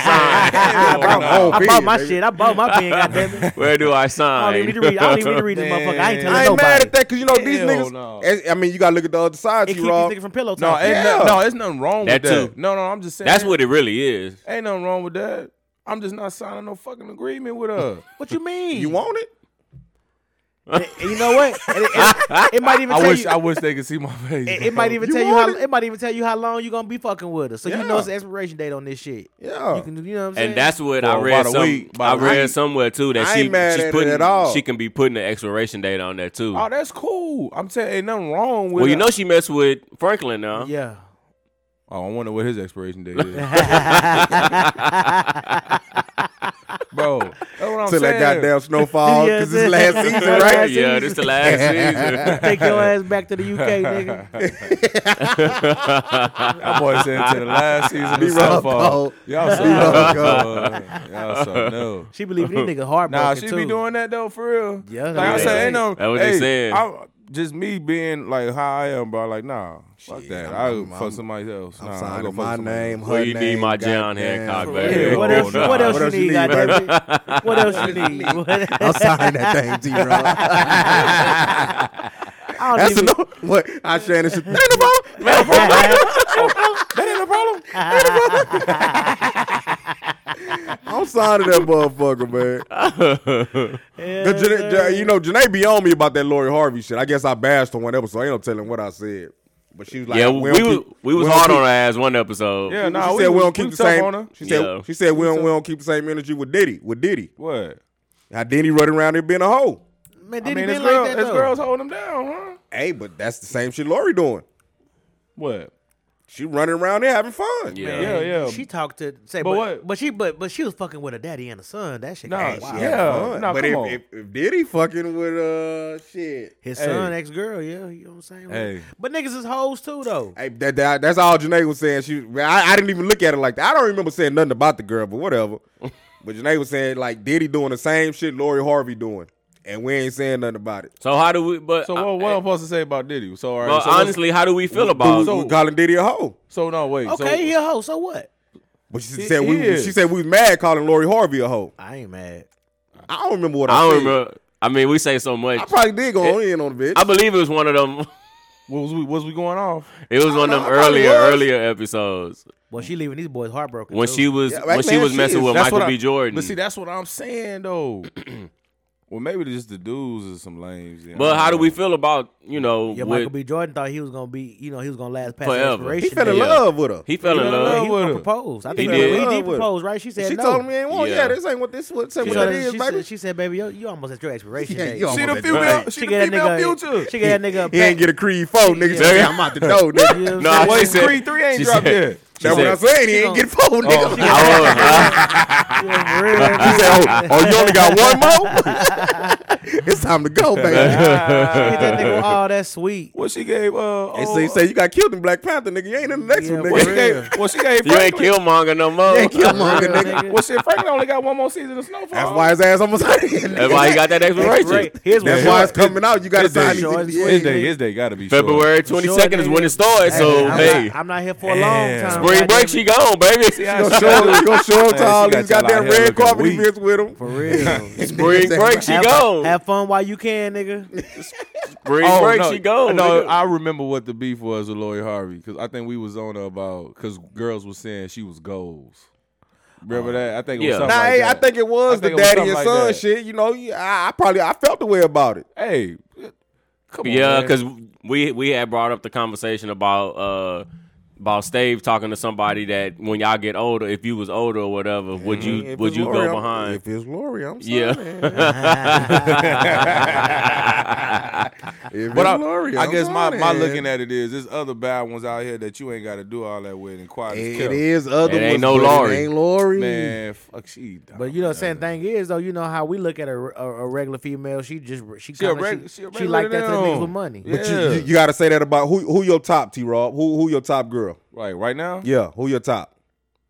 Speaker 3: I got my own
Speaker 4: I bought
Speaker 3: opinion,
Speaker 4: my
Speaker 3: baby.
Speaker 4: shit. I bought my pen. Goddamn it.
Speaker 2: sign? Where do I sign?
Speaker 4: I don't even need to read. I don't even need to read this motherfucker. I ain't telling
Speaker 3: I ain't
Speaker 4: nobody.
Speaker 3: mad at that because you know these
Speaker 5: Hell
Speaker 3: niggas.
Speaker 5: no.
Speaker 3: and- I mean, you gotta look at the other side.
Speaker 4: It
Speaker 3: You
Speaker 4: keeps these niggas from pillow
Speaker 5: No,
Speaker 4: talk.
Speaker 5: ain't
Speaker 3: Yeah.
Speaker 5: no, no, there's nothing wrong
Speaker 2: That
Speaker 5: with that.
Speaker 2: too.
Speaker 5: No, no, I'm just saying
Speaker 2: That's what it really is.
Speaker 5: ain't nothing wrong with that. I'm just not signing no fucking agreement with her.
Speaker 4: What you mean?
Speaker 3: You want it?
Speaker 4: And- and you know what? And it, it- it might even
Speaker 5: I
Speaker 4: tell
Speaker 5: wish
Speaker 4: you.
Speaker 5: I wish they could see my face.
Speaker 4: it,
Speaker 5: bro.
Speaker 4: it might even
Speaker 3: You
Speaker 4: tell you
Speaker 3: want
Speaker 4: how.
Speaker 3: it?
Speaker 4: It. might even tell you how long you gonna be fucking with her. So you know
Speaker 3: Yeah.
Speaker 4: it's an expiration date on this shit.
Speaker 3: Yeah.
Speaker 4: You can, you know what I'm saying?
Speaker 2: And that's what I
Speaker 5: Well,
Speaker 2: read.
Speaker 5: about a
Speaker 2: Some,
Speaker 5: week,
Speaker 2: I
Speaker 5: about a
Speaker 2: read
Speaker 5: week.
Speaker 2: somewhere too that
Speaker 3: I
Speaker 2: she
Speaker 3: ain't mad
Speaker 2: she's
Speaker 3: at it
Speaker 2: putting
Speaker 3: at all.
Speaker 2: she can be putting an expiration date on that too.
Speaker 5: Oh, that's cool. I'm saying ain't nothing wrong with.
Speaker 2: well, you
Speaker 5: it.
Speaker 2: know she messed with Franklin now.
Speaker 4: yeah.
Speaker 5: Oh, I wonder what his expiration date is, bro. That's what I'm
Speaker 3: Till that
Speaker 5: saying.
Speaker 3: goddamn snowfall
Speaker 4: Yeah,
Speaker 3: because this
Speaker 4: that's-
Speaker 3: last season,
Speaker 4: that's
Speaker 3: right?
Speaker 4: last
Speaker 2: yeah, this the last season.
Speaker 4: Take your ass back to the UK, nigga.
Speaker 5: That boy said to the last season
Speaker 3: Be
Speaker 5: of
Speaker 3: rough,
Speaker 5: Snowfall.
Speaker 3: dog.
Speaker 5: Y'all so
Speaker 3: rough,
Speaker 5: no. Y'all so no.
Speaker 4: She believe these niggas heartbroken
Speaker 5: Nah, she
Speaker 4: too.
Speaker 5: be doing that though for real.
Speaker 4: Yeah, that's
Speaker 5: like I
Speaker 4: what
Speaker 5: said,
Speaker 4: they
Speaker 5: ain't no.
Speaker 2: say. That's what they
Speaker 5: hey,
Speaker 2: said.
Speaker 5: I- just me being like how I am, bro. Like nah, fuck
Speaker 3: Shit,
Speaker 5: that.
Speaker 3: I'm-
Speaker 5: i
Speaker 3: I'm-
Speaker 5: fuck
Speaker 3: I'm-
Speaker 5: somebody else.
Speaker 3: I'm
Speaker 5: nah, I go
Speaker 3: signing
Speaker 5: fuck
Speaker 3: my
Speaker 5: somebody else.
Speaker 3: name. her
Speaker 2: Well, you need
Speaker 3: name,
Speaker 2: my John
Speaker 3: goddamn.
Speaker 2: Hancock, baby.
Speaker 4: Yeah, what
Speaker 5: Oh,
Speaker 4: else?
Speaker 5: nah.
Speaker 4: What else
Speaker 3: What
Speaker 4: you
Speaker 3: else you
Speaker 4: need?
Speaker 3: need,
Speaker 4: goddamn it? What else you need?
Speaker 3: I'm
Speaker 4: What-
Speaker 3: signing that thing, T.
Speaker 4: I don't
Speaker 3: That's
Speaker 4: even-
Speaker 3: enough. What? I Shannon should. That ain't no problem. That ain't no problem.
Speaker 5: That ain't a problem.
Speaker 3: I'm signing that motherfucker, man.
Speaker 4: Yeah,
Speaker 3: 'Cause Janae-
Speaker 4: sir.
Speaker 3: Ja- you know, Janae be on me about that Lori Harvey shit. I guess I bashed on one episode. Ain't no telling what I said. But she was like,
Speaker 2: yeah,
Speaker 3: we,
Speaker 2: we,
Speaker 3: don't
Speaker 2: was
Speaker 3: keep-
Speaker 2: we was
Speaker 3: don't
Speaker 2: hard
Speaker 3: keep-
Speaker 2: on her ass one episode.
Speaker 5: Yeah,
Speaker 3: She
Speaker 5: nah.
Speaker 3: said we don't
Speaker 5: was-
Speaker 3: keep
Speaker 5: we
Speaker 3: the
Speaker 5: tough
Speaker 3: same.
Speaker 5: on her.
Speaker 3: She said
Speaker 2: Yeah.
Speaker 3: she said we don't, we don't keep the same energy with Diddy. With Diddy,
Speaker 5: What?
Speaker 3: how Diddy run around there being a hoe.
Speaker 4: man,
Speaker 5: I
Speaker 4: Diddy
Speaker 5: mean,
Speaker 4: been
Speaker 5: it's,
Speaker 4: like
Speaker 5: girl,
Speaker 4: that
Speaker 5: it's
Speaker 4: though.
Speaker 5: girls holding him down, huh?
Speaker 3: Hey, but that's the same shit Lori doing.
Speaker 5: What?
Speaker 3: She running around there having fun.
Speaker 2: Yeah.
Speaker 5: Yeah, yeah.
Speaker 4: She talked to say,
Speaker 5: But
Speaker 4: but,
Speaker 5: what-
Speaker 4: but she, but but she was fucking with her daddy and her son. That shit.
Speaker 5: Nah,
Speaker 4: crazy.
Speaker 5: she-
Speaker 4: Wow.
Speaker 5: yeah.
Speaker 3: Fun.
Speaker 5: nah,
Speaker 3: but
Speaker 5: come
Speaker 3: if,
Speaker 5: on.
Speaker 3: if if Diddy fucking with uh shit,
Speaker 4: His
Speaker 5: Hey.
Speaker 4: son, ex girl, yeah, you know what I'm saying.
Speaker 5: Hey.
Speaker 4: But niggas is hoes too, though.
Speaker 3: Hey, that, that- that's all Janae was saying. She, I, I didn't even look at it like that. I don't remember saying nothing about the girl, but whatever. but Janae was saying like Diddy doing the same shit Lori Harvey doing, and we ain't saying nothing about it.
Speaker 2: So how do we? But
Speaker 5: So what? What am I supposed to say about Diddy? So all right.
Speaker 2: but
Speaker 5: so what's-
Speaker 2: honestly, how do we feel
Speaker 3: But we,
Speaker 2: about? it?
Speaker 3: we calling Diddy a hoe.
Speaker 5: so no wait.
Speaker 4: Okay,
Speaker 5: so,
Speaker 4: he a hoe. So what?
Speaker 3: But she
Speaker 5: He
Speaker 3: said we,
Speaker 5: is.
Speaker 3: she said we was mad calling Lori Harvey a hoe.
Speaker 4: I ain't mad.
Speaker 3: I don't remember what I,
Speaker 2: I
Speaker 3: said.
Speaker 2: don't remember. I mean, we say so much.
Speaker 3: I probably did go on in on the bitch.
Speaker 2: I believe it was one of them.
Speaker 5: What was we? Was we going off?
Speaker 2: It was one of
Speaker 3: know,
Speaker 2: them
Speaker 3: I probably
Speaker 2: earlier
Speaker 3: was.
Speaker 2: earlier episodes
Speaker 4: Well, she leaving these boys heartbroken.
Speaker 2: when
Speaker 4: too.
Speaker 2: she was
Speaker 3: Yeah,
Speaker 2: when
Speaker 3: that
Speaker 2: she
Speaker 3: man,
Speaker 2: was
Speaker 3: she
Speaker 2: messing
Speaker 3: is-
Speaker 2: with
Speaker 5: That's
Speaker 2: Michael
Speaker 5: what I-
Speaker 2: B. Jordan.
Speaker 5: But see, that's what I'm saying though. well, maybe just the dudes is some lames. yeah.
Speaker 2: But how do we feel about you know?
Speaker 4: yeah,
Speaker 2: what-
Speaker 4: Michael B. Jordan thought he was gonna be, you know, he was gonna last past
Speaker 2: Forever.
Speaker 4: expiration.
Speaker 3: he fell in
Speaker 2: Yeah.
Speaker 3: love with her.
Speaker 2: he fell in
Speaker 5: fell in
Speaker 4: Yeah,
Speaker 2: love.
Speaker 4: he
Speaker 5: with
Speaker 4: was
Speaker 5: her.
Speaker 4: gonna propose. I
Speaker 2: He
Speaker 4: think
Speaker 2: did.
Speaker 4: he
Speaker 3: Love
Speaker 4: did
Speaker 3: with her.
Speaker 4: propose, right? She said
Speaker 3: she
Speaker 4: no.
Speaker 3: told me ain't want.
Speaker 2: Yeah.
Speaker 3: Yeah. this ain't what this what, say
Speaker 4: She,
Speaker 3: what
Speaker 4: said,
Speaker 3: that is,
Speaker 4: she,
Speaker 3: baby.
Speaker 4: said, she said, "Baby, yo, you almost at your expiration
Speaker 3: Yeah, you
Speaker 4: date."
Speaker 5: She
Speaker 3: almost
Speaker 5: the
Speaker 3: at
Speaker 5: female.
Speaker 3: that.
Speaker 5: She
Speaker 4: she
Speaker 5: the
Speaker 4: gave
Speaker 5: female
Speaker 4: that nigga.
Speaker 5: future.
Speaker 4: She gave that nigga. a
Speaker 3: He ain't
Speaker 4: back-
Speaker 3: get a Creed four, nigga. said, I'm out the door,
Speaker 4: You know
Speaker 3: nigga.
Speaker 4: what
Speaker 2: Nah,
Speaker 4: I'm
Speaker 2: she
Speaker 5: Wait,
Speaker 2: said- oh,
Speaker 5: Creed three ain't
Speaker 2: she
Speaker 5: dropped
Speaker 2: said-
Speaker 5: yet.
Speaker 3: That's what I'm
Speaker 2: said-
Speaker 3: saying. He
Speaker 4: Oh.
Speaker 3: ain't get four, nigga.
Speaker 4: saying? Real
Speaker 3: He
Speaker 4: nigga.
Speaker 3: said, oh, oh, you only got one more? it's time to go, baby.
Speaker 4: She that nigga, oh, that's sweet.
Speaker 5: What she gave? Uh,
Speaker 3: They
Speaker 5: old-
Speaker 3: say, say you got killed in Black Panther, nigga. You ain't in the next
Speaker 4: Yeah,
Speaker 3: one,
Speaker 5: What she
Speaker 3: nigga.
Speaker 5: gave? What she gave?
Speaker 2: You ain't
Speaker 5: Franklin?
Speaker 2: Killmonger no more.
Speaker 3: You ain't Killmonger,
Speaker 4: Real
Speaker 3: nigga.
Speaker 4: nigga.
Speaker 5: Well, shit, Franklin only got one more season of Snowfall.
Speaker 3: That's why his ass almost out of here. nigga.
Speaker 2: That's why he got that
Speaker 4: Right.
Speaker 2: expiration.
Speaker 4: Here's
Speaker 3: That's
Speaker 4: what-
Speaker 3: why it's coming out. You got to
Speaker 5: His
Speaker 3: sign
Speaker 5: day,
Speaker 3: these
Speaker 4: Short and
Speaker 5: his
Speaker 4: sweet.
Speaker 3: NDAs.
Speaker 5: day, his day gotta be short.
Speaker 2: February twenty second is when it starts. So
Speaker 4: I'm
Speaker 2: hey,
Speaker 4: not, I'm not here for a long
Speaker 5: Damn.
Speaker 4: time.
Speaker 2: spring
Speaker 4: goddamn
Speaker 2: break,
Speaker 4: it.
Speaker 2: she gone, baby.
Speaker 5: Yeah,
Speaker 3: Gonna
Speaker 5: she
Speaker 3: show,
Speaker 5: gotta-
Speaker 3: gonna show up
Speaker 5: Man,
Speaker 3: to
Speaker 5: she
Speaker 3: all
Speaker 5: got
Speaker 3: these
Speaker 5: y'all out
Speaker 3: goddamn
Speaker 5: here
Speaker 3: red
Speaker 5: looking
Speaker 3: carpet
Speaker 5: weak.
Speaker 3: events with him.
Speaker 4: For real.
Speaker 2: Spring break, she
Speaker 4: have,
Speaker 2: gone.
Speaker 4: have fun while you can, nigga.
Speaker 2: Spring
Speaker 5: Oh,
Speaker 2: break,
Speaker 5: no,
Speaker 2: she gone.
Speaker 5: No,
Speaker 2: nigga.
Speaker 5: I remember what the beef was with Lori Harvey because I think we was on her about because girls was saying she was goals. Remember that? I think
Speaker 2: Oh.
Speaker 5: it
Speaker 2: Yeah.
Speaker 5: was
Speaker 3: Nah,
Speaker 5: something like
Speaker 3: hey, I
Speaker 5: that.
Speaker 3: think it was
Speaker 5: I
Speaker 3: the
Speaker 5: think it was
Speaker 3: daddy
Speaker 5: something
Speaker 3: and
Speaker 5: like
Speaker 3: son
Speaker 5: that.
Speaker 3: shit. You know, you- I, I probably I felt the way about it.
Speaker 5: Hey, come on.
Speaker 2: Yeah,
Speaker 5: man.
Speaker 2: because we we had brought up the conversation about uh about Stave talking to somebody that when y'all get older, if you was older or whatever, would you
Speaker 3: If
Speaker 2: would
Speaker 3: it's
Speaker 2: you
Speaker 3: Lori,
Speaker 2: go
Speaker 3: I'm-
Speaker 2: behind?
Speaker 3: If it's Lori, I'm sorry.
Speaker 2: Yeah.
Speaker 3: If
Speaker 5: But I,
Speaker 3: it's Lori,
Speaker 5: I
Speaker 3: I'm
Speaker 5: guess my,
Speaker 3: sorry.
Speaker 5: my looking at it is there's other bad ones out here that you ain't got to do all that with and quiet as
Speaker 3: It
Speaker 5: kept.
Speaker 3: is other
Speaker 2: It ain't no
Speaker 3: ones, but it
Speaker 2: Lori.
Speaker 3: Ain't Lori.
Speaker 5: Man, fuck she.
Speaker 4: But you know, what I'm saying thing is though, you know how we look at a, a, a regular female. She just she
Speaker 5: She a
Speaker 4: kinda,
Speaker 5: reg-
Speaker 4: she,
Speaker 5: she a
Speaker 4: she like that
Speaker 5: regular
Speaker 4: to the niggas
Speaker 5: now.
Speaker 4: with money.
Speaker 3: But you,
Speaker 5: Yeah.
Speaker 3: you, you got to say that about who who your top T Rob who who your top girl
Speaker 5: Right, right now?
Speaker 3: yeah who your top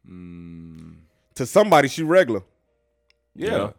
Speaker 4: Mm.
Speaker 3: to somebody she regular
Speaker 5: Yeah.
Speaker 2: Yeah.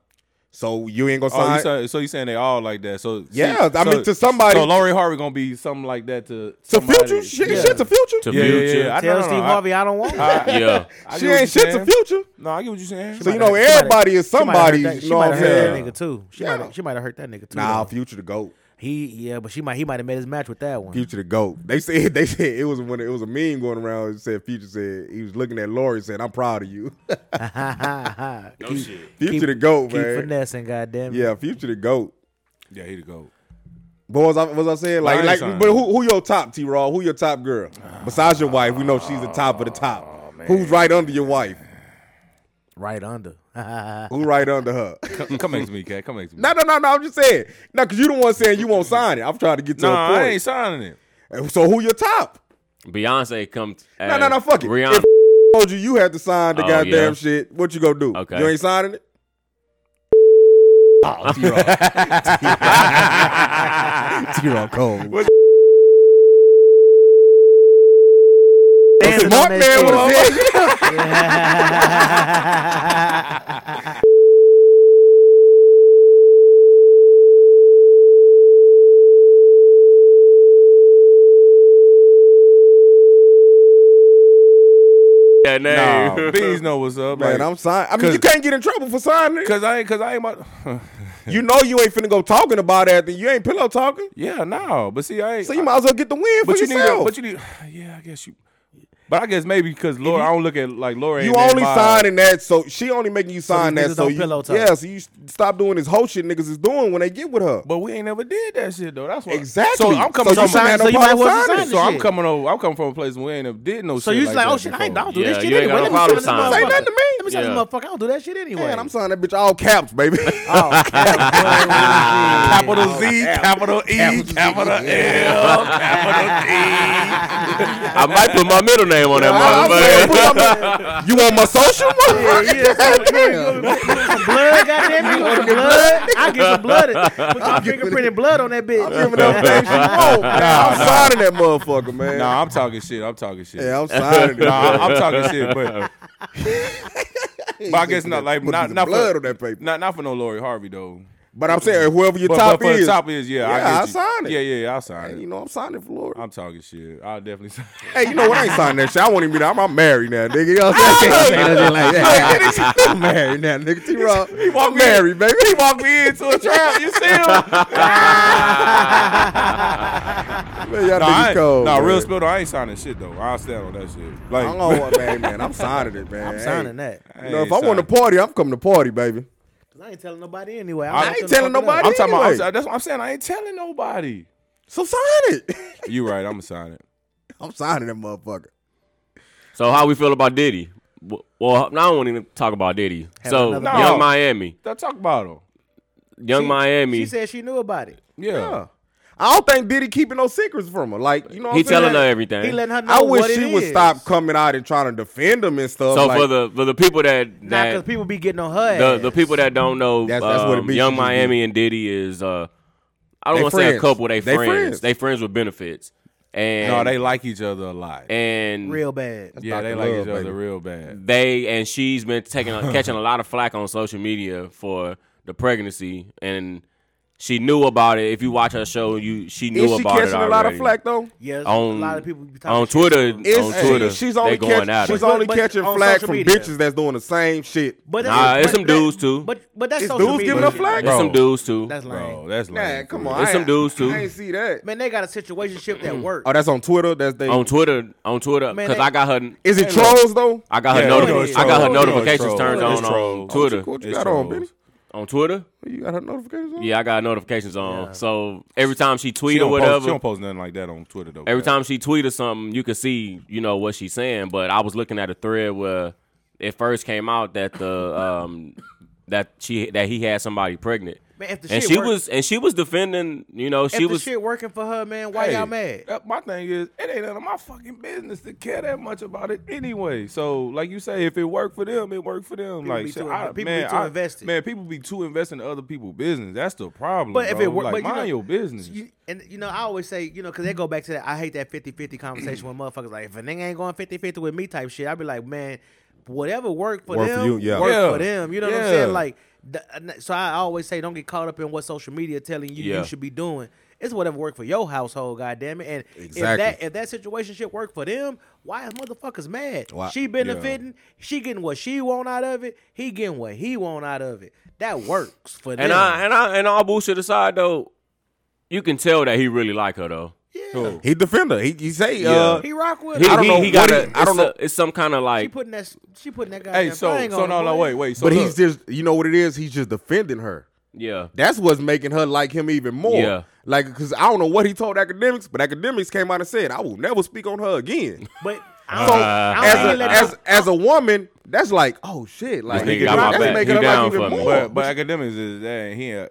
Speaker 3: so you ain't gonna
Speaker 5: Oh,
Speaker 3: sign
Speaker 5: you say, so you saying they all like that? So
Speaker 3: Yeah,
Speaker 5: so-
Speaker 3: I mean, to somebody-
Speaker 5: So Lori Harvey gonna be something like that to
Speaker 3: to
Speaker 5: somebody.
Speaker 3: future shit
Speaker 5: Yeah.
Speaker 3: shit to future
Speaker 2: To
Speaker 5: yeah, yeah,
Speaker 2: future.
Speaker 5: yeah. I,
Speaker 4: Tell
Speaker 5: no, no, no,
Speaker 4: Steve
Speaker 5: I-
Speaker 4: Harvey I, don't want.
Speaker 5: I-
Speaker 4: that.
Speaker 2: yeah.
Speaker 5: I
Speaker 3: she
Speaker 5: get
Speaker 3: ain't
Speaker 5: what you're
Speaker 3: shit to
Speaker 5: saying.
Speaker 3: future
Speaker 5: No, I get what you're saying.
Speaker 3: so you
Speaker 4: might
Speaker 3: know
Speaker 4: have- she might
Speaker 3: everybody is
Speaker 4: She might have
Speaker 3: somebody
Speaker 4: hurt that-
Speaker 3: you
Speaker 4: she
Speaker 3: know what
Speaker 4: might have
Speaker 3: I'm
Speaker 4: hurt that
Speaker 3: saying
Speaker 4: nigga too. She
Speaker 3: Yeah.
Speaker 4: might she might have hurt that nigga too.
Speaker 3: nah
Speaker 4: though.
Speaker 3: future the goat
Speaker 4: he yeah, but she might he might have made his match with that one.
Speaker 3: future the goat they said they said it was when it was a meme going around it said future said he was looking at Lori said I'm proud of you
Speaker 4: no
Speaker 5: oh,
Speaker 4: keep, shit.
Speaker 3: future the goat
Speaker 4: Keep
Speaker 3: man
Speaker 4: finessing, goddamn it.
Speaker 3: yeah future the goat
Speaker 5: Yeah, he the goat.
Speaker 3: But what was I, what was I saying? Like,
Speaker 5: Lion
Speaker 3: like,
Speaker 5: sign.
Speaker 3: but who, who your top T Raw? Who your top girl? Besides your wife, we know she's
Speaker 5: Oh,
Speaker 3: the top of the top. Who's right under your wife?
Speaker 4: Right under.
Speaker 3: Who right under her?
Speaker 5: Come, come next to me, cat. Come next to me.
Speaker 3: no, no, no, no. I'm just saying. No, because you the one saying you won't sign it. I'm trying to get to
Speaker 5: no,
Speaker 3: a
Speaker 5: I ain't
Speaker 3: point.
Speaker 5: signing it.
Speaker 3: So who your top?
Speaker 2: Beyonce come.
Speaker 3: No, no, no. Fuck it.
Speaker 2: Rihanna.
Speaker 3: If told you you had to sign the
Speaker 2: Oh,
Speaker 3: goddamn
Speaker 2: yeah.
Speaker 3: shit, what you gonna do?
Speaker 2: Okay.
Speaker 3: You ain't signing it.
Speaker 5: Oh,
Speaker 3: T Raw cold.
Speaker 4: Dancing
Speaker 3: Mark
Speaker 4: on that
Speaker 3: Man would
Speaker 4: shit.
Speaker 3: have said.
Speaker 2: that name.
Speaker 5: Nah, bees know what's up,
Speaker 3: Man, I'm signing. I mean, you
Speaker 5: Cause-
Speaker 3: can't get in trouble for signing it.
Speaker 5: Cause I ain't, cause I ain't about.
Speaker 3: You know you ain't finna go talking about it after you ain't pillow talking.
Speaker 5: yeah, no, but see, I ain't.
Speaker 3: So you might as well get the win for
Speaker 5: but you need,
Speaker 3: yourself.
Speaker 5: to- but you need. Yeah, I guess you. But I guess maybe because Lori, I don't look at like Lori.
Speaker 3: you,
Speaker 5: ain't that
Speaker 3: only
Speaker 5: vibe.
Speaker 3: signing that, so she only making you sign
Speaker 4: these
Speaker 3: that,
Speaker 4: niggas
Speaker 3: so
Speaker 4: don't
Speaker 3: you,
Speaker 4: pillow talk.
Speaker 3: yeah, so you s- stop doing this whole shit niggas is doing when they get with her.
Speaker 5: But we ain't never did that shit though. That's why.
Speaker 3: Exactly.
Speaker 5: So I'm coming
Speaker 3: So you
Speaker 5: from.
Speaker 3: signed- so you might as well sign it.
Speaker 5: So I'm
Speaker 4: shit.
Speaker 5: coming over. I'm coming from a place where we ain't never did no.
Speaker 4: So
Speaker 5: shit
Speaker 4: you just like,
Speaker 5: that
Speaker 4: oh shit, I ain't I
Speaker 5: before.
Speaker 4: don't do
Speaker 2: Yeah,
Speaker 4: this shit
Speaker 2: you ain't
Speaker 4: anyway.
Speaker 2: got
Speaker 4: Let
Speaker 2: no
Speaker 4: me sign this
Speaker 2: problem
Speaker 4: motherfucker.
Speaker 2: signing.
Speaker 3: Say nothing to me.
Speaker 4: Let me sign
Speaker 2: Yeah.
Speaker 4: this motherfucker. I don't do that shit anyway.
Speaker 3: Man, I'm signing that bitch all caps, baby.
Speaker 4: Oh, cap, boy,
Speaker 3: Oh,
Speaker 5: Capital Z, capital E, capital L, capital D.
Speaker 2: I might put my middle name on
Speaker 3: I-
Speaker 2: that
Speaker 3: I'm saying,
Speaker 2: motherfucker.
Speaker 3: put up- you want my social? motherfucker? Goddamn.
Speaker 4: blood, goddamn it. You want some blood? I get some blood. Put your fingerprinted blood on that bitch.
Speaker 3: Giving them things you want, man. I'm signing that motherfucker, man.
Speaker 5: Nah, I'm talking shit. I'm talking shit.
Speaker 3: yeah, I'm signing it.
Speaker 5: Nah, I- I'm talking shit, but but I guess not like
Speaker 3: Put
Speaker 5: not
Speaker 3: some
Speaker 5: not
Speaker 3: blood
Speaker 5: for,
Speaker 3: on that paper.
Speaker 5: Not not for no Lori Harvey though.
Speaker 3: But I'm saying whoever your
Speaker 5: But,
Speaker 3: top
Speaker 5: but for
Speaker 3: is,
Speaker 5: the top is, yeah, I
Speaker 3: Yeah,
Speaker 5: get
Speaker 3: I
Speaker 5: you.
Speaker 3: sign it.
Speaker 5: Yeah, yeah, yeah, I sign
Speaker 3: Hey,
Speaker 5: it.
Speaker 3: you know I'm signing for Lori.
Speaker 5: I'm talking shit. I'll definitely sign. it.
Speaker 3: Hey, you know what? I ain't signing that shit. I won't even be that. I'm, I'm married now, nigga. You know what I'm saying? I'm married now, nigga. T Rock. I'm married, baby. He walked me into a trap. You see him? man, y'all
Speaker 5: Nah, I
Speaker 3: niggas
Speaker 5: ain't-
Speaker 3: cold.
Speaker 5: nah,
Speaker 3: man.
Speaker 5: real spill. though, I ain't signing shit though. I'll stand on that shit.
Speaker 3: I
Speaker 5: Like,
Speaker 3: don't know what, man, man. I'm signing it, man.
Speaker 4: I'm signing that.
Speaker 5: I
Speaker 3: You know,
Speaker 5: ain't
Speaker 3: if I want to
Speaker 5: signing.
Speaker 3: party, I'm coming to party, baby.
Speaker 4: Cause I ain't telling nobody anyway.
Speaker 5: I
Speaker 4: don't
Speaker 5: ain't
Speaker 4: feel
Speaker 3: telling
Speaker 4: fucking
Speaker 3: nobody.
Speaker 4: up.
Speaker 5: I'm talking about. I'm,
Speaker 3: anyway.
Speaker 5: that's what I'm saying. I ain't telling nobody.
Speaker 3: So sign it.
Speaker 5: You right. I'm gonna sign it.
Speaker 3: I'm signing that motherfucker.
Speaker 2: So how we feel about Diddy? W- Well, now I won't even talk about Diddy. so
Speaker 4: another-
Speaker 5: No.
Speaker 2: Young Miami,
Speaker 5: Don't talk about him.
Speaker 2: Young Miami,
Speaker 4: She said she knew about it.
Speaker 5: Yeah.
Speaker 3: Yeah. I don't think Diddy keeping no secrets from her. Like, you know what
Speaker 2: he
Speaker 3: I'm saying?
Speaker 2: telling her everything.
Speaker 4: He letting her know
Speaker 3: I wish
Speaker 4: what it
Speaker 3: she would
Speaker 4: is.
Speaker 3: stop coming out and trying to defend him and stuff.
Speaker 2: so
Speaker 3: like,
Speaker 2: for the for the people that
Speaker 4: Nah,
Speaker 2: that
Speaker 4: cause people be getting on her.
Speaker 2: the
Speaker 4: ass.
Speaker 2: the people that don't know,
Speaker 3: That's- that's what it
Speaker 2: um,
Speaker 3: be.
Speaker 2: Young
Speaker 3: She just be-
Speaker 2: Miami and Diddy is uh, I
Speaker 3: They
Speaker 2: don't want to say a
Speaker 3: friends.
Speaker 2: couple. They,
Speaker 3: They
Speaker 2: friends.
Speaker 3: friends.
Speaker 2: They friends with benefits. And
Speaker 5: No, they like each other a lot.
Speaker 2: and
Speaker 4: real bad.
Speaker 5: yeah, they
Speaker 3: Dr.
Speaker 5: like
Speaker 3: Love,
Speaker 5: each other
Speaker 3: baby.
Speaker 5: real bad.
Speaker 2: they and she's been taking catching a lot of flack on social media for the pregnancy and. She knew about it. If you watch her show, you she knew
Speaker 3: is she
Speaker 2: about it
Speaker 3: catching a lot of
Speaker 2: already.
Speaker 3: flack though?
Speaker 4: Yeah, there's
Speaker 2: on
Speaker 4: a lot of people be talking
Speaker 2: on
Speaker 4: shit
Speaker 2: Twitter.
Speaker 4: to her.
Speaker 3: Is
Speaker 2: on
Speaker 3: she-
Speaker 2: Twitter,
Speaker 3: she's only
Speaker 2: they going
Speaker 3: catch-
Speaker 2: at
Speaker 3: she's
Speaker 2: her.
Speaker 3: only
Speaker 4: But-
Speaker 3: catching
Speaker 4: on
Speaker 3: flack
Speaker 4: social
Speaker 3: from
Speaker 4: media.
Speaker 3: bitches that's doing the same shit.
Speaker 4: But that's-
Speaker 2: Nah,
Speaker 4: but
Speaker 2: it's some
Speaker 4: that-
Speaker 2: dudes too.
Speaker 4: But but that's
Speaker 3: It's
Speaker 4: social
Speaker 3: dudes
Speaker 4: media.
Speaker 3: giving her flack?
Speaker 2: There's some dudes too.
Speaker 4: That's lame.
Speaker 5: Bro, that's
Speaker 3: Nah,
Speaker 5: lame.
Speaker 3: come on.
Speaker 2: There's
Speaker 3: I
Speaker 2: some
Speaker 3: ain't-
Speaker 2: dudes, too.
Speaker 3: I ain't see that.
Speaker 4: Man, they got a situationship
Speaker 2: Mm.
Speaker 4: at work.
Speaker 3: Oh, that's on Twitter. That's they.
Speaker 2: On Twitter, on Twitter,
Speaker 4: Man,
Speaker 2: because
Speaker 4: they-
Speaker 2: I got her.
Speaker 3: is it
Speaker 5: Hey, look.
Speaker 3: trolls though?
Speaker 2: I got her
Speaker 5: Yeah,
Speaker 2: notifi-
Speaker 5: you know it's
Speaker 2: I got her
Speaker 5: trolls. You know it's
Speaker 2: notifications
Speaker 5: trolls.
Speaker 2: turned
Speaker 5: It's
Speaker 2: on on
Speaker 5: trolls.
Speaker 2: Twitter.
Speaker 3: What you
Speaker 5: It's
Speaker 3: got on,
Speaker 5: trolls.
Speaker 3: Benny?
Speaker 2: on Twitter.
Speaker 3: You got her notifications on?
Speaker 2: Yeah, I got notifications on. So every time she tweet
Speaker 5: She
Speaker 2: or
Speaker 5: don't,
Speaker 2: whatever,
Speaker 5: post, she don't post nothing like that on Twitter though.
Speaker 2: every
Speaker 5: Cat.
Speaker 2: time she tweeted something, you could see, you know, what she's saying. But I was looking at a thread where it first came out that the um that she that he had somebody pregnant.
Speaker 4: Man, if the
Speaker 2: and
Speaker 4: shit
Speaker 2: she
Speaker 4: work-
Speaker 2: was and she was defending, you know,
Speaker 4: If
Speaker 2: she
Speaker 4: the
Speaker 2: was
Speaker 4: shit working for her, man, why
Speaker 5: Hey,
Speaker 4: y'all mad?
Speaker 5: that- my thing is, it ain't none of my fucking business to care that much about it anyway. So, like you say, if it worked for them, it worked for them. like
Speaker 4: be
Speaker 5: shit,
Speaker 4: too-
Speaker 5: I-
Speaker 4: people be
Speaker 5: man,
Speaker 4: too
Speaker 5: I-
Speaker 4: invested.
Speaker 5: Man, people be too invested in other people's business. That's the problem.
Speaker 4: But if
Speaker 5: bro.
Speaker 4: it worked,
Speaker 5: like,
Speaker 4: but you
Speaker 5: mind
Speaker 4: know,
Speaker 5: your business.
Speaker 4: You, and you know, I always say, you know, because they go back to that. I hate that 50-50 conversation with motherfuckers. Like, if a nigga ain't going 50-50 with me type shit, I'd be like, man, whatever worked for
Speaker 3: Work for
Speaker 4: them,
Speaker 3: you, yeah.
Speaker 4: work
Speaker 5: Yeah.
Speaker 4: for them. You know what I'm
Speaker 5: Yeah.
Speaker 4: saying? Like, the, so I always say, don't get caught up in what social media telling you
Speaker 2: Yeah.
Speaker 4: you should be doing. It's whatever worked for your household, goddamn it. And if
Speaker 3: Exactly.
Speaker 4: that if that situation shit worked for them, why is motherfuckers mad?
Speaker 3: Why-
Speaker 4: She benefiting, she getting what she want out of it, he getting what he want out of it. That works for them.
Speaker 2: and I and I and all bullshit aside though, you can tell that he really like her though.
Speaker 4: yeah.
Speaker 3: He defender. He, he say, uh,
Speaker 4: He rock with.
Speaker 2: He,
Speaker 4: her.
Speaker 3: I don't
Speaker 2: he,
Speaker 3: know
Speaker 2: he got
Speaker 3: what
Speaker 2: a,
Speaker 3: he- I don't
Speaker 2: it's a-
Speaker 3: know.
Speaker 2: it's some kind of
Speaker 4: She
Speaker 2: like
Speaker 4: putting that. She putting that guy.
Speaker 5: hey, so so no no wait wait. So
Speaker 3: but
Speaker 5: look,
Speaker 3: he's just, you know what it is? He's just defending her.
Speaker 2: yeah.
Speaker 3: That's what's making her like him even more.
Speaker 2: Yeah.
Speaker 3: Like, because I don't know what he told academics, but academics came out and said, I will never speak on her again.
Speaker 4: But
Speaker 5: Uh,
Speaker 3: So,
Speaker 4: I don't
Speaker 3: as,
Speaker 4: think he
Speaker 3: a,
Speaker 4: let
Speaker 3: as,
Speaker 4: her-
Speaker 3: as a woman, that's like, oh shit. Like,
Speaker 2: nigga got my
Speaker 3: that's
Speaker 2: back.
Speaker 3: making
Speaker 2: He
Speaker 3: her
Speaker 2: down
Speaker 3: like even
Speaker 2: for me.
Speaker 3: more.
Speaker 5: but but academics is that he a,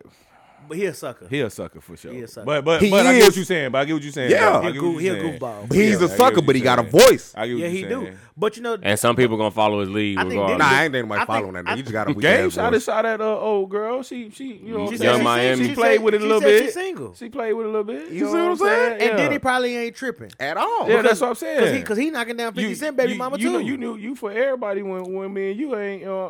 Speaker 4: but he a sucker.
Speaker 5: he a sucker for sure.
Speaker 4: He a sucker.
Speaker 5: But but
Speaker 3: He
Speaker 5: but I get
Speaker 3: is.
Speaker 5: what you saying. But I get what you saying.
Speaker 3: Yeah.
Speaker 5: though. I
Speaker 3: He a
Speaker 5: get
Speaker 4: goo-
Speaker 5: what
Speaker 4: he a
Speaker 5: you saying.
Speaker 4: goofball.
Speaker 3: But he's
Speaker 5: Yeah,
Speaker 3: a
Speaker 5: I get
Speaker 3: sucker,
Speaker 5: what
Speaker 3: but
Speaker 5: you
Speaker 3: he got a
Speaker 5: saying.
Speaker 3: voice.
Speaker 5: I get what
Speaker 4: yeah,
Speaker 5: you
Speaker 4: he do.
Speaker 5: saying.
Speaker 4: But you know,
Speaker 2: And some people gonna follow his lead
Speaker 4: I think
Speaker 2: regardless.
Speaker 3: Nah,
Speaker 4: Diddy-
Speaker 3: I ain't thinking
Speaker 4: I
Speaker 3: about following
Speaker 4: think-
Speaker 3: that
Speaker 4: I
Speaker 3: nigga. You just got a weak
Speaker 5: Game
Speaker 3: ass
Speaker 5: shot
Speaker 3: voice.
Speaker 5: it shot at uh, old girl. She she you know
Speaker 4: She
Speaker 5: she,
Speaker 4: said- she
Speaker 5: she,
Speaker 2: Miami.
Speaker 5: she played
Speaker 4: said-
Speaker 5: with it a
Speaker 4: she
Speaker 5: little
Speaker 4: said she
Speaker 5: bit.
Speaker 4: single.
Speaker 5: She played with it a little bit. You,
Speaker 3: see what I'm saying?
Speaker 4: and Diddy probably ain't tripping.
Speaker 3: At all.
Speaker 5: Yeah, that's what I'm saying.
Speaker 4: Cause he, cause he knocking down Fifty Cent, baby
Speaker 5: you,
Speaker 4: mama
Speaker 5: you
Speaker 4: too.
Speaker 5: Know, you knew you for everybody when when me and you ain't. Uh,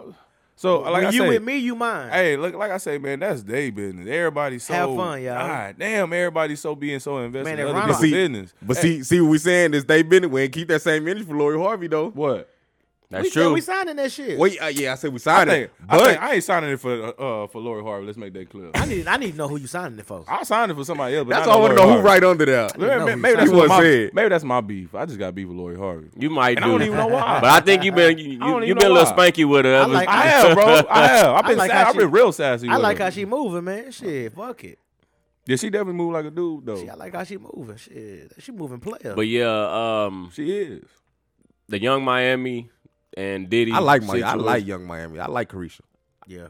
Speaker 5: so like
Speaker 4: when
Speaker 5: I
Speaker 4: you
Speaker 5: say,
Speaker 4: with me, you mine.
Speaker 5: Hey, look, like I say, man, that's day business. Everybody so
Speaker 4: Have fun, y'all.
Speaker 5: God damn, everybody so being so invested
Speaker 4: Man,
Speaker 5: in
Speaker 4: and
Speaker 5: other
Speaker 4: Ronald-
Speaker 5: people's
Speaker 3: But see,
Speaker 5: business.
Speaker 3: but
Speaker 5: Hey,
Speaker 3: see, see what we saying is they been we ain't keep that same energy for Lori Harvey though.
Speaker 5: what?
Speaker 2: That's
Speaker 4: we said
Speaker 2: true.
Speaker 4: we signing that shit.
Speaker 3: Wait, uh, yeah, I said we
Speaker 5: I
Speaker 3: signed
Speaker 5: think,
Speaker 3: it,
Speaker 5: I,
Speaker 3: but
Speaker 5: think- I ain't signing it for uh, for Lori Harvey. Let's make that clear.
Speaker 4: I need I need to know who you signing it for.
Speaker 5: I signed it for somebody else. But
Speaker 3: that's
Speaker 5: not
Speaker 3: all I want to
Speaker 5: Lori
Speaker 3: know who
Speaker 5: Harvey.
Speaker 3: right under there.
Speaker 5: Maybe,
Speaker 4: know who
Speaker 5: maybe,
Speaker 4: he
Speaker 3: signed.
Speaker 5: that's what
Speaker 3: He
Speaker 5: my,
Speaker 3: wasn't said.
Speaker 5: maybe that's my beef. I just got beef with Lori Harvey.
Speaker 2: You might
Speaker 5: And
Speaker 2: do.
Speaker 5: I don't even know why.
Speaker 2: But I think you've been you,
Speaker 5: I don't
Speaker 2: you,
Speaker 5: even
Speaker 2: you
Speaker 5: know
Speaker 2: been a little
Speaker 5: why.
Speaker 2: spanky with her.
Speaker 4: I like-
Speaker 5: I have, bro. I have. I've
Speaker 4: I
Speaker 5: been,
Speaker 4: like
Speaker 5: sad.
Speaker 4: how
Speaker 5: I've
Speaker 4: she-
Speaker 5: been real sassy.
Speaker 4: I
Speaker 5: with
Speaker 4: like
Speaker 5: her.
Speaker 4: how she moving, man. Shit, fuck it.
Speaker 5: Yeah, she definitely move like a dude though.
Speaker 4: Shit, I like how she moving. Shit, she moving player.
Speaker 2: But yeah, um,
Speaker 5: She is.
Speaker 2: the young Miami and Diddy.
Speaker 3: I like my, I
Speaker 2: situation.
Speaker 3: like Young Miami. I like Carisha.
Speaker 4: yeah,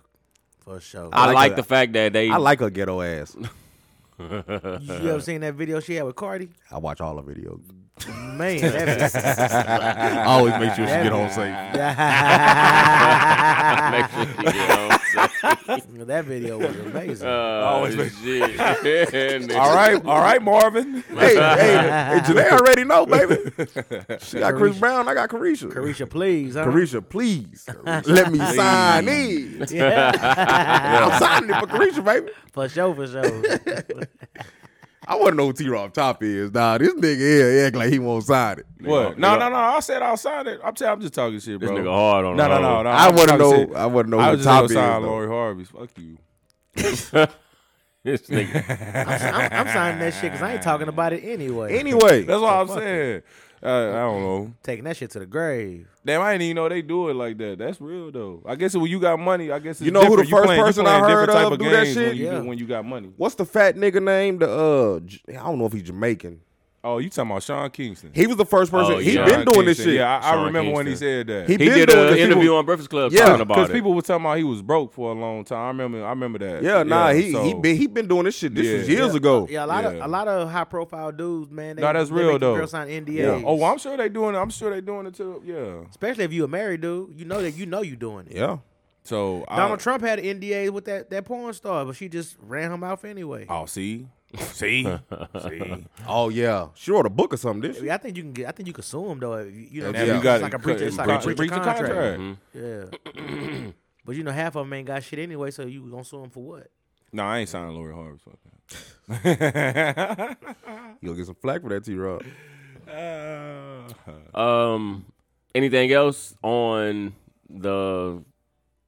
Speaker 4: for sure.
Speaker 2: I
Speaker 3: like
Speaker 2: like
Speaker 3: her.
Speaker 2: the fact that they.
Speaker 3: I like her ghetto ass.
Speaker 4: you ever seen that video she had with Cardi?
Speaker 3: I watch all her videos.
Speaker 4: Man, that
Speaker 3: I always make sure she get home safe.
Speaker 4: video,
Speaker 2: Make sure you know what I'm
Speaker 4: that video was amazing.
Speaker 2: saying? Uh, shit.
Speaker 5: All right, all right, Marvin.
Speaker 3: hey, hey, hey, Janae already know, baby. She got Chris Brown. I got Carisha.
Speaker 4: Carisha, please. Huh?
Speaker 3: Carisha, please let me sign in.
Speaker 4: Yeah.
Speaker 5: Ah.
Speaker 3: I'm signing it for Carisha, baby.
Speaker 4: for sure, for sure.
Speaker 3: I want to know who T Rob Top is. Nah, this nigga here act like he won't sign it.
Speaker 5: What?
Speaker 2: nigga.
Speaker 5: No, no, no. I said I'll sign it. I'm, t- I'm just talking shit,
Speaker 2: This
Speaker 5: bro.
Speaker 2: nigga hard on
Speaker 5: No,
Speaker 2: the
Speaker 5: no,
Speaker 2: hoe.
Speaker 5: no, no.
Speaker 3: I
Speaker 5: I'm
Speaker 3: wanna
Speaker 5: talking
Speaker 3: know-
Speaker 5: shit.
Speaker 3: I wanna know
Speaker 5: I
Speaker 3: who
Speaker 5: was just
Speaker 3: Top
Speaker 5: gonna
Speaker 3: is,
Speaker 5: sign
Speaker 3: though.
Speaker 5: Lori Harvey's. Fuck you.
Speaker 2: This nigga.
Speaker 4: I'm, I'm signing that shit because I ain't talking about it anyway.
Speaker 3: Anyway,
Speaker 5: That's what I'm saying. Uh, I don't know.
Speaker 4: Taking that shit to the grave.
Speaker 5: Damn, I didn't even know they do it like that. That's real though. I guess when you got money, I guess it's
Speaker 3: You know who the
Speaker 5: different. you
Speaker 3: first
Speaker 5: playing, you
Speaker 3: person I
Speaker 5: playing different
Speaker 3: heard
Speaker 5: type
Speaker 3: of
Speaker 5: of
Speaker 3: do that
Speaker 5: games
Speaker 3: shit?
Speaker 5: When you,
Speaker 4: Yeah.
Speaker 5: when you got money.
Speaker 3: what's the fat nigga name? The uh, J- I don't know if he's Jamaican.
Speaker 5: Oh, you talking about Sean Kingston?
Speaker 3: He was the first person.
Speaker 2: Oh,
Speaker 3: he
Speaker 2: yeah.
Speaker 3: been doing this
Speaker 5: Kingston.
Speaker 3: shit.
Speaker 5: Yeah, I, I
Speaker 2: Sean
Speaker 5: remember when he
Speaker 2: Kingston.
Speaker 5: said that.
Speaker 3: He,
Speaker 2: He did
Speaker 3: been doing
Speaker 2: an
Speaker 3: this. People-
Speaker 2: interview on Breakfast Club
Speaker 3: Yeah,
Speaker 2: talking
Speaker 5: because
Speaker 2: about it.
Speaker 5: people were talking about he was broke for a long time. I remember. I remember that.
Speaker 3: Yeah, nah, he he
Speaker 5: so-
Speaker 3: been he been doing this shit. This
Speaker 5: Yeah.
Speaker 3: was years ago.
Speaker 4: Yeah, a lot
Speaker 5: Yeah.
Speaker 4: of a lot of high profile dudes, man. They,
Speaker 5: No, that's
Speaker 4: they
Speaker 5: real,
Speaker 4: make the
Speaker 5: though.
Speaker 4: Girl sign NDAs.
Speaker 5: Oh, well, I'm sure they doing. it. I'm sure they doing it too. Yeah.
Speaker 4: especially if you a married dude, you know that you know you doing it.
Speaker 3: Yeah.
Speaker 5: So
Speaker 4: Donald
Speaker 5: I,
Speaker 4: Trump had NDAs with that that porn star, but she just ran him off anyway.
Speaker 5: Oh, see, see, see.
Speaker 3: Oh yeah. She wrote a book or something. Didn't
Speaker 4: I,
Speaker 3: she?
Speaker 4: mean, I think you can get. I think you can sue him though. If you, you know,
Speaker 3: If
Speaker 4: it's
Speaker 3: you
Speaker 4: just
Speaker 3: got
Speaker 4: like
Speaker 5: it,
Speaker 4: a breach.
Speaker 5: cut-
Speaker 4: It's like
Speaker 5: breach-
Speaker 4: a breach,
Speaker 5: breach
Speaker 4: of
Speaker 5: the
Speaker 4: contract.
Speaker 5: contract.
Speaker 2: Mm-hmm.
Speaker 4: Yeah. but you know, half of them ain't got shit anyway, so you gonna sue them for what?
Speaker 5: No, I ain't signing Lori Harvey. Fuck that.
Speaker 3: You'll get some flack for that, T Rob.
Speaker 2: Um, anything else on the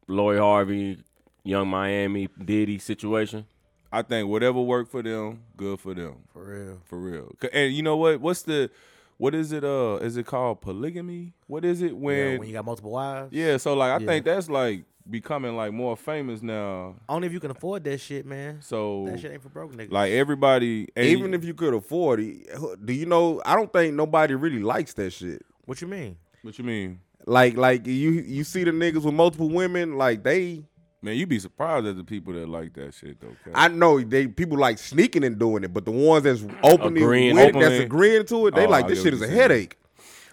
Speaker 2: Lori Harvey, Young Miami, Diddy situation?
Speaker 5: I think whatever worked for them, good for them,
Speaker 4: For real.
Speaker 5: for real. C- And you know what? What's the, what is it? Uh, is it called polygamy? What is it when?
Speaker 4: when you got multiple wives.
Speaker 5: Yeah, so like I
Speaker 4: Yeah.
Speaker 5: think that's like becoming like more famous now.
Speaker 4: Only if you can afford that shit, man.
Speaker 5: So
Speaker 4: That shit ain't for broke niggas.
Speaker 5: like everybody,
Speaker 3: Even if you could afford it, do you know? I don't think nobody really likes that shit.
Speaker 4: what you mean?
Speaker 5: what you mean,
Speaker 3: Like, like you you see the niggas with multiple women, like they.
Speaker 5: man, you'd be surprised at the people that like that shit though. Cat.
Speaker 3: I know they people like sneaking and doing it, but the ones that's openly
Speaker 2: Agreeing,
Speaker 3: with,
Speaker 5: openly.
Speaker 3: that's agreeing to it, they
Speaker 5: Oh,
Speaker 3: like
Speaker 5: I
Speaker 3: this
Speaker 5: get
Speaker 3: shit
Speaker 5: what
Speaker 3: is a
Speaker 5: you're saying.
Speaker 3: headache.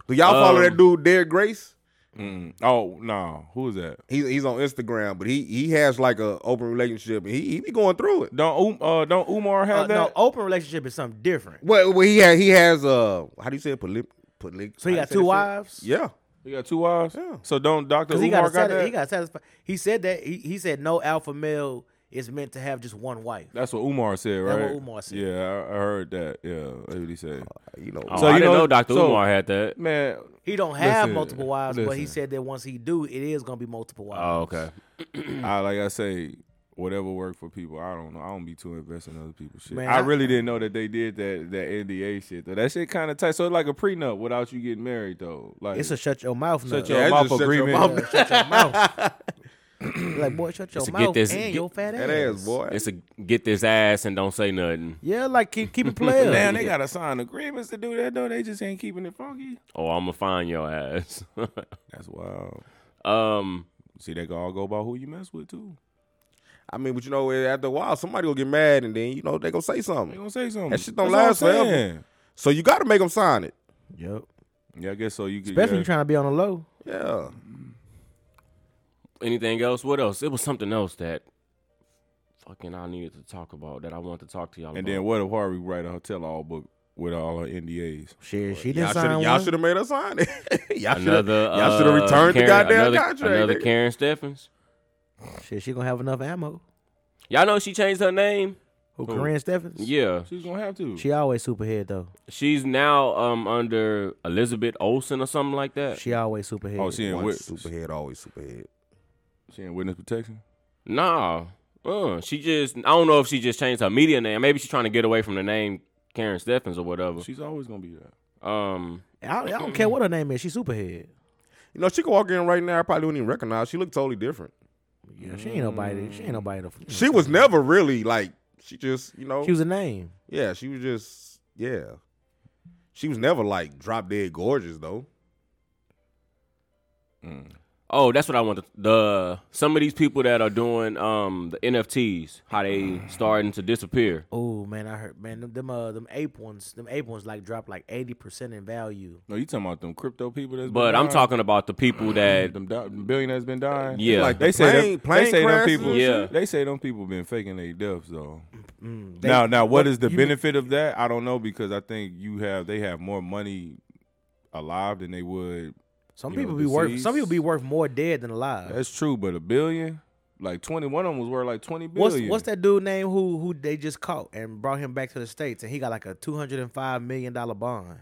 Speaker 3: Do y'all follow
Speaker 2: Um,
Speaker 3: that dude Derrick Grace?
Speaker 5: Mm. Oh no, who is that?
Speaker 3: He's he's on Instagram, but he he has like a open relationship, and he he be going through it.
Speaker 5: Don't Um- uh, don't Umar have
Speaker 4: Uh,
Speaker 5: that?
Speaker 4: no, open relationship is something different.
Speaker 3: Well, well he had he has uh how do you say it? Poly, poly,
Speaker 4: So he
Speaker 3: how
Speaker 4: got
Speaker 3: do you say
Speaker 4: two
Speaker 3: that
Speaker 4: wives.
Speaker 3: shit? Yeah,
Speaker 5: He got two wives.
Speaker 3: Yeah.
Speaker 5: So don't Doctor
Speaker 4: Because
Speaker 5: Umar
Speaker 4: he got,
Speaker 5: got,
Speaker 4: sati-
Speaker 5: that?
Speaker 4: he got satisfied. He said that he, he said no alpha male is meant to have just one wife.
Speaker 5: That's what Umar said,
Speaker 4: That's
Speaker 5: right?
Speaker 4: what Umar said.
Speaker 5: Yeah, I, I heard that. Yeah, that's what he said.
Speaker 3: you know.
Speaker 2: Oh,
Speaker 5: So,
Speaker 2: I
Speaker 5: you
Speaker 2: didn't
Speaker 5: know-
Speaker 2: know Dr.
Speaker 5: so-
Speaker 2: Umar had that.
Speaker 5: Man,
Speaker 4: He don't have
Speaker 5: Listen,
Speaker 4: multiple wives, but he
Speaker 5: listen.
Speaker 4: said that once he do, it is gonna be multiple wives.
Speaker 2: Oh, okay.
Speaker 5: I like I say, whatever worked for people. I don't know. I don't be too invested in other people's shit.
Speaker 4: Man,
Speaker 5: I,
Speaker 4: I-
Speaker 5: really didn't know that they did that that NDA shit though. That shit kind of tight. So it's like a prenup without you getting married though. Like
Speaker 4: It's a shut your mouth nut.
Speaker 5: shut
Speaker 3: Yeah,
Speaker 5: your
Speaker 3: it
Speaker 5: mouth
Speaker 3: just shut your
Speaker 5: agreement.
Speaker 3: mouth.
Speaker 4: Yeah, shut your mouth. like boy, shut your
Speaker 2: It's a get
Speaker 4: mouth
Speaker 2: this-
Speaker 4: and
Speaker 2: get-
Speaker 4: your fat ass.
Speaker 3: that ass boy.
Speaker 2: It's a get this ass and don't say nothing.
Speaker 4: Yeah, like keep keep it playing.
Speaker 5: Man, they gotta sign agreements to do that though. They just ain't keeping it funky.
Speaker 2: Or I'm gonna find your ass.
Speaker 5: That's wild.
Speaker 2: um,
Speaker 5: See, they all go about who you mess with too.
Speaker 3: I mean, but you know, eh, after a while, somebody will get mad, and then you know they gonna say
Speaker 5: They
Speaker 3: something.
Speaker 5: gonna say something.
Speaker 3: That shit don't
Speaker 5: That's all
Speaker 3: last
Speaker 5: I'm
Speaker 3: forever.
Speaker 5: saying.
Speaker 3: So you got to make them sign it.
Speaker 4: Yep.
Speaker 5: Yeah, I guess so. You could,
Speaker 4: Especially when
Speaker 5: yeah.
Speaker 4: you're trying to be on the low.
Speaker 3: Yeah,
Speaker 2: anything else? What else? It was something else that fucking I needed to talk about that I wanted to talk to y'all
Speaker 5: And
Speaker 2: about.
Speaker 5: then what if Harvey write a hotel all book with all her NDAs?
Speaker 4: Shit, she
Speaker 3: y'all
Speaker 4: didn't
Speaker 3: should
Speaker 4: sign
Speaker 3: y'all
Speaker 4: one.
Speaker 3: should have made us sign it. y'all should
Speaker 2: another
Speaker 3: y'all should have
Speaker 2: uh,
Speaker 3: returned the
Speaker 2: Karen-
Speaker 3: goddamn
Speaker 2: another,
Speaker 3: contract.
Speaker 2: Another
Speaker 3: nigga.
Speaker 2: Karen Steffens.
Speaker 4: Shit, she gonna have enough ammo.
Speaker 2: Y'all know she changed her name.
Speaker 4: Who, Corinne Steffens?
Speaker 2: Yeah,
Speaker 5: She's gonna have to.
Speaker 4: She always superhead though.
Speaker 2: she's now um under Elizabeth Olsen or something like that.
Speaker 4: She always superhead.
Speaker 5: oh, she in
Speaker 3: Once
Speaker 5: wit-
Speaker 3: superhead, always superhead.
Speaker 5: she in witness protection.
Speaker 2: Nah. Uh, she just I don't know if she just changed her media name. Maybe she's trying to get away from the name Karen Steffens or whatever.
Speaker 5: She's always gonna be that.
Speaker 2: Um
Speaker 4: I, I don't care what her name is. She superhead.
Speaker 3: You know, she could walk in right now. I probably wouldn't even recognize. She looked totally different.
Speaker 4: Yeah, she ain't nobody. She ain't nobody. To,
Speaker 3: She was never really like. She just, you know,
Speaker 4: She was a name.
Speaker 3: yeah, she was just, yeah. She was never like drop dead gorgeous though.
Speaker 2: oh, that's what I want to, the some of these people that are doing um the NFTs, how they starting to disappear.
Speaker 4: Oh man, I heard man them them, uh, them ape ones. Them ape ones like dropped like eighty percent in value.
Speaker 5: No, you talking about them crypto people that's. been
Speaker 2: But I'm
Speaker 5: dying? Mm-hmm.
Speaker 2: talking about the people that
Speaker 5: them di- billionaires been dying.
Speaker 2: Yeah.
Speaker 3: Like
Speaker 5: They
Speaker 3: the
Speaker 5: say
Speaker 3: plane,
Speaker 5: them, they say them people.
Speaker 2: Yeah. shit.
Speaker 5: They say them people been faking their deaths though. now, now, what is the
Speaker 4: you-
Speaker 5: benefit of that? I don't know because I think you have they have more money alive than they would.
Speaker 4: Some
Speaker 5: You know,
Speaker 4: people be worth.
Speaker 5: disease.
Speaker 4: Some people be worth more dead than alive.
Speaker 5: That's true, but a billion, like twenty one of them was worth like twenty
Speaker 4: What's
Speaker 5: billion.
Speaker 4: what's that dude name who who they just caught and brought him back to the states and he got like a two hundred and five million dollar bond.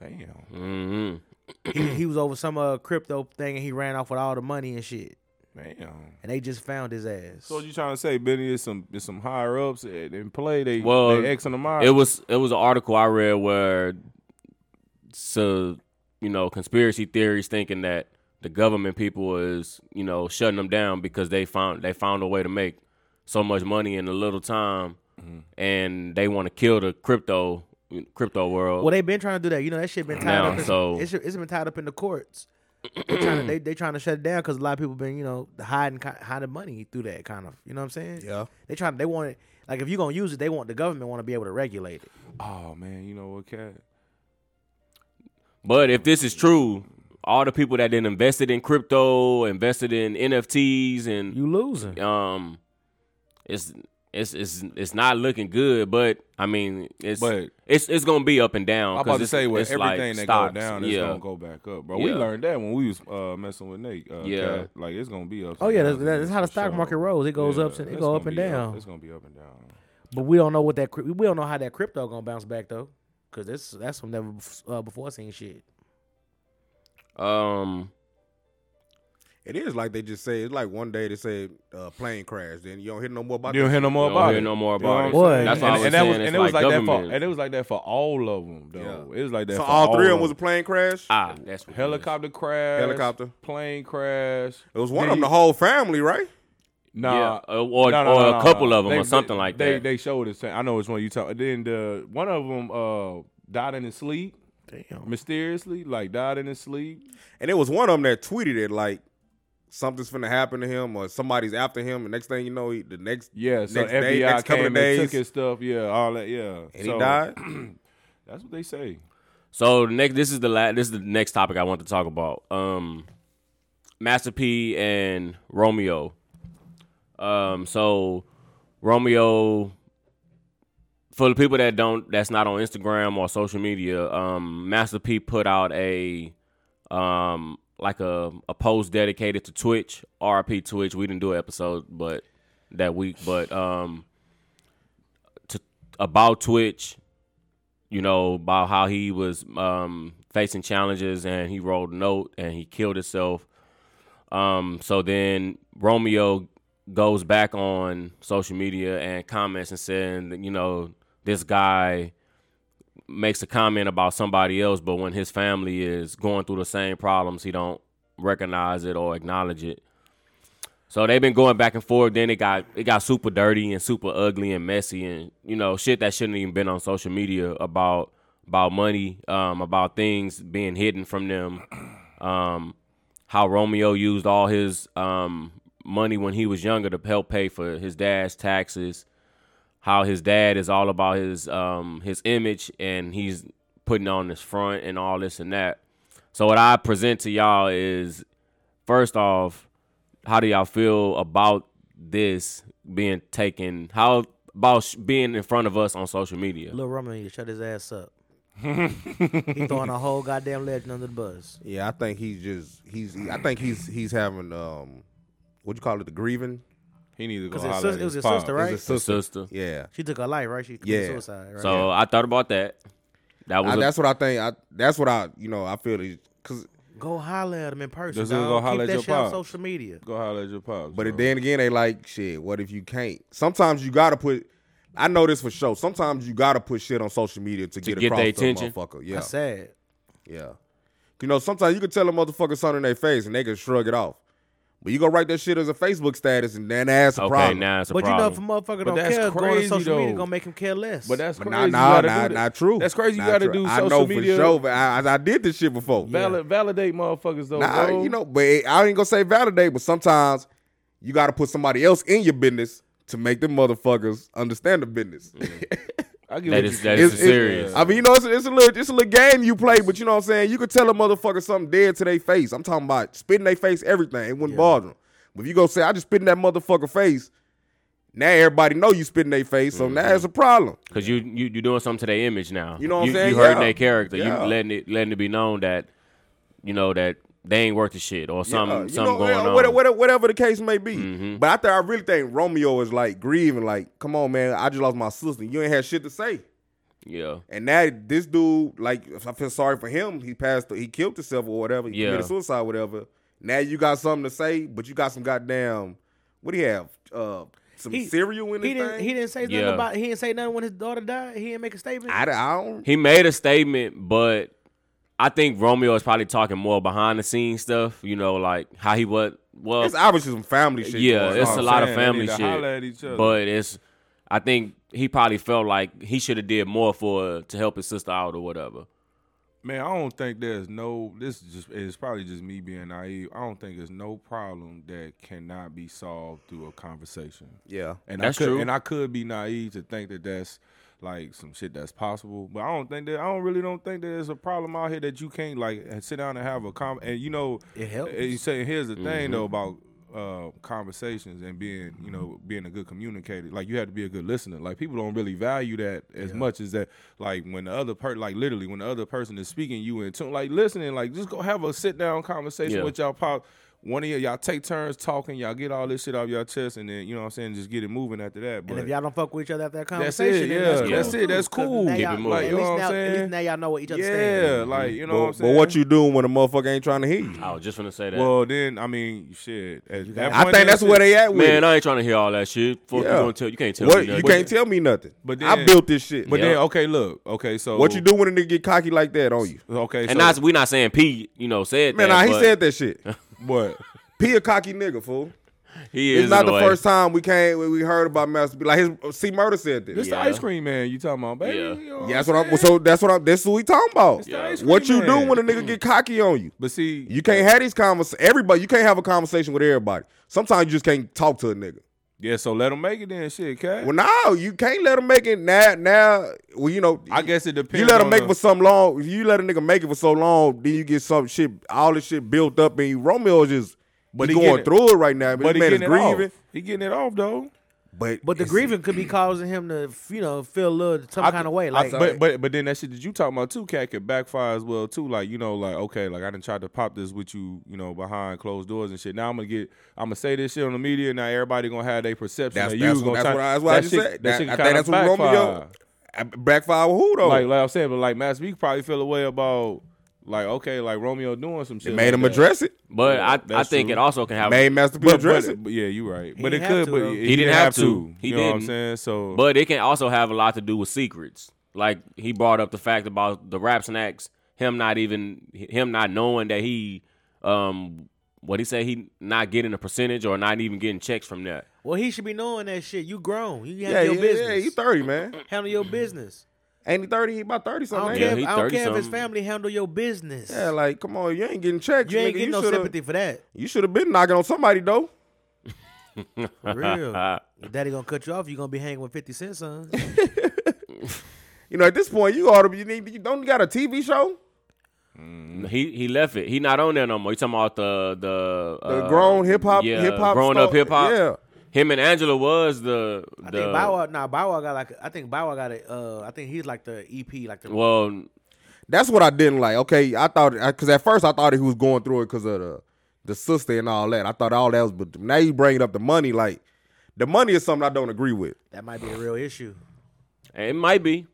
Speaker 5: Damn.
Speaker 2: Mhm.
Speaker 4: he, he was over some uh, crypto thing and he ran off with all the money and shit
Speaker 5: Damn.
Speaker 4: and they just found his ass.
Speaker 5: So what you trying to say, Benny? Is some is some higher ups at- in play? They
Speaker 2: Well,
Speaker 5: they X on the mind.
Speaker 2: It was it was an article I read where so you know, conspiracy theories thinking that the government people is, you know, shutting them down because they found they found a way to make so much money in a little time and they want to kill the crypto crypto world.
Speaker 4: well, they been trying to do that. You know that shit been tied
Speaker 2: Now,
Speaker 4: up. In,
Speaker 2: so-
Speaker 4: it's, it's been tied up in the courts. they trying to, they, they trying to shut it down because a lot of people been you know hiding ki- hiding money through that kind of you know what I'm saying.
Speaker 3: Yeah.
Speaker 4: They trying they want it like if you gonna use it they want the government want to be able to regulate it.
Speaker 5: oh man, you know what, cat?
Speaker 2: But if this is true, all the people that then invested in crypto, invested in NFTs and
Speaker 4: You losing.
Speaker 2: um it's it's it's it's not looking good, but I mean it's
Speaker 5: But-
Speaker 2: it's it's gonna be up and down.
Speaker 5: I'm about
Speaker 2: 'cause
Speaker 5: to
Speaker 2: it's-
Speaker 5: say with
Speaker 2: it's like
Speaker 5: everything that
Speaker 2: stocks.
Speaker 5: go down, it's
Speaker 2: yeah.
Speaker 5: gonna go back up, bro. We
Speaker 2: Yeah.
Speaker 5: learned that when we was uh, messing with Nate. Uh,
Speaker 2: Yeah.
Speaker 5: Cat. like it's gonna be up.
Speaker 4: Oh,
Speaker 5: and
Speaker 4: yeah,
Speaker 5: down
Speaker 4: that's- that's how the
Speaker 5: for
Speaker 4: stock market rolls. It goes up and- it
Speaker 5: it's
Speaker 4: go
Speaker 5: gonna
Speaker 4: up and
Speaker 5: be
Speaker 4: down.
Speaker 5: It's gonna be up and down.
Speaker 4: But we don't know what that cryp- we don't know how that crypto gonna bounce back though, cause that's that's some never bef- uh, before seen shit.
Speaker 2: Um,
Speaker 3: It is like they just say. It's like one day they said uh, plane crash. Then you don't hear no more about.
Speaker 5: You don't
Speaker 3: that
Speaker 5: hear no more
Speaker 2: You
Speaker 5: about
Speaker 2: don't hear
Speaker 5: it.
Speaker 2: no more
Speaker 5: You know
Speaker 2: about
Speaker 5: what
Speaker 2: it.
Speaker 5: I'm
Speaker 4: Boy.
Speaker 5: saying?
Speaker 4: That's
Speaker 5: and,
Speaker 4: why I was
Speaker 5: and that
Speaker 2: saying
Speaker 5: was,
Speaker 2: it's
Speaker 5: and it was
Speaker 2: like
Speaker 5: like that for
Speaker 2: government.
Speaker 5: and it was like that for all of them though. It was like that.
Speaker 3: shit. So
Speaker 5: for
Speaker 3: all three of them was a
Speaker 5: them.
Speaker 3: plane crash.
Speaker 2: Ah, that's what it is.
Speaker 5: helicopter crash,
Speaker 3: Helicopter.
Speaker 5: plane crash.
Speaker 3: It was one
Speaker 5: Then
Speaker 3: of them,
Speaker 5: you-
Speaker 3: the whole family, right?
Speaker 5: Nah,
Speaker 2: Yeah, or-
Speaker 5: uh, No, no,
Speaker 2: or
Speaker 5: no,
Speaker 2: a
Speaker 5: no,
Speaker 2: couple
Speaker 5: no.
Speaker 2: of 'em
Speaker 5: They-
Speaker 2: or something
Speaker 5: they-
Speaker 2: like
Speaker 5: they,
Speaker 2: that.
Speaker 5: They showed the same. I know which one you talk. Then the one of them uh, died in his sleep
Speaker 4: Damn.
Speaker 5: mysteriously, like died in his sleep.
Speaker 3: And it was one of them that tweeted it like something's finna happen to him or somebody's after him. And next thing you know, he, the next
Speaker 5: Yeah, so
Speaker 3: next
Speaker 5: FBI
Speaker 3: day, next couple of
Speaker 5: came and took
Speaker 3: days,
Speaker 5: his stuff. Yeah, all that. Yeah,
Speaker 3: and
Speaker 5: So,
Speaker 3: he died.
Speaker 5: That's what they say.
Speaker 2: So the next, this is the la- this is the next topic I want to talk about. Um, Master P and Romeo. Um, so Romeo, for the people that don't, that's not on Instagram or social media. Um, Master P put out a, um, like a a post dedicated to Twitch. RP Twitch. We didn't do an episode, but that week, but um, to about Twitch you know, about how he was um, facing challenges and he wrote a note and he killed himself. Um, so then Romeo goes back on social media and comments and saying, that, you know, this guy makes a comment about somebody else, but when his family is going through the same problems, he don't recognize it or acknowledge it. So they've been going back and forth. Then it got it got super dirty and super ugly and messy and you know shit that shouldn't even been on social media about about money, um, about things being hidden from them. Um, how Romeo used all his um, money when he was younger to help pay for his dad's taxes. How his dad is all about his um, his image and he's putting on this front and all this and that. So what I present to y'all is first off how do y'all feel about this being taken? How about sh- being in front of us on social media?
Speaker 4: Lil Roman, you shut his ass up. he throwing a whole goddamn legend under the bus.
Speaker 3: Yeah, I think he's just he's. I think he's he's having um, what you call it, the grieving.
Speaker 5: He needed to go
Speaker 4: Because it
Speaker 5: holler at
Speaker 4: was his
Speaker 5: pops.
Speaker 4: sister, right?
Speaker 3: His
Speaker 2: The
Speaker 3: sister.
Speaker 2: sister.
Speaker 3: Yeah,
Speaker 4: She took her life, right? She
Speaker 3: Yeah.
Speaker 4: committed suicide, right?
Speaker 2: So I thought about that. That was
Speaker 3: I,
Speaker 2: a-
Speaker 3: that's what I think. I that's what I you know I feel is because.
Speaker 4: go holler at him in person.
Speaker 5: Just go
Speaker 4: dawg.
Speaker 5: holler
Speaker 4: Keep
Speaker 5: at
Speaker 4: that
Speaker 5: your
Speaker 4: shit on
Speaker 5: pops.
Speaker 4: social media.
Speaker 5: Go holler at your pops.
Speaker 3: But
Speaker 5: bro.
Speaker 3: then again, they like shit. What if you can't? Sometimes you gotta put. I know this for sure. Sometimes you gotta put shit on social media to, get,
Speaker 2: get
Speaker 3: across
Speaker 2: their
Speaker 3: to
Speaker 2: attention.
Speaker 3: A motherfucker. Yeah,
Speaker 4: That's sad.
Speaker 3: yeah. You know, sometimes you can tell a motherfucker something in their face and they can shrug it off. But you go write that shit as a Facebook status and then that's a
Speaker 2: okay.
Speaker 3: problem.
Speaker 2: Now it's a
Speaker 4: But you know,
Speaker 2: problem.
Speaker 4: if a motherfucker don't
Speaker 5: that's
Speaker 4: care, going to
Speaker 5: crazy,
Speaker 4: social media
Speaker 5: though.
Speaker 4: gonna make him care less.
Speaker 5: But that's
Speaker 3: But
Speaker 5: crazy.
Speaker 3: nah,
Speaker 5: you
Speaker 3: nah,
Speaker 5: gotta
Speaker 3: nah,
Speaker 5: do that.
Speaker 3: not true.
Speaker 5: That's crazy.
Speaker 3: Not
Speaker 5: you got to
Speaker 3: true.
Speaker 5: do
Speaker 3: I
Speaker 5: social
Speaker 3: know
Speaker 5: media.
Speaker 3: for sure. But I, I, I did this shit before.
Speaker 5: Valid, validate motherfuckers though.
Speaker 3: Nah,
Speaker 5: bro.
Speaker 3: you know, but it- I ain't gonna say validate, but sometimes you gotta put somebody else in your business to make them motherfuckers understand the business.
Speaker 5: I
Speaker 2: That
Speaker 5: get what
Speaker 2: is-
Speaker 5: you-
Speaker 2: that is
Speaker 3: It's-
Speaker 2: This
Speaker 3: it's-
Speaker 2: serious.
Speaker 3: I mean, you know, it's a, it's a little it's a little game you play, but you know what I'm saying. You could tell a motherfucker something dead to their face. I'm talking about spitting their face, everything. It wouldn't bother them. But if you go say, "I just spit in that motherfucker face," now everybody know you spitting their face, so now it's a problem.
Speaker 2: Because you you you doing something to their image now.
Speaker 3: You know what I'm
Speaker 2: you,
Speaker 3: saying?
Speaker 2: You hurting
Speaker 3: Yeah.
Speaker 2: their character.
Speaker 3: Yeah.
Speaker 2: You letting it letting it be known that you know that they ain't worth the shit or something
Speaker 3: Yeah, you
Speaker 2: something
Speaker 3: know,
Speaker 2: going
Speaker 3: uh,
Speaker 2: on. Mm-hmm.
Speaker 3: whatever, whatever, whatever the case may be. But I think I really think Romeo is like grieving, like, come on, man, I just lost my sister. You ain't had shit to say.
Speaker 2: Yeah.
Speaker 3: And now this dude, like, I feel sorry for him. He passed, he killed himself or whatever. He
Speaker 2: Yeah.
Speaker 3: committed suicide, whatever. Now you got something to say, but you got some goddamn, what do you have? Uh, some cereal in
Speaker 4: he
Speaker 3: his
Speaker 4: didn't,
Speaker 3: thing?
Speaker 4: he didn't say nothing
Speaker 2: Yeah.
Speaker 4: about. He didn't say nothing when his daughter died. He didn't make a statement.
Speaker 3: I, don't- I don't.
Speaker 2: He made a statement, but I think Romeo is probably talking more behind the scenes stuff. You know, like how he was. Well,
Speaker 3: It's obviously some family shit.
Speaker 2: Uh, Yeah,
Speaker 3: going
Speaker 2: it's
Speaker 3: on.
Speaker 2: a lot of
Speaker 5: saying? They
Speaker 2: family
Speaker 5: need to holler at each other.
Speaker 2: shit. But it's, I think he probably felt like he should have did more for to help his sister out or whatever.
Speaker 5: Man, I don't think there's no. This is just it's probably just me being naive. I don't think there's no problem that cannot be solved through a conversation.
Speaker 3: Yeah.
Speaker 5: And
Speaker 2: That's
Speaker 5: I could,
Speaker 2: true.
Speaker 5: And I could be naive to think that that's like some shit that's possible. But I don't think that. I don't really don't think that there's a problem out here that you can't like sit down and have a com. And you know,
Speaker 4: It helps.
Speaker 5: and You say here's the thing though
Speaker 2: Mm-hmm.
Speaker 5: about uh, conversations and being you know being a good communicator. Like you have to be a good listener. Like people don't really value that as much as that. Like when the other person, like literally when the other person is speaking, you in tune. Like listening. Like just go have a sit down conversation
Speaker 2: Yeah.
Speaker 5: with y'all pop. One of y- y'all take turns talking, y'all get all this shit off your chest, and then you know what I'm saying, just get it moving after that. But
Speaker 4: And if y'all don't fuck with each other after that
Speaker 5: That's
Speaker 4: conversation,
Speaker 5: it,
Speaker 4: then
Speaker 5: yeah.
Speaker 4: that's, cool
Speaker 2: That's
Speaker 4: too,
Speaker 5: it, that's
Speaker 4: 'cause
Speaker 5: cool.
Speaker 4: Now
Speaker 5: Keep
Speaker 4: y'all,
Speaker 5: it moving.
Speaker 4: at,
Speaker 5: You know
Speaker 4: least
Speaker 5: what I'm
Speaker 4: now, at least
Speaker 5: saying?
Speaker 4: now y'all know what each other stand.
Speaker 5: yeah, like you know
Speaker 3: but,
Speaker 5: what I'm
Speaker 3: but
Speaker 5: saying.
Speaker 3: what you doing when a motherfucker ain't trying to hear you?
Speaker 2: I was just gonna say that.
Speaker 5: Well, then I mean, shit. at that
Speaker 3: I
Speaker 5: point,
Speaker 3: think that's
Speaker 5: it.
Speaker 3: where they at with
Speaker 2: man,
Speaker 3: it.
Speaker 2: I ain't trying to hear all that shit. Fuck
Speaker 3: Yeah.
Speaker 2: you gonna tell? You can't tell
Speaker 3: What-
Speaker 2: me.
Speaker 3: you
Speaker 2: nothing.
Speaker 3: can't tell me nothing.
Speaker 5: But
Speaker 3: I
Speaker 5: then-
Speaker 3: built this shit.
Speaker 5: But
Speaker 2: Yeah.
Speaker 5: then okay, look, okay, so
Speaker 3: what you do when a nigga get cocky like that on you?
Speaker 5: Okay,
Speaker 2: And
Speaker 5: so
Speaker 2: not we not saying P. You know, said
Speaker 3: Man,
Speaker 2: that.
Speaker 3: nah, he
Speaker 2: but
Speaker 3: said that shit.
Speaker 5: what?
Speaker 3: P a cocky nigga, fool.
Speaker 2: he is
Speaker 3: It's not
Speaker 2: in a
Speaker 3: the
Speaker 2: way.
Speaker 3: first time we came we- we heard about Master B. Like his C Murder said
Speaker 5: This
Speaker 3: this.
Speaker 5: the
Speaker 2: Yeah.
Speaker 5: ice cream man you talking about, baby?
Speaker 2: Yeah.
Speaker 5: You know
Speaker 3: Yeah, that's
Speaker 5: I'm
Speaker 3: what I'm.
Speaker 5: saying?
Speaker 3: So that's what I'm. That's what we talking about.
Speaker 5: the ice
Speaker 3: What
Speaker 5: cream
Speaker 3: you do
Speaker 5: man.
Speaker 3: when a nigga get cocky on you?
Speaker 5: But see,
Speaker 3: You can't have these conversations. Everybody, you can't have a conversation with everybody. Sometimes you just can't talk to a nigga.
Speaker 5: yeah. So let them make it then, shit, cat.
Speaker 3: Well, now you can't let him make it. Now, now, well, you know.
Speaker 5: I guess it depends.
Speaker 3: You let
Speaker 5: on
Speaker 3: him make
Speaker 5: the-
Speaker 3: it for some long. If you let a nigga make it for so long, then you get some shit, all this shit built up, and you- Romeo is just
Speaker 5: But
Speaker 3: but
Speaker 5: he
Speaker 3: he going
Speaker 5: getting-
Speaker 3: through it right now.
Speaker 5: but
Speaker 3: But
Speaker 5: he
Speaker 3: this man
Speaker 5: getting
Speaker 3: is
Speaker 5: it
Speaker 3: grieving.
Speaker 5: off. He getting it off though.
Speaker 3: But
Speaker 4: But the
Speaker 3: it's-
Speaker 4: grieving could be causing him to, you know, feel a little some
Speaker 5: I
Speaker 4: kind of
Speaker 5: th-
Speaker 4: way.
Speaker 5: I
Speaker 4: Like,
Speaker 5: th- but but but then that shit that you talking about too, cat could backfire as well too. Like you know, like okay, like I done tried to pop this with you, you know, behind closed doors and shit. Now I'm gonna get, I'm gonna say this shit on the media. Now everybody gonna have their perception
Speaker 3: That's
Speaker 5: of
Speaker 3: that's,
Speaker 5: you. gonna
Speaker 3: that's
Speaker 5: try-
Speaker 3: what I, that's what I
Speaker 5: that
Speaker 3: just
Speaker 5: shit-
Speaker 3: said.
Speaker 5: That
Speaker 3: That,
Speaker 5: shit
Speaker 3: I
Speaker 5: kinda
Speaker 3: think that's what
Speaker 5: backfire.
Speaker 3: Romeo Oh. I- backfire with who though?
Speaker 5: Like like I'm saying, but like Master B probably feel a way about like okay, like Romeo doing some shit.
Speaker 3: it made
Speaker 5: like
Speaker 3: him
Speaker 5: that.
Speaker 3: address it.
Speaker 2: But
Speaker 5: Yeah,
Speaker 2: I, I
Speaker 5: that's
Speaker 2: think
Speaker 5: true.
Speaker 2: it also can have.
Speaker 3: Made Master B
Speaker 5: But,
Speaker 3: address
Speaker 5: but-
Speaker 3: it.
Speaker 5: but yeah, you're right. but it
Speaker 4: didn't
Speaker 5: could.
Speaker 4: have to,
Speaker 5: but
Speaker 4: though.
Speaker 2: He didn't have to. He
Speaker 5: you know what I'm
Speaker 2: didn't.
Speaker 5: saying? So,
Speaker 2: But it can also have a lot to do with secrets. Like he brought up the fact about the rap snacks, him not even him not knowing that he um what he said he not getting a percentage or not even getting checks from that.
Speaker 4: well, he should be knowing that shit. You grown. You
Speaker 3: Yeah,
Speaker 4: handle
Speaker 3: yeah,
Speaker 4: your business.
Speaker 3: yeah. He thirty, man.
Speaker 4: handle your business.
Speaker 3: Ain't he thirty? He about thirty
Speaker 4: I don't
Speaker 3: something.
Speaker 2: Yeah,
Speaker 4: care.
Speaker 2: he
Speaker 4: If, I don't
Speaker 2: 30
Speaker 4: care if his
Speaker 2: something.
Speaker 4: family handle your business.
Speaker 3: Yeah, like come on, you ain't getting checks.
Speaker 4: you ain't
Speaker 3: nigga.
Speaker 4: getting no
Speaker 3: shoulda-
Speaker 4: sympathy for that.
Speaker 3: You should have been knocking on somebody though.
Speaker 4: For real. If Daddy gonna cut you off. You gonna be hanging with Fifty Cent, son.
Speaker 3: You know, at this point, you ought to be. You need. You don't you got a TV show. Mm-hmm.
Speaker 2: He he left it. He not on there no more. You talking about the the uh,
Speaker 3: The grown hip-hop-
Speaker 2: yeah,
Speaker 3: hip-hop
Speaker 2: grown up
Speaker 3: star-
Speaker 2: hip hop.
Speaker 3: yeah.
Speaker 2: him and Angela was the
Speaker 4: I
Speaker 2: the
Speaker 4: think Bow Wow. Nah, Bow Wow got like. I think Bow Wow got a. Uh, I think he's like the EP, like the.
Speaker 2: well
Speaker 3: That's what I didn't like. Okay, I thought because at first I thought he was going through it because of the the sister and all that. I thought all that was, but now you bringing up the money. Like the money is something I don't agree with.
Speaker 4: that might be a real issue.
Speaker 2: It might be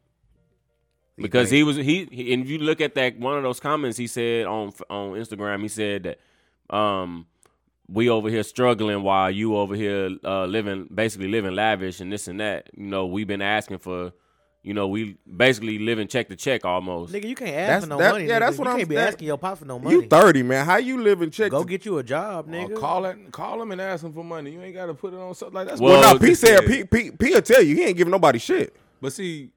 Speaker 2: because he was he, he and if you look at that one of those comments he said on on Instagram he said that um we over here struggling while you over here uh living basically living lavish and this and that you know we've been asking for you know we basically living check to check almost
Speaker 4: Nigga, you can't ask
Speaker 3: That's-
Speaker 4: for no
Speaker 3: that-
Speaker 4: money.
Speaker 3: yeah,
Speaker 4: nigga.
Speaker 3: that's
Speaker 4: you
Speaker 3: what I'm-
Speaker 4: can't be
Speaker 3: that-
Speaker 4: asking your pop for no money.
Speaker 3: You thirty, man. How you living check?
Speaker 4: Go
Speaker 3: to-
Speaker 4: get you a job,
Speaker 5: uh,
Speaker 4: nigga.
Speaker 5: call it, call him and ask him for money. You ain't got to put it on something like that's.
Speaker 2: Well,
Speaker 3: well,
Speaker 5: what
Speaker 3: no, P said P, P P will tell you he ain't giving nobody shit.
Speaker 5: But see,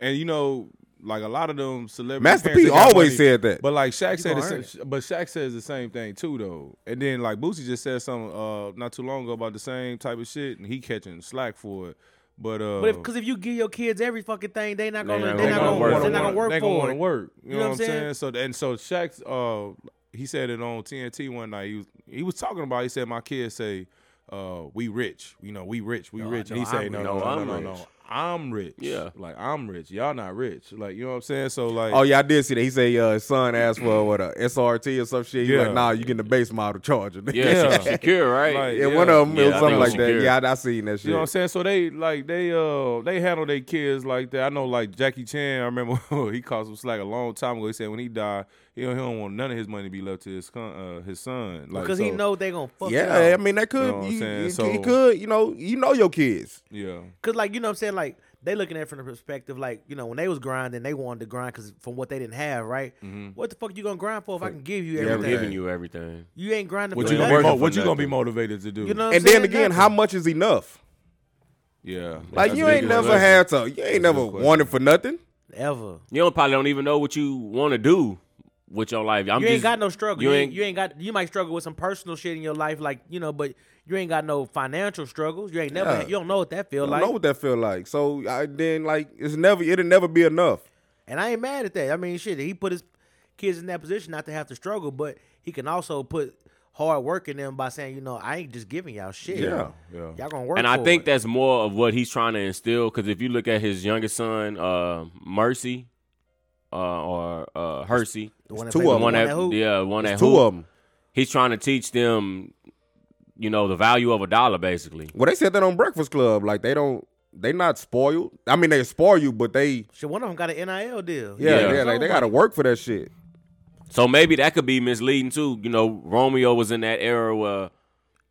Speaker 5: and you know, like a lot of them celebrities.
Speaker 3: Master P always said that.
Speaker 5: But like Shaq said,
Speaker 4: gonna
Speaker 5: the
Speaker 4: earn
Speaker 5: same, but Shaq says the same thing too, though. And then like Boosie just said something uh, not too long ago about the same type of shit, and he catching slack for it. But uh,
Speaker 4: But because if, you give your kids every fucking thing, they not gonna
Speaker 2: not
Speaker 4: they,
Speaker 2: gonna
Speaker 4: not gonna
Speaker 2: wanna
Speaker 4: work.
Speaker 2: work.
Speaker 4: They not gonna work
Speaker 5: They gonna
Speaker 4: for
Speaker 5: wanna
Speaker 4: it.
Speaker 5: work. You, know, what I'm saying?
Speaker 4: saying?
Speaker 5: So and so Shaq's uh he said it on TNT one night. He was he was talking about. He said my kids say, uh, "We rich." You know, we rich. We rich. And he
Speaker 4: no,
Speaker 5: say,
Speaker 4: I'm
Speaker 5: "No,
Speaker 4: rich.
Speaker 5: no,
Speaker 2: No,
Speaker 5: no, no,
Speaker 2: I'm
Speaker 5: no,
Speaker 2: rich.
Speaker 5: no. I'm rich.
Speaker 2: Yeah.
Speaker 5: like I'm rich. Y'all not rich. Like you know what I'm saying. So like,
Speaker 3: Oh yeah, I did see that. He said uh, his son asked for what a SRT or some shit. He's
Speaker 5: Yeah.
Speaker 3: like, nah, you getting the base model charger.
Speaker 2: yeah,
Speaker 5: Yeah.
Speaker 2: se- secure right
Speaker 5: Like,
Speaker 3: yeah, one of them
Speaker 2: Yeah,
Speaker 3: it was
Speaker 2: I think it
Speaker 3: something
Speaker 2: was
Speaker 3: like that.
Speaker 2: secure.
Speaker 3: Yeah, I, I seen that shit.
Speaker 5: You know what I'm saying? So they like they uh they handle their kids like that. I know like Jackie Chan. I remember he caught some slack a long time ago. He said when he died, he don't, he don't want none of his money to be left to his con, uh, his son. Like,
Speaker 4: Because he
Speaker 5: so-
Speaker 4: know they gonna fuck.
Speaker 3: yeah, I mean that could
Speaker 5: You know what I'm
Speaker 3: you,
Speaker 5: saying?
Speaker 3: you-
Speaker 5: So-
Speaker 3: you could you know you know your kids.
Speaker 5: Yeah.
Speaker 4: Because like you know what I'm saying like they looking at it from the perspective like you know when they was grinding they wanted to grind because from what they didn't have right. What the fuck you gonna grind for if I can give you
Speaker 2: I'm
Speaker 4: everything?
Speaker 2: giving
Speaker 4: you.
Speaker 2: you everything
Speaker 4: ain't grinding
Speaker 5: What
Speaker 4: for
Speaker 5: you
Speaker 2: ain't
Speaker 5: gonna
Speaker 4: nothing.
Speaker 5: be
Speaker 2: working
Speaker 5: mo-
Speaker 2: for
Speaker 5: what you gonna be
Speaker 2: nothing.
Speaker 5: motivated to do?
Speaker 4: You know what I'm
Speaker 3: and then
Speaker 4: saying?
Speaker 3: again,
Speaker 4: Nothing.
Speaker 3: how much is enough?
Speaker 5: yeah.
Speaker 3: Like
Speaker 5: That's
Speaker 3: you
Speaker 5: a
Speaker 3: ain't
Speaker 5: big
Speaker 3: never
Speaker 5: one.
Speaker 3: had to. You ain't never
Speaker 5: question.
Speaker 3: wanted for nothing.
Speaker 4: ever.
Speaker 2: you don't probably don't even know what you want to do with your life I'm
Speaker 4: you
Speaker 2: just,
Speaker 4: ain't got no struggle.
Speaker 2: you
Speaker 4: You
Speaker 2: ain't-
Speaker 4: ain't, you ain't got. You might struggle with some personal shit in your life, like you know, but you ain't got no financial struggles. You ain't never.
Speaker 3: Yeah.
Speaker 4: You don't know what that feel
Speaker 3: I
Speaker 4: like.
Speaker 3: know what that feel like. So I then like it's never it'll never be enough.
Speaker 4: And I ain't mad at that. I mean, shit, he put his kids in that position not to have to struggle, but he can also put hard work in them by saying, you know, I ain't just giving y'all shit.
Speaker 3: Yeah,
Speaker 5: yeah.
Speaker 4: Y'all gonna work.
Speaker 2: and I
Speaker 4: for
Speaker 2: think
Speaker 4: it.
Speaker 2: that's more of what he's trying to instill. Because if you look at his youngest son, uh, Mercy, uh, or uh, Hersey,
Speaker 4: the one that
Speaker 3: two
Speaker 4: played
Speaker 2: the
Speaker 3: of
Speaker 4: with
Speaker 3: them.
Speaker 2: one
Speaker 4: Wanda
Speaker 2: that
Speaker 4: Hoop,
Speaker 2: yeah, one that
Speaker 3: Two
Speaker 2: hoop,
Speaker 3: of them.
Speaker 2: he's trying to teach them, you know, the value of a dollar, basically.
Speaker 3: Well, they said that on Breakfast Club. Like they don't, they not spoiled. I mean, they spoil you, but they,
Speaker 4: Shit, one of them got an NIL deal.
Speaker 3: yeah,
Speaker 2: Yeah.
Speaker 3: yeah, like they got to work for that shit.
Speaker 2: So maybe that could be misleading too. You know, Romeo was in that era where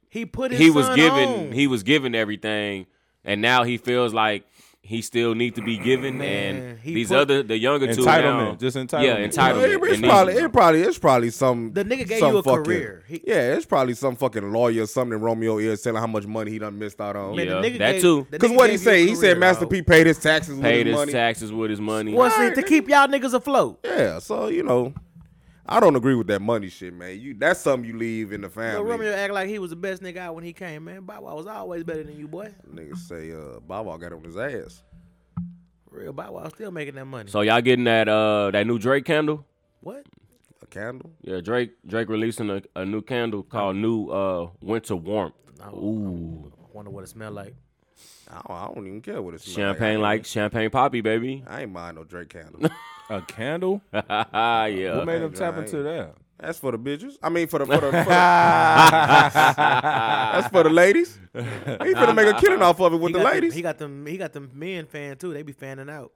Speaker 4: He put his
Speaker 2: he was
Speaker 4: son
Speaker 2: given
Speaker 4: on.
Speaker 2: he was given everything, and now he feels like he still need to be given.
Speaker 4: Man,
Speaker 2: and
Speaker 4: he
Speaker 2: these
Speaker 4: put-
Speaker 2: other the younger two now,
Speaker 5: Entitlement, just
Speaker 2: Yeah,
Speaker 5: entitlement.
Speaker 2: entitlement.
Speaker 3: It- it's
Speaker 2: And these-
Speaker 3: probably, it probably, it's probably some.
Speaker 4: The nigga gave
Speaker 3: some
Speaker 4: you a
Speaker 3: fucking-
Speaker 4: career. He-
Speaker 3: yeah, it's probably some fucking lawyer, or something. that Romeo is telling how much money he done missed out on.
Speaker 4: Man, the
Speaker 2: Yeah,
Speaker 4: nigga
Speaker 2: that
Speaker 4: gave-
Speaker 2: too.
Speaker 4: the
Speaker 3: Because
Speaker 4: nigga
Speaker 3: what he
Speaker 4: gave you a
Speaker 3: said, he said
Speaker 4: career,
Speaker 3: Master
Speaker 4: dog.
Speaker 3: P paid his taxes
Speaker 2: paid
Speaker 3: with his
Speaker 2: his
Speaker 3: money.
Speaker 2: taxes with his money.
Speaker 4: Well, see, to
Speaker 3: nigga.
Speaker 4: keep y'all niggas afloat.
Speaker 3: Yeah, so you know, I don't agree with that money shit, man. You that's something you leave in the
Speaker 4: Yo,
Speaker 3: family.
Speaker 4: Romeo act like he was the best nigga out when he came, man. Bow Wow was always better than you, boy.
Speaker 3: Niggas say uh Bob got on his ass.
Speaker 4: Real Bow Wow still making that money.
Speaker 2: So y'all getting that uh that new Drake candle?
Speaker 4: what?
Speaker 3: A candle?
Speaker 2: Yeah, Drake Drake releasing a, a new candle called New uh Winter Warmth. Ooh,
Speaker 4: I wonder what it smell like.
Speaker 3: I don't, I don't even care what it's
Speaker 2: champagne like champagne poppy, baby.
Speaker 3: I ain't mind no Drake candle.
Speaker 5: A candle? Who
Speaker 2: yeah,
Speaker 5: made him tap into that?
Speaker 3: That's for the bitches. I mean for the for the, for the that's for the ladies. He finna make a killing off of it with
Speaker 4: He
Speaker 3: the
Speaker 4: got them-
Speaker 3: ladies.
Speaker 4: he got them. He got them men fan too. They be fanning out.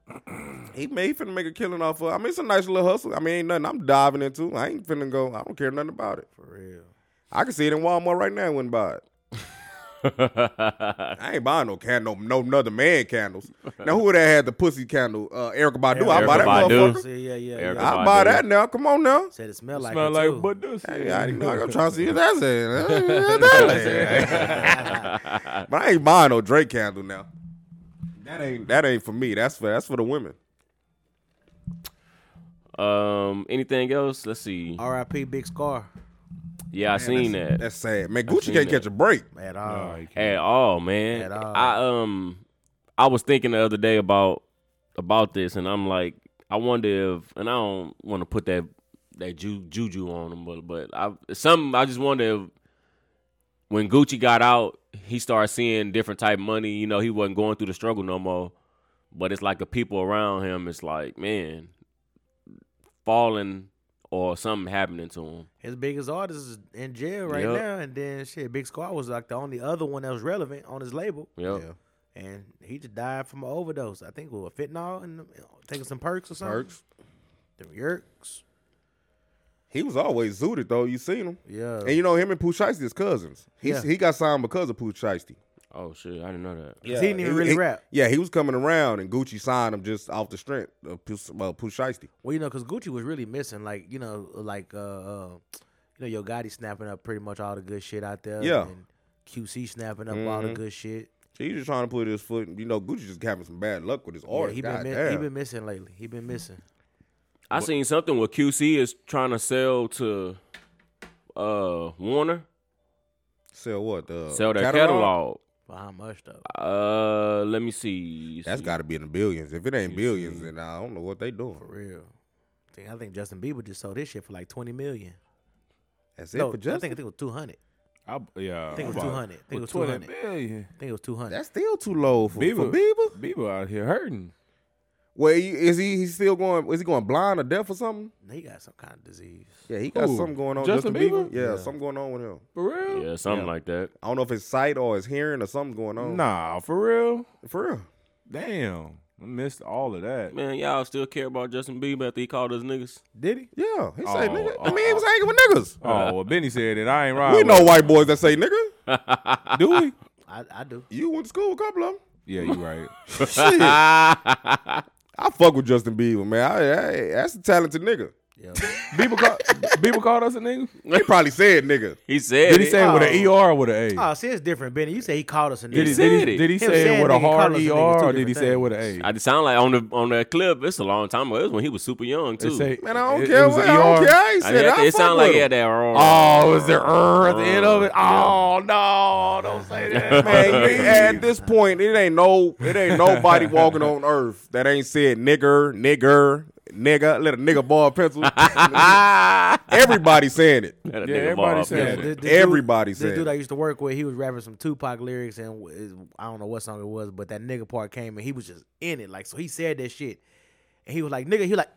Speaker 3: He may he finna make a killing off of. I mean, it's a nice little hustle. I mean, ain't nothing I'm diving into. I ain't finna go. I don't care nothing about it.
Speaker 4: For real.
Speaker 3: I can see it in Walmart right now. and Wouldn't buy it. I ain't buying no candle, no, no other man candles. Now who would have had the pussy candle? Uh, Erica Badu. I buy
Speaker 2: Erykah
Speaker 3: that
Speaker 2: Badu.
Speaker 3: motherfucker.
Speaker 4: See, yeah, yeah.
Speaker 2: Erica
Speaker 4: yeah.
Speaker 3: I buy that now. Come on now.
Speaker 4: Said it smell like
Speaker 5: Smell
Speaker 4: it
Speaker 5: like
Speaker 4: too.
Speaker 5: but this.
Speaker 3: Hey, I didn't know. I'm trying to see if that's it. but I ain't buying no Drake candle now. That ain't that ain't for me. That's for that's for the women.
Speaker 2: um, anything else? Let's see.
Speaker 4: R.I.P. Big Scar.
Speaker 2: Yeah, I seen that
Speaker 3: Oh, That's sad, man. Gucci
Speaker 2: seen
Speaker 3: can't
Speaker 2: that.
Speaker 3: catch a break.
Speaker 4: At uh, all.
Speaker 2: at all, man.
Speaker 4: At all.
Speaker 2: I um, I was thinking the other day about about this, and I'm like, I wonder if, and I don't want to put that that ju- juju on him, but but I some I just wonder if when Gucci got out, he started seeing different type of money. You know, he wasn't going through the struggle no more. But it's like the people around him, it's like man, falling or something happening to him.
Speaker 4: His biggest artist is in jail right
Speaker 2: Yep.
Speaker 4: now, and then shit, Big Scar was like the only other one that was relevant on his label,
Speaker 2: Yep.
Speaker 3: Yeah.
Speaker 4: and he just died from an overdose. I think with a fentanyl and taking some perks or something.
Speaker 3: Perks.
Speaker 4: Them yerks.
Speaker 3: He was always zooted though. You seen him.
Speaker 4: Yeah.
Speaker 3: And you know him and Pooh Shiesty is cousins. He's,
Speaker 4: Yeah.
Speaker 3: He got signed because of Pooh Shiesty.
Speaker 2: Oh shit, I didn't know that.
Speaker 4: He didn't even really
Speaker 3: he-
Speaker 4: rap.
Speaker 3: Yeah, he was coming around and Gucci signed him just off the strength of Pooh uh, Pooh Shiesty.
Speaker 4: Well, you know, because Gucci was really missing, like you know, like uh, uh you know, Yo Gotti snapping up pretty much all the good shit out there.
Speaker 3: Yeah. Mm-hmm.
Speaker 4: And QC snapping up all the good shit.
Speaker 3: He's just trying to put his foot. You know, Gucci just having some bad luck with his
Speaker 4: Yeah,
Speaker 3: artist.
Speaker 4: he been mi- he
Speaker 3: Oh, Goddamn.
Speaker 4: been missing lately. He been missing.
Speaker 2: I seen something where QC is trying to sell to uh Warner,
Speaker 3: sell what? The
Speaker 2: sell their catalog.
Speaker 4: For how much though?
Speaker 2: Uh, let me see.
Speaker 3: That's got to be in the billions. If it ain't billions, then I don't know what they doing.
Speaker 4: For real. I think, I think Justin Bieber just sold his shit for like twenty million.
Speaker 3: That's
Speaker 4: no,
Speaker 3: it for
Speaker 4: I
Speaker 3: just.
Speaker 4: think I think it was two hundred.
Speaker 5: I, yeah, I
Speaker 4: think it was 200. I think it was
Speaker 5: 200
Speaker 4: 200.
Speaker 5: million.
Speaker 4: I think it was two hundred.
Speaker 3: That's still too low for Bieber. For
Speaker 5: Bieber,
Speaker 3: Bieber?
Speaker 5: Bieber out here hurting.
Speaker 3: Well, he- is he? He's still going. Is he going blind or deaf or something?
Speaker 4: He got some kind of disease.
Speaker 3: Yeah, he got
Speaker 5: Who?
Speaker 3: something going on.
Speaker 5: Justin Bieber?
Speaker 3: Yeah, something going on with him.
Speaker 5: For real?
Speaker 2: yeah, something like that.
Speaker 3: I don't know if it's sight or his hearing or something going on.
Speaker 5: Nah, for real.
Speaker 3: for real.
Speaker 5: Damn, I missed all of that.
Speaker 2: Man, y'all still care about Justin Bieber after he called us niggas?
Speaker 5: Did he?
Speaker 3: Yeah, he
Speaker 5: Oh,
Speaker 3: say nigga. I
Speaker 5: oh,
Speaker 3: mean, he was hanging with niggas.
Speaker 5: Oh well, Benny said it. I ain't riding.
Speaker 3: we
Speaker 5: with
Speaker 3: know
Speaker 5: him.
Speaker 3: white boys that say nigga.
Speaker 5: Do we?
Speaker 4: I, I do.
Speaker 3: You went to school with a couple of them.
Speaker 5: Yeah, you right.
Speaker 3: Shit. I fuck with Justin Bieber, man. I, I, that's a talented nigga.
Speaker 4: Yeah.
Speaker 5: Bieber, call, Bieber called us a nigga.
Speaker 3: He probably said nigga.
Speaker 2: He said
Speaker 5: Did he
Speaker 2: it.
Speaker 5: say it with an E R or with an A?
Speaker 4: oh, see, it's different, Benny. You say he called us a
Speaker 5: Did
Speaker 2: he
Speaker 5: he,
Speaker 4: nigga.
Speaker 2: said
Speaker 5: did
Speaker 2: it.
Speaker 5: he, did he
Speaker 4: Him
Speaker 5: say
Speaker 4: saying
Speaker 5: it with a
Speaker 4: nigga,
Speaker 5: hard
Speaker 4: call us a
Speaker 5: E
Speaker 4: nigga,
Speaker 5: R
Speaker 4: two
Speaker 5: or did he
Speaker 4: different
Speaker 5: say it with an
Speaker 2: I
Speaker 5: A?
Speaker 2: just sound like on the on the clip. It's a long time ago. It was when he was super young
Speaker 5: It
Speaker 2: too.
Speaker 5: say-
Speaker 3: Man, I don't
Speaker 5: it- it
Speaker 3: care
Speaker 5: was
Speaker 3: what.
Speaker 5: a
Speaker 3: I don't
Speaker 5: ER.
Speaker 3: care. I ain't
Speaker 2: I
Speaker 3: said
Speaker 2: mean,
Speaker 3: I
Speaker 2: it
Speaker 3: fuck
Speaker 2: sounded
Speaker 3: with
Speaker 2: like he
Speaker 3: him.
Speaker 2: had that.
Speaker 5: Oh, is there er at the end of it? Oh no, don't say that.
Speaker 3: Man, you- at this point, it ain't no, it ain't nobody walking on earth that ain't said nigger, nigger, nigga. Let a nigga borrow a pencil. Everybody saying it.
Speaker 2: That
Speaker 5: Yeah,
Speaker 2: nigga
Speaker 5: everybody
Speaker 2: ball
Speaker 5: said
Speaker 2: pissing.
Speaker 5: that.
Speaker 3: Everybody
Speaker 4: dude,
Speaker 3: said
Speaker 4: This dude
Speaker 3: it.
Speaker 4: I used to work with, he was rapping some Tupac lyrics, and w- I don't know what song it was, but that nigga part came and he was just in it, like so he said that shit, and he was like nigga, he like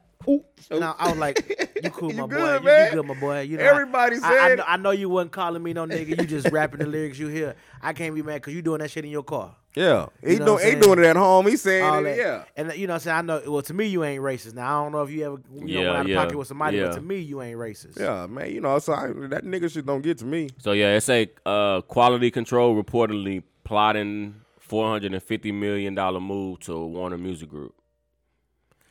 Speaker 4: No, I was like, you cool,
Speaker 3: You
Speaker 4: my boy.
Speaker 3: good,
Speaker 4: you,
Speaker 3: man?
Speaker 4: you good, my boy. You know,
Speaker 3: Everybody
Speaker 4: I, I, I,
Speaker 3: said-
Speaker 4: know, I know you wasn't calling me no nigga. You just rapping the lyrics you hear. I can't be mad because you doing that shit in your car.
Speaker 3: Yeah, he
Speaker 4: You know
Speaker 3: do,
Speaker 4: what I'm
Speaker 3: he
Speaker 4: saying?
Speaker 3: doing it at home. He's saying,
Speaker 4: All
Speaker 3: it,
Speaker 4: that.
Speaker 3: yeah,
Speaker 4: And you know what I'm saying? I know well to me you ain't racist. Now I don't know if you ever you
Speaker 2: Yeah,
Speaker 4: know, went out
Speaker 2: yeah,
Speaker 4: of pocket with somebody,
Speaker 2: yeah.
Speaker 4: but to me you ain't racist.
Speaker 3: yeah, man. You know, so I, that nigga shit don't get to me.
Speaker 2: So yeah, it's a uh, quality control reportedly plotting four hundred and fifty million dollar move to Warner Music Group.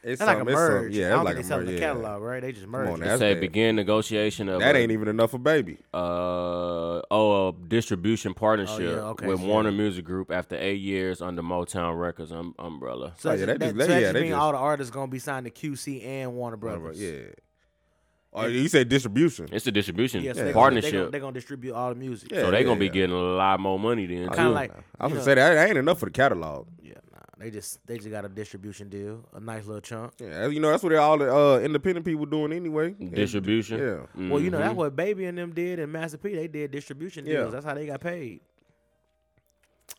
Speaker 3: It's
Speaker 4: That's like a
Speaker 3: something- it's something-
Speaker 4: merge.
Speaker 3: Yeah,
Speaker 4: I
Speaker 3: it's
Speaker 4: don't
Speaker 3: like
Speaker 4: think
Speaker 3: a
Speaker 4: they selling
Speaker 3: merge,
Speaker 4: the
Speaker 3: yeah.
Speaker 4: catalog, right? They just merged.
Speaker 3: on
Speaker 4: it.
Speaker 3: now. That's
Speaker 2: say
Speaker 3: bad.
Speaker 2: begin negotiation of
Speaker 3: That
Speaker 2: a-
Speaker 3: ain't even enough for baby.
Speaker 4: e-
Speaker 2: uh oh a distribution partnership
Speaker 4: Oh, okay,
Speaker 2: with
Speaker 4: so-
Speaker 2: Warner Music Group after eight years under Motown Records um, umbrella.
Speaker 4: So
Speaker 3: Oh,
Speaker 4: that,
Speaker 3: yeah,
Speaker 4: that,
Speaker 3: they just-
Speaker 4: so that
Speaker 3: yeah,
Speaker 4: just
Speaker 3: they
Speaker 4: mean
Speaker 3: just-
Speaker 4: all the artists gonna be signed to QC and Warner Brothers.
Speaker 3: Yeah. Oh, you said distribution.
Speaker 2: It's a distribution
Speaker 4: Yeah, so they gonna-
Speaker 2: partnership,
Speaker 4: They're gonna, they gonna distribute all the music.
Speaker 3: Yeah.
Speaker 2: so they're gonna be
Speaker 3: yeah.
Speaker 2: getting a lot more money then.
Speaker 4: Kind
Speaker 2: too.
Speaker 4: of like
Speaker 3: I was
Speaker 4: you know,
Speaker 3: gonna say that, that ain't enough for the catalog.
Speaker 4: Yeah, nah. They just they just got a distribution deal, a nice little chunk.
Speaker 3: Yeah, you know that's what they- all the uh, independent people doing anyway.
Speaker 2: distribution.
Speaker 3: Yeah.
Speaker 4: Well, you know
Speaker 2: Mm-hmm.
Speaker 4: that's what Baby and them did, and Master P they did distribution
Speaker 3: Yeah.
Speaker 4: deals. That's how they got paid.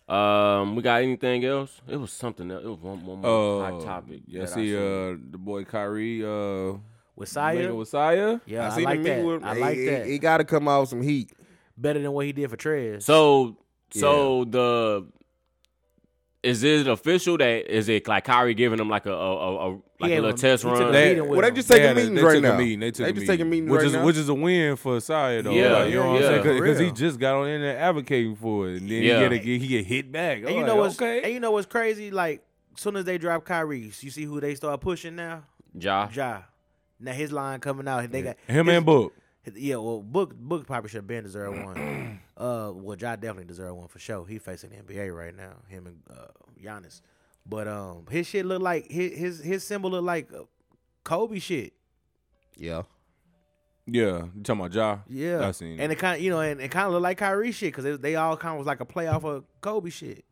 Speaker 2: Um, we got anything else? It was something else. It was one, one
Speaker 4: Oh,
Speaker 2: more hot topic.
Speaker 5: Yeah,
Speaker 2: that I
Speaker 5: see, uh,
Speaker 2: seen.
Speaker 5: the boy Kyrie, uh,
Speaker 4: With Saya,
Speaker 5: Mega Messiah.
Speaker 4: yeah, I,
Speaker 3: seen
Speaker 4: like
Speaker 3: him
Speaker 4: that.
Speaker 3: meet with-
Speaker 4: I
Speaker 3: he-
Speaker 4: like
Speaker 3: he-
Speaker 4: that.
Speaker 3: He, got to come out with some heat.
Speaker 4: Better than what he did for Trez.
Speaker 2: so so the is it official that is it like Kyrie giving him like a a, a, a like a
Speaker 4: gave
Speaker 2: little
Speaker 4: him-
Speaker 2: test
Speaker 4: he took
Speaker 2: run?
Speaker 4: a
Speaker 5: They-
Speaker 4: meeting with
Speaker 3: Well, they
Speaker 4: him.
Speaker 3: just taking
Speaker 5: Yeah, they-
Speaker 3: meetings
Speaker 5: they
Speaker 3: right
Speaker 5: took
Speaker 3: now.
Speaker 5: A meeting. They took a
Speaker 3: just
Speaker 5: meeting.
Speaker 3: taking meetings
Speaker 5: which
Speaker 3: right
Speaker 5: is
Speaker 3: now.
Speaker 5: which is a win for Saya though.
Speaker 2: Yeah,
Speaker 5: like, you know what
Speaker 2: yeah,
Speaker 5: I'm saying?
Speaker 3: for
Speaker 5: Because he
Speaker 3: real.
Speaker 5: just got on in there advocating for it, and then
Speaker 2: Yeah.
Speaker 5: he get a, he get hit back. I'm
Speaker 4: And you
Speaker 5: like,
Speaker 4: know what's
Speaker 5: okay.
Speaker 4: and you know what's crazy? Like soon as they drop Kyrie, you see who they start pushing now?
Speaker 2: Ja.
Speaker 4: Ja. Now his line coming out. They got
Speaker 5: Him
Speaker 4: his-
Speaker 5: and Book.
Speaker 4: Yeah, well, Book Book probably should have been deserved one. Uh, well, Ja definitely deserved one for sure. He facing the NBA right now, him and uh, Giannis. But um, his shit look like his his, his symbol look like uh, Kobe shit.
Speaker 3: Yeah.
Speaker 5: Yeah, you talking about Ja?
Speaker 4: Yeah,
Speaker 5: I seen.
Speaker 4: and it kind of you know, and it kind of look like Kyrie shit because they, they all kind of was like a playoff of Kobe shit.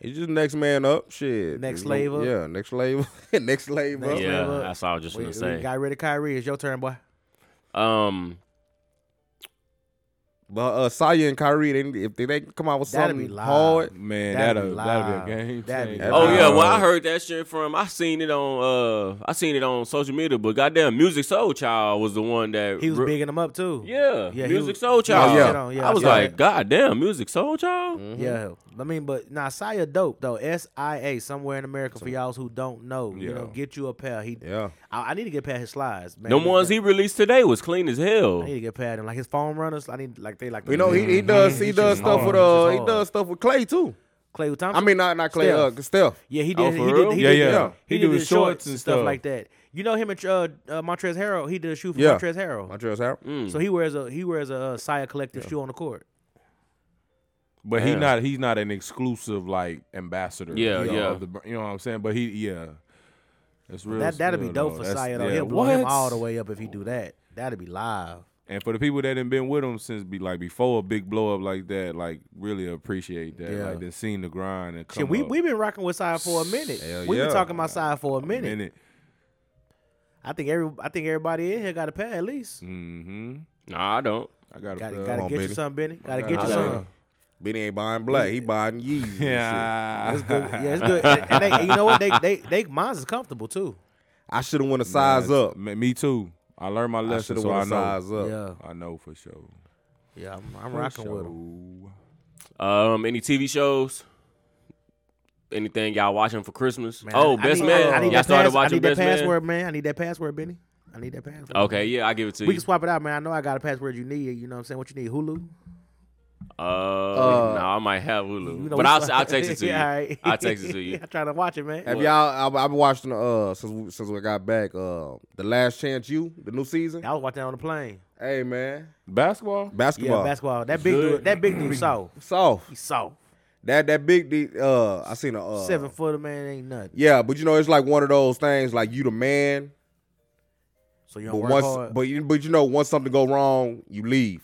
Speaker 3: It's just next man up. Shit.
Speaker 4: Next
Speaker 3: You know,
Speaker 4: slave up.
Speaker 3: Yeah. Next slave. up. next slave up.
Speaker 4: Next
Speaker 2: Yeah,
Speaker 4: level.
Speaker 2: that's all I was just
Speaker 4: We,
Speaker 2: gonna
Speaker 4: we
Speaker 2: say.
Speaker 4: got rid of Kyrie. It's your turn, boy.
Speaker 2: um,
Speaker 3: But uh, Saya and Kyrie, they, need- if they, they come out with
Speaker 4: That'd
Speaker 3: something
Speaker 4: be live.
Speaker 3: hard,
Speaker 5: man,
Speaker 4: That'd
Speaker 5: that'll
Speaker 4: be
Speaker 5: that'll
Speaker 4: live.
Speaker 5: be a game.
Speaker 4: That'd be
Speaker 5: changer.
Speaker 2: Oh
Speaker 3: Uh,
Speaker 2: yeah, well I heard that shit from I seen it on uh I seen it on social media, but goddamn Music Soul Child was the one that
Speaker 4: He was
Speaker 2: re-
Speaker 4: bigging him up too.
Speaker 2: Yeah,
Speaker 4: Yeah, he
Speaker 2: Music
Speaker 4: was-
Speaker 2: Soul
Speaker 4: he was
Speaker 2: Child.
Speaker 3: shit
Speaker 4: on, Oh, yeah,
Speaker 2: I was
Speaker 4: yeah. Mm.
Speaker 2: like, goddamn, Music Soul Child.
Speaker 4: Yeah, I mean, but nah, Saya dope though. S I A somewhere in America for y'all who don't know. You
Speaker 5: Yeah.
Speaker 4: know, get you a pair. He,
Speaker 3: Yeah.
Speaker 4: I, I need to get past his slides, man.
Speaker 2: Them ones he released today was clean as hell.
Speaker 4: I need to get past him. Like his phone runners, I need like they like. Mm-hmm.
Speaker 3: you know he, he does he
Speaker 4: It's
Speaker 3: does
Speaker 4: just
Speaker 3: stuff
Speaker 4: hard.
Speaker 3: with
Speaker 4: It's
Speaker 3: uh
Speaker 4: just
Speaker 3: he
Speaker 4: hard.
Speaker 3: does stuff with Clay too.
Speaker 4: Clay Thompson.
Speaker 3: I mean not not Clay
Speaker 4: Steph.
Speaker 3: uh Steph.
Speaker 4: yeah, he
Speaker 2: Oh,
Speaker 4: did.
Speaker 2: for
Speaker 4: he
Speaker 2: real?
Speaker 4: did. He
Speaker 5: Yeah,
Speaker 4: did,
Speaker 5: yeah.
Speaker 4: the- He,
Speaker 5: He
Speaker 4: did
Speaker 5: do
Speaker 4: his
Speaker 5: his
Speaker 4: shorts,
Speaker 5: shorts
Speaker 4: and
Speaker 5: and
Speaker 4: stuff
Speaker 5: stuff.
Speaker 4: like that. You know him and uh, uh Montrez Harrell. He did a shoe for
Speaker 3: Yeah.
Speaker 4: Montrez Harrell.
Speaker 3: Montrezl Harrell.
Speaker 4: So he wears a he wears a uh, Saya collective shoe on the court.
Speaker 5: But he
Speaker 2: Yeah.
Speaker 5: not he's not an exclusive like ambassador.
Speaker 2: Yeah,
Speaker 5: you know,
Speaker 2: yeah.
Speaker 5: of the br- you know what I'm saying? But he yeah, that's real.
Speaker 4: That that'd be
Speaker 5: still,
Speaker 4: dope
Speaker 5: though.
Speaker 4: for
Speaker 5: That's-
Speaker 4: Saya though.
Speaker 5: yeah,
Speaker 4: He'll blow him
Speaker 5: what?
Speaker 4: all the way up if he do that. That'd be live.
Speaker 5: And for the people that have been with him since be like before a big blow up like that, like really appreciate that.
Speaker 4: Yeah.
Speaker 5: Like they seen the grind and come
Speaker 4: Shit, we
Speaker 5: up
Speaker 4: we been rocking with Side for a minute.
Speaker 5: Hell
Speaker 4: we
Speaker 5: yeah.
Speaker 4: been talking about Side for a
Speaker 5: a
Speaker 4: minute.
Speaker 5: minute.
Speaker 4: I think every I think everybody in here got a pair at least.
Speaker 5: Mm-hmm.
Speaker 2: Nah, I don't.
Speaker 5: I uh, got
Speaker 4: Gotta,
Speaker 5: plug.
Speaker 4: gotta
Speaker 3: on,
Speaker 4: get
Speaker 3: Benny.
Speaker 4: you some, Benny. Gotta get
Speaker 5: I
Speaker 4: you
Speaker 5: got it.
Speaker 4: some.
Speaker 3: Benny ain't buying black, he buying Yeezy. Yeah.
Speaker 5: Yeah,
Speaker 4: It's good. Yeah, it's good. And, and they, and you know what? They they they mine's is comfortable too.
Speaker 3: I should have went a size up.
Speaker 5: Me, me too. I learned my
Speaker 3: I should
Speaker 5: lesson,
Speaker 3: have
Speaker 5: so
Speaker 3: went
Speaker 5: I
Speaker 3: a
Speaker 5: know.
Speaker 3: size up.
Speaker 4: Yeah,
Speaker 5: I know for sure.
Speaker 4: yeah. I'm, I'm rocking with them.
Speaker 2: Um, any TV shows? Anything y'all watching for Christmas?
Speaker 4: Man,
Speaker 2: oh,
Speaker 4: I- I
Speaker 2: Best
Speaker 4: need-
Speaker 2: Man.
Speaker 4: I, I need
Speaker 2: y'all
Speaker 4: that
Speaker 2: started
Speaker 4: pass- I
Speaker 2: watching
Speaker 4: need that
Speaker 2: Best Man.
Speaker 4: password, man. I need that password, Benny. I need that password.
Speaker 2: Okay, yeah, I give it to
Speaker 4: We
Speaker 2: you.
Speaker 4: can swap it out, man. I know I got a password you need. You know what I'm saying? What you need? Hulu?
Speaker 2: uh, no, I might have Hulu,
Speaker 4: You know,
Speaker 2: but
Speaker 4: we
Speaker 2: I'll,
Speaker 4: swap-
Speaker 2: I'll text it to you.
Speaker 4: Yeah, all right.
Speaker 2: I'll text it to you.
Speaker 4: I'm trying to watch it, man.
Speaker 3: Have y'all? I- I've been watching uh since we, since we got back. Uh, the last chance you, the new season.
Speaker 4: I was watching that on the plane.
Speaker 3: Hey man,
Speaker 5: Basketball?
Speaker 3: basketball.
Speaker 4: Yeah, basketball. That big
Speaker 2: good.
Speaker 4: dude. That big dude soft.
Speaker 3: Soft.
Speaker 4: He soft.
Speaker 3: That that big. D, uh, I seen a uh,
Speaker 4: Seven footer man ain't nothing.
Speaker 3: Yeah, but you know it's like one of those things. Like you the man,
Speaker 4: So you
Speaker 3: but
Speaker 4: don't work
Speaker 3: once
Speaker 4: hard.
Speaker 3: but you, but you know once something go wrong, you leave.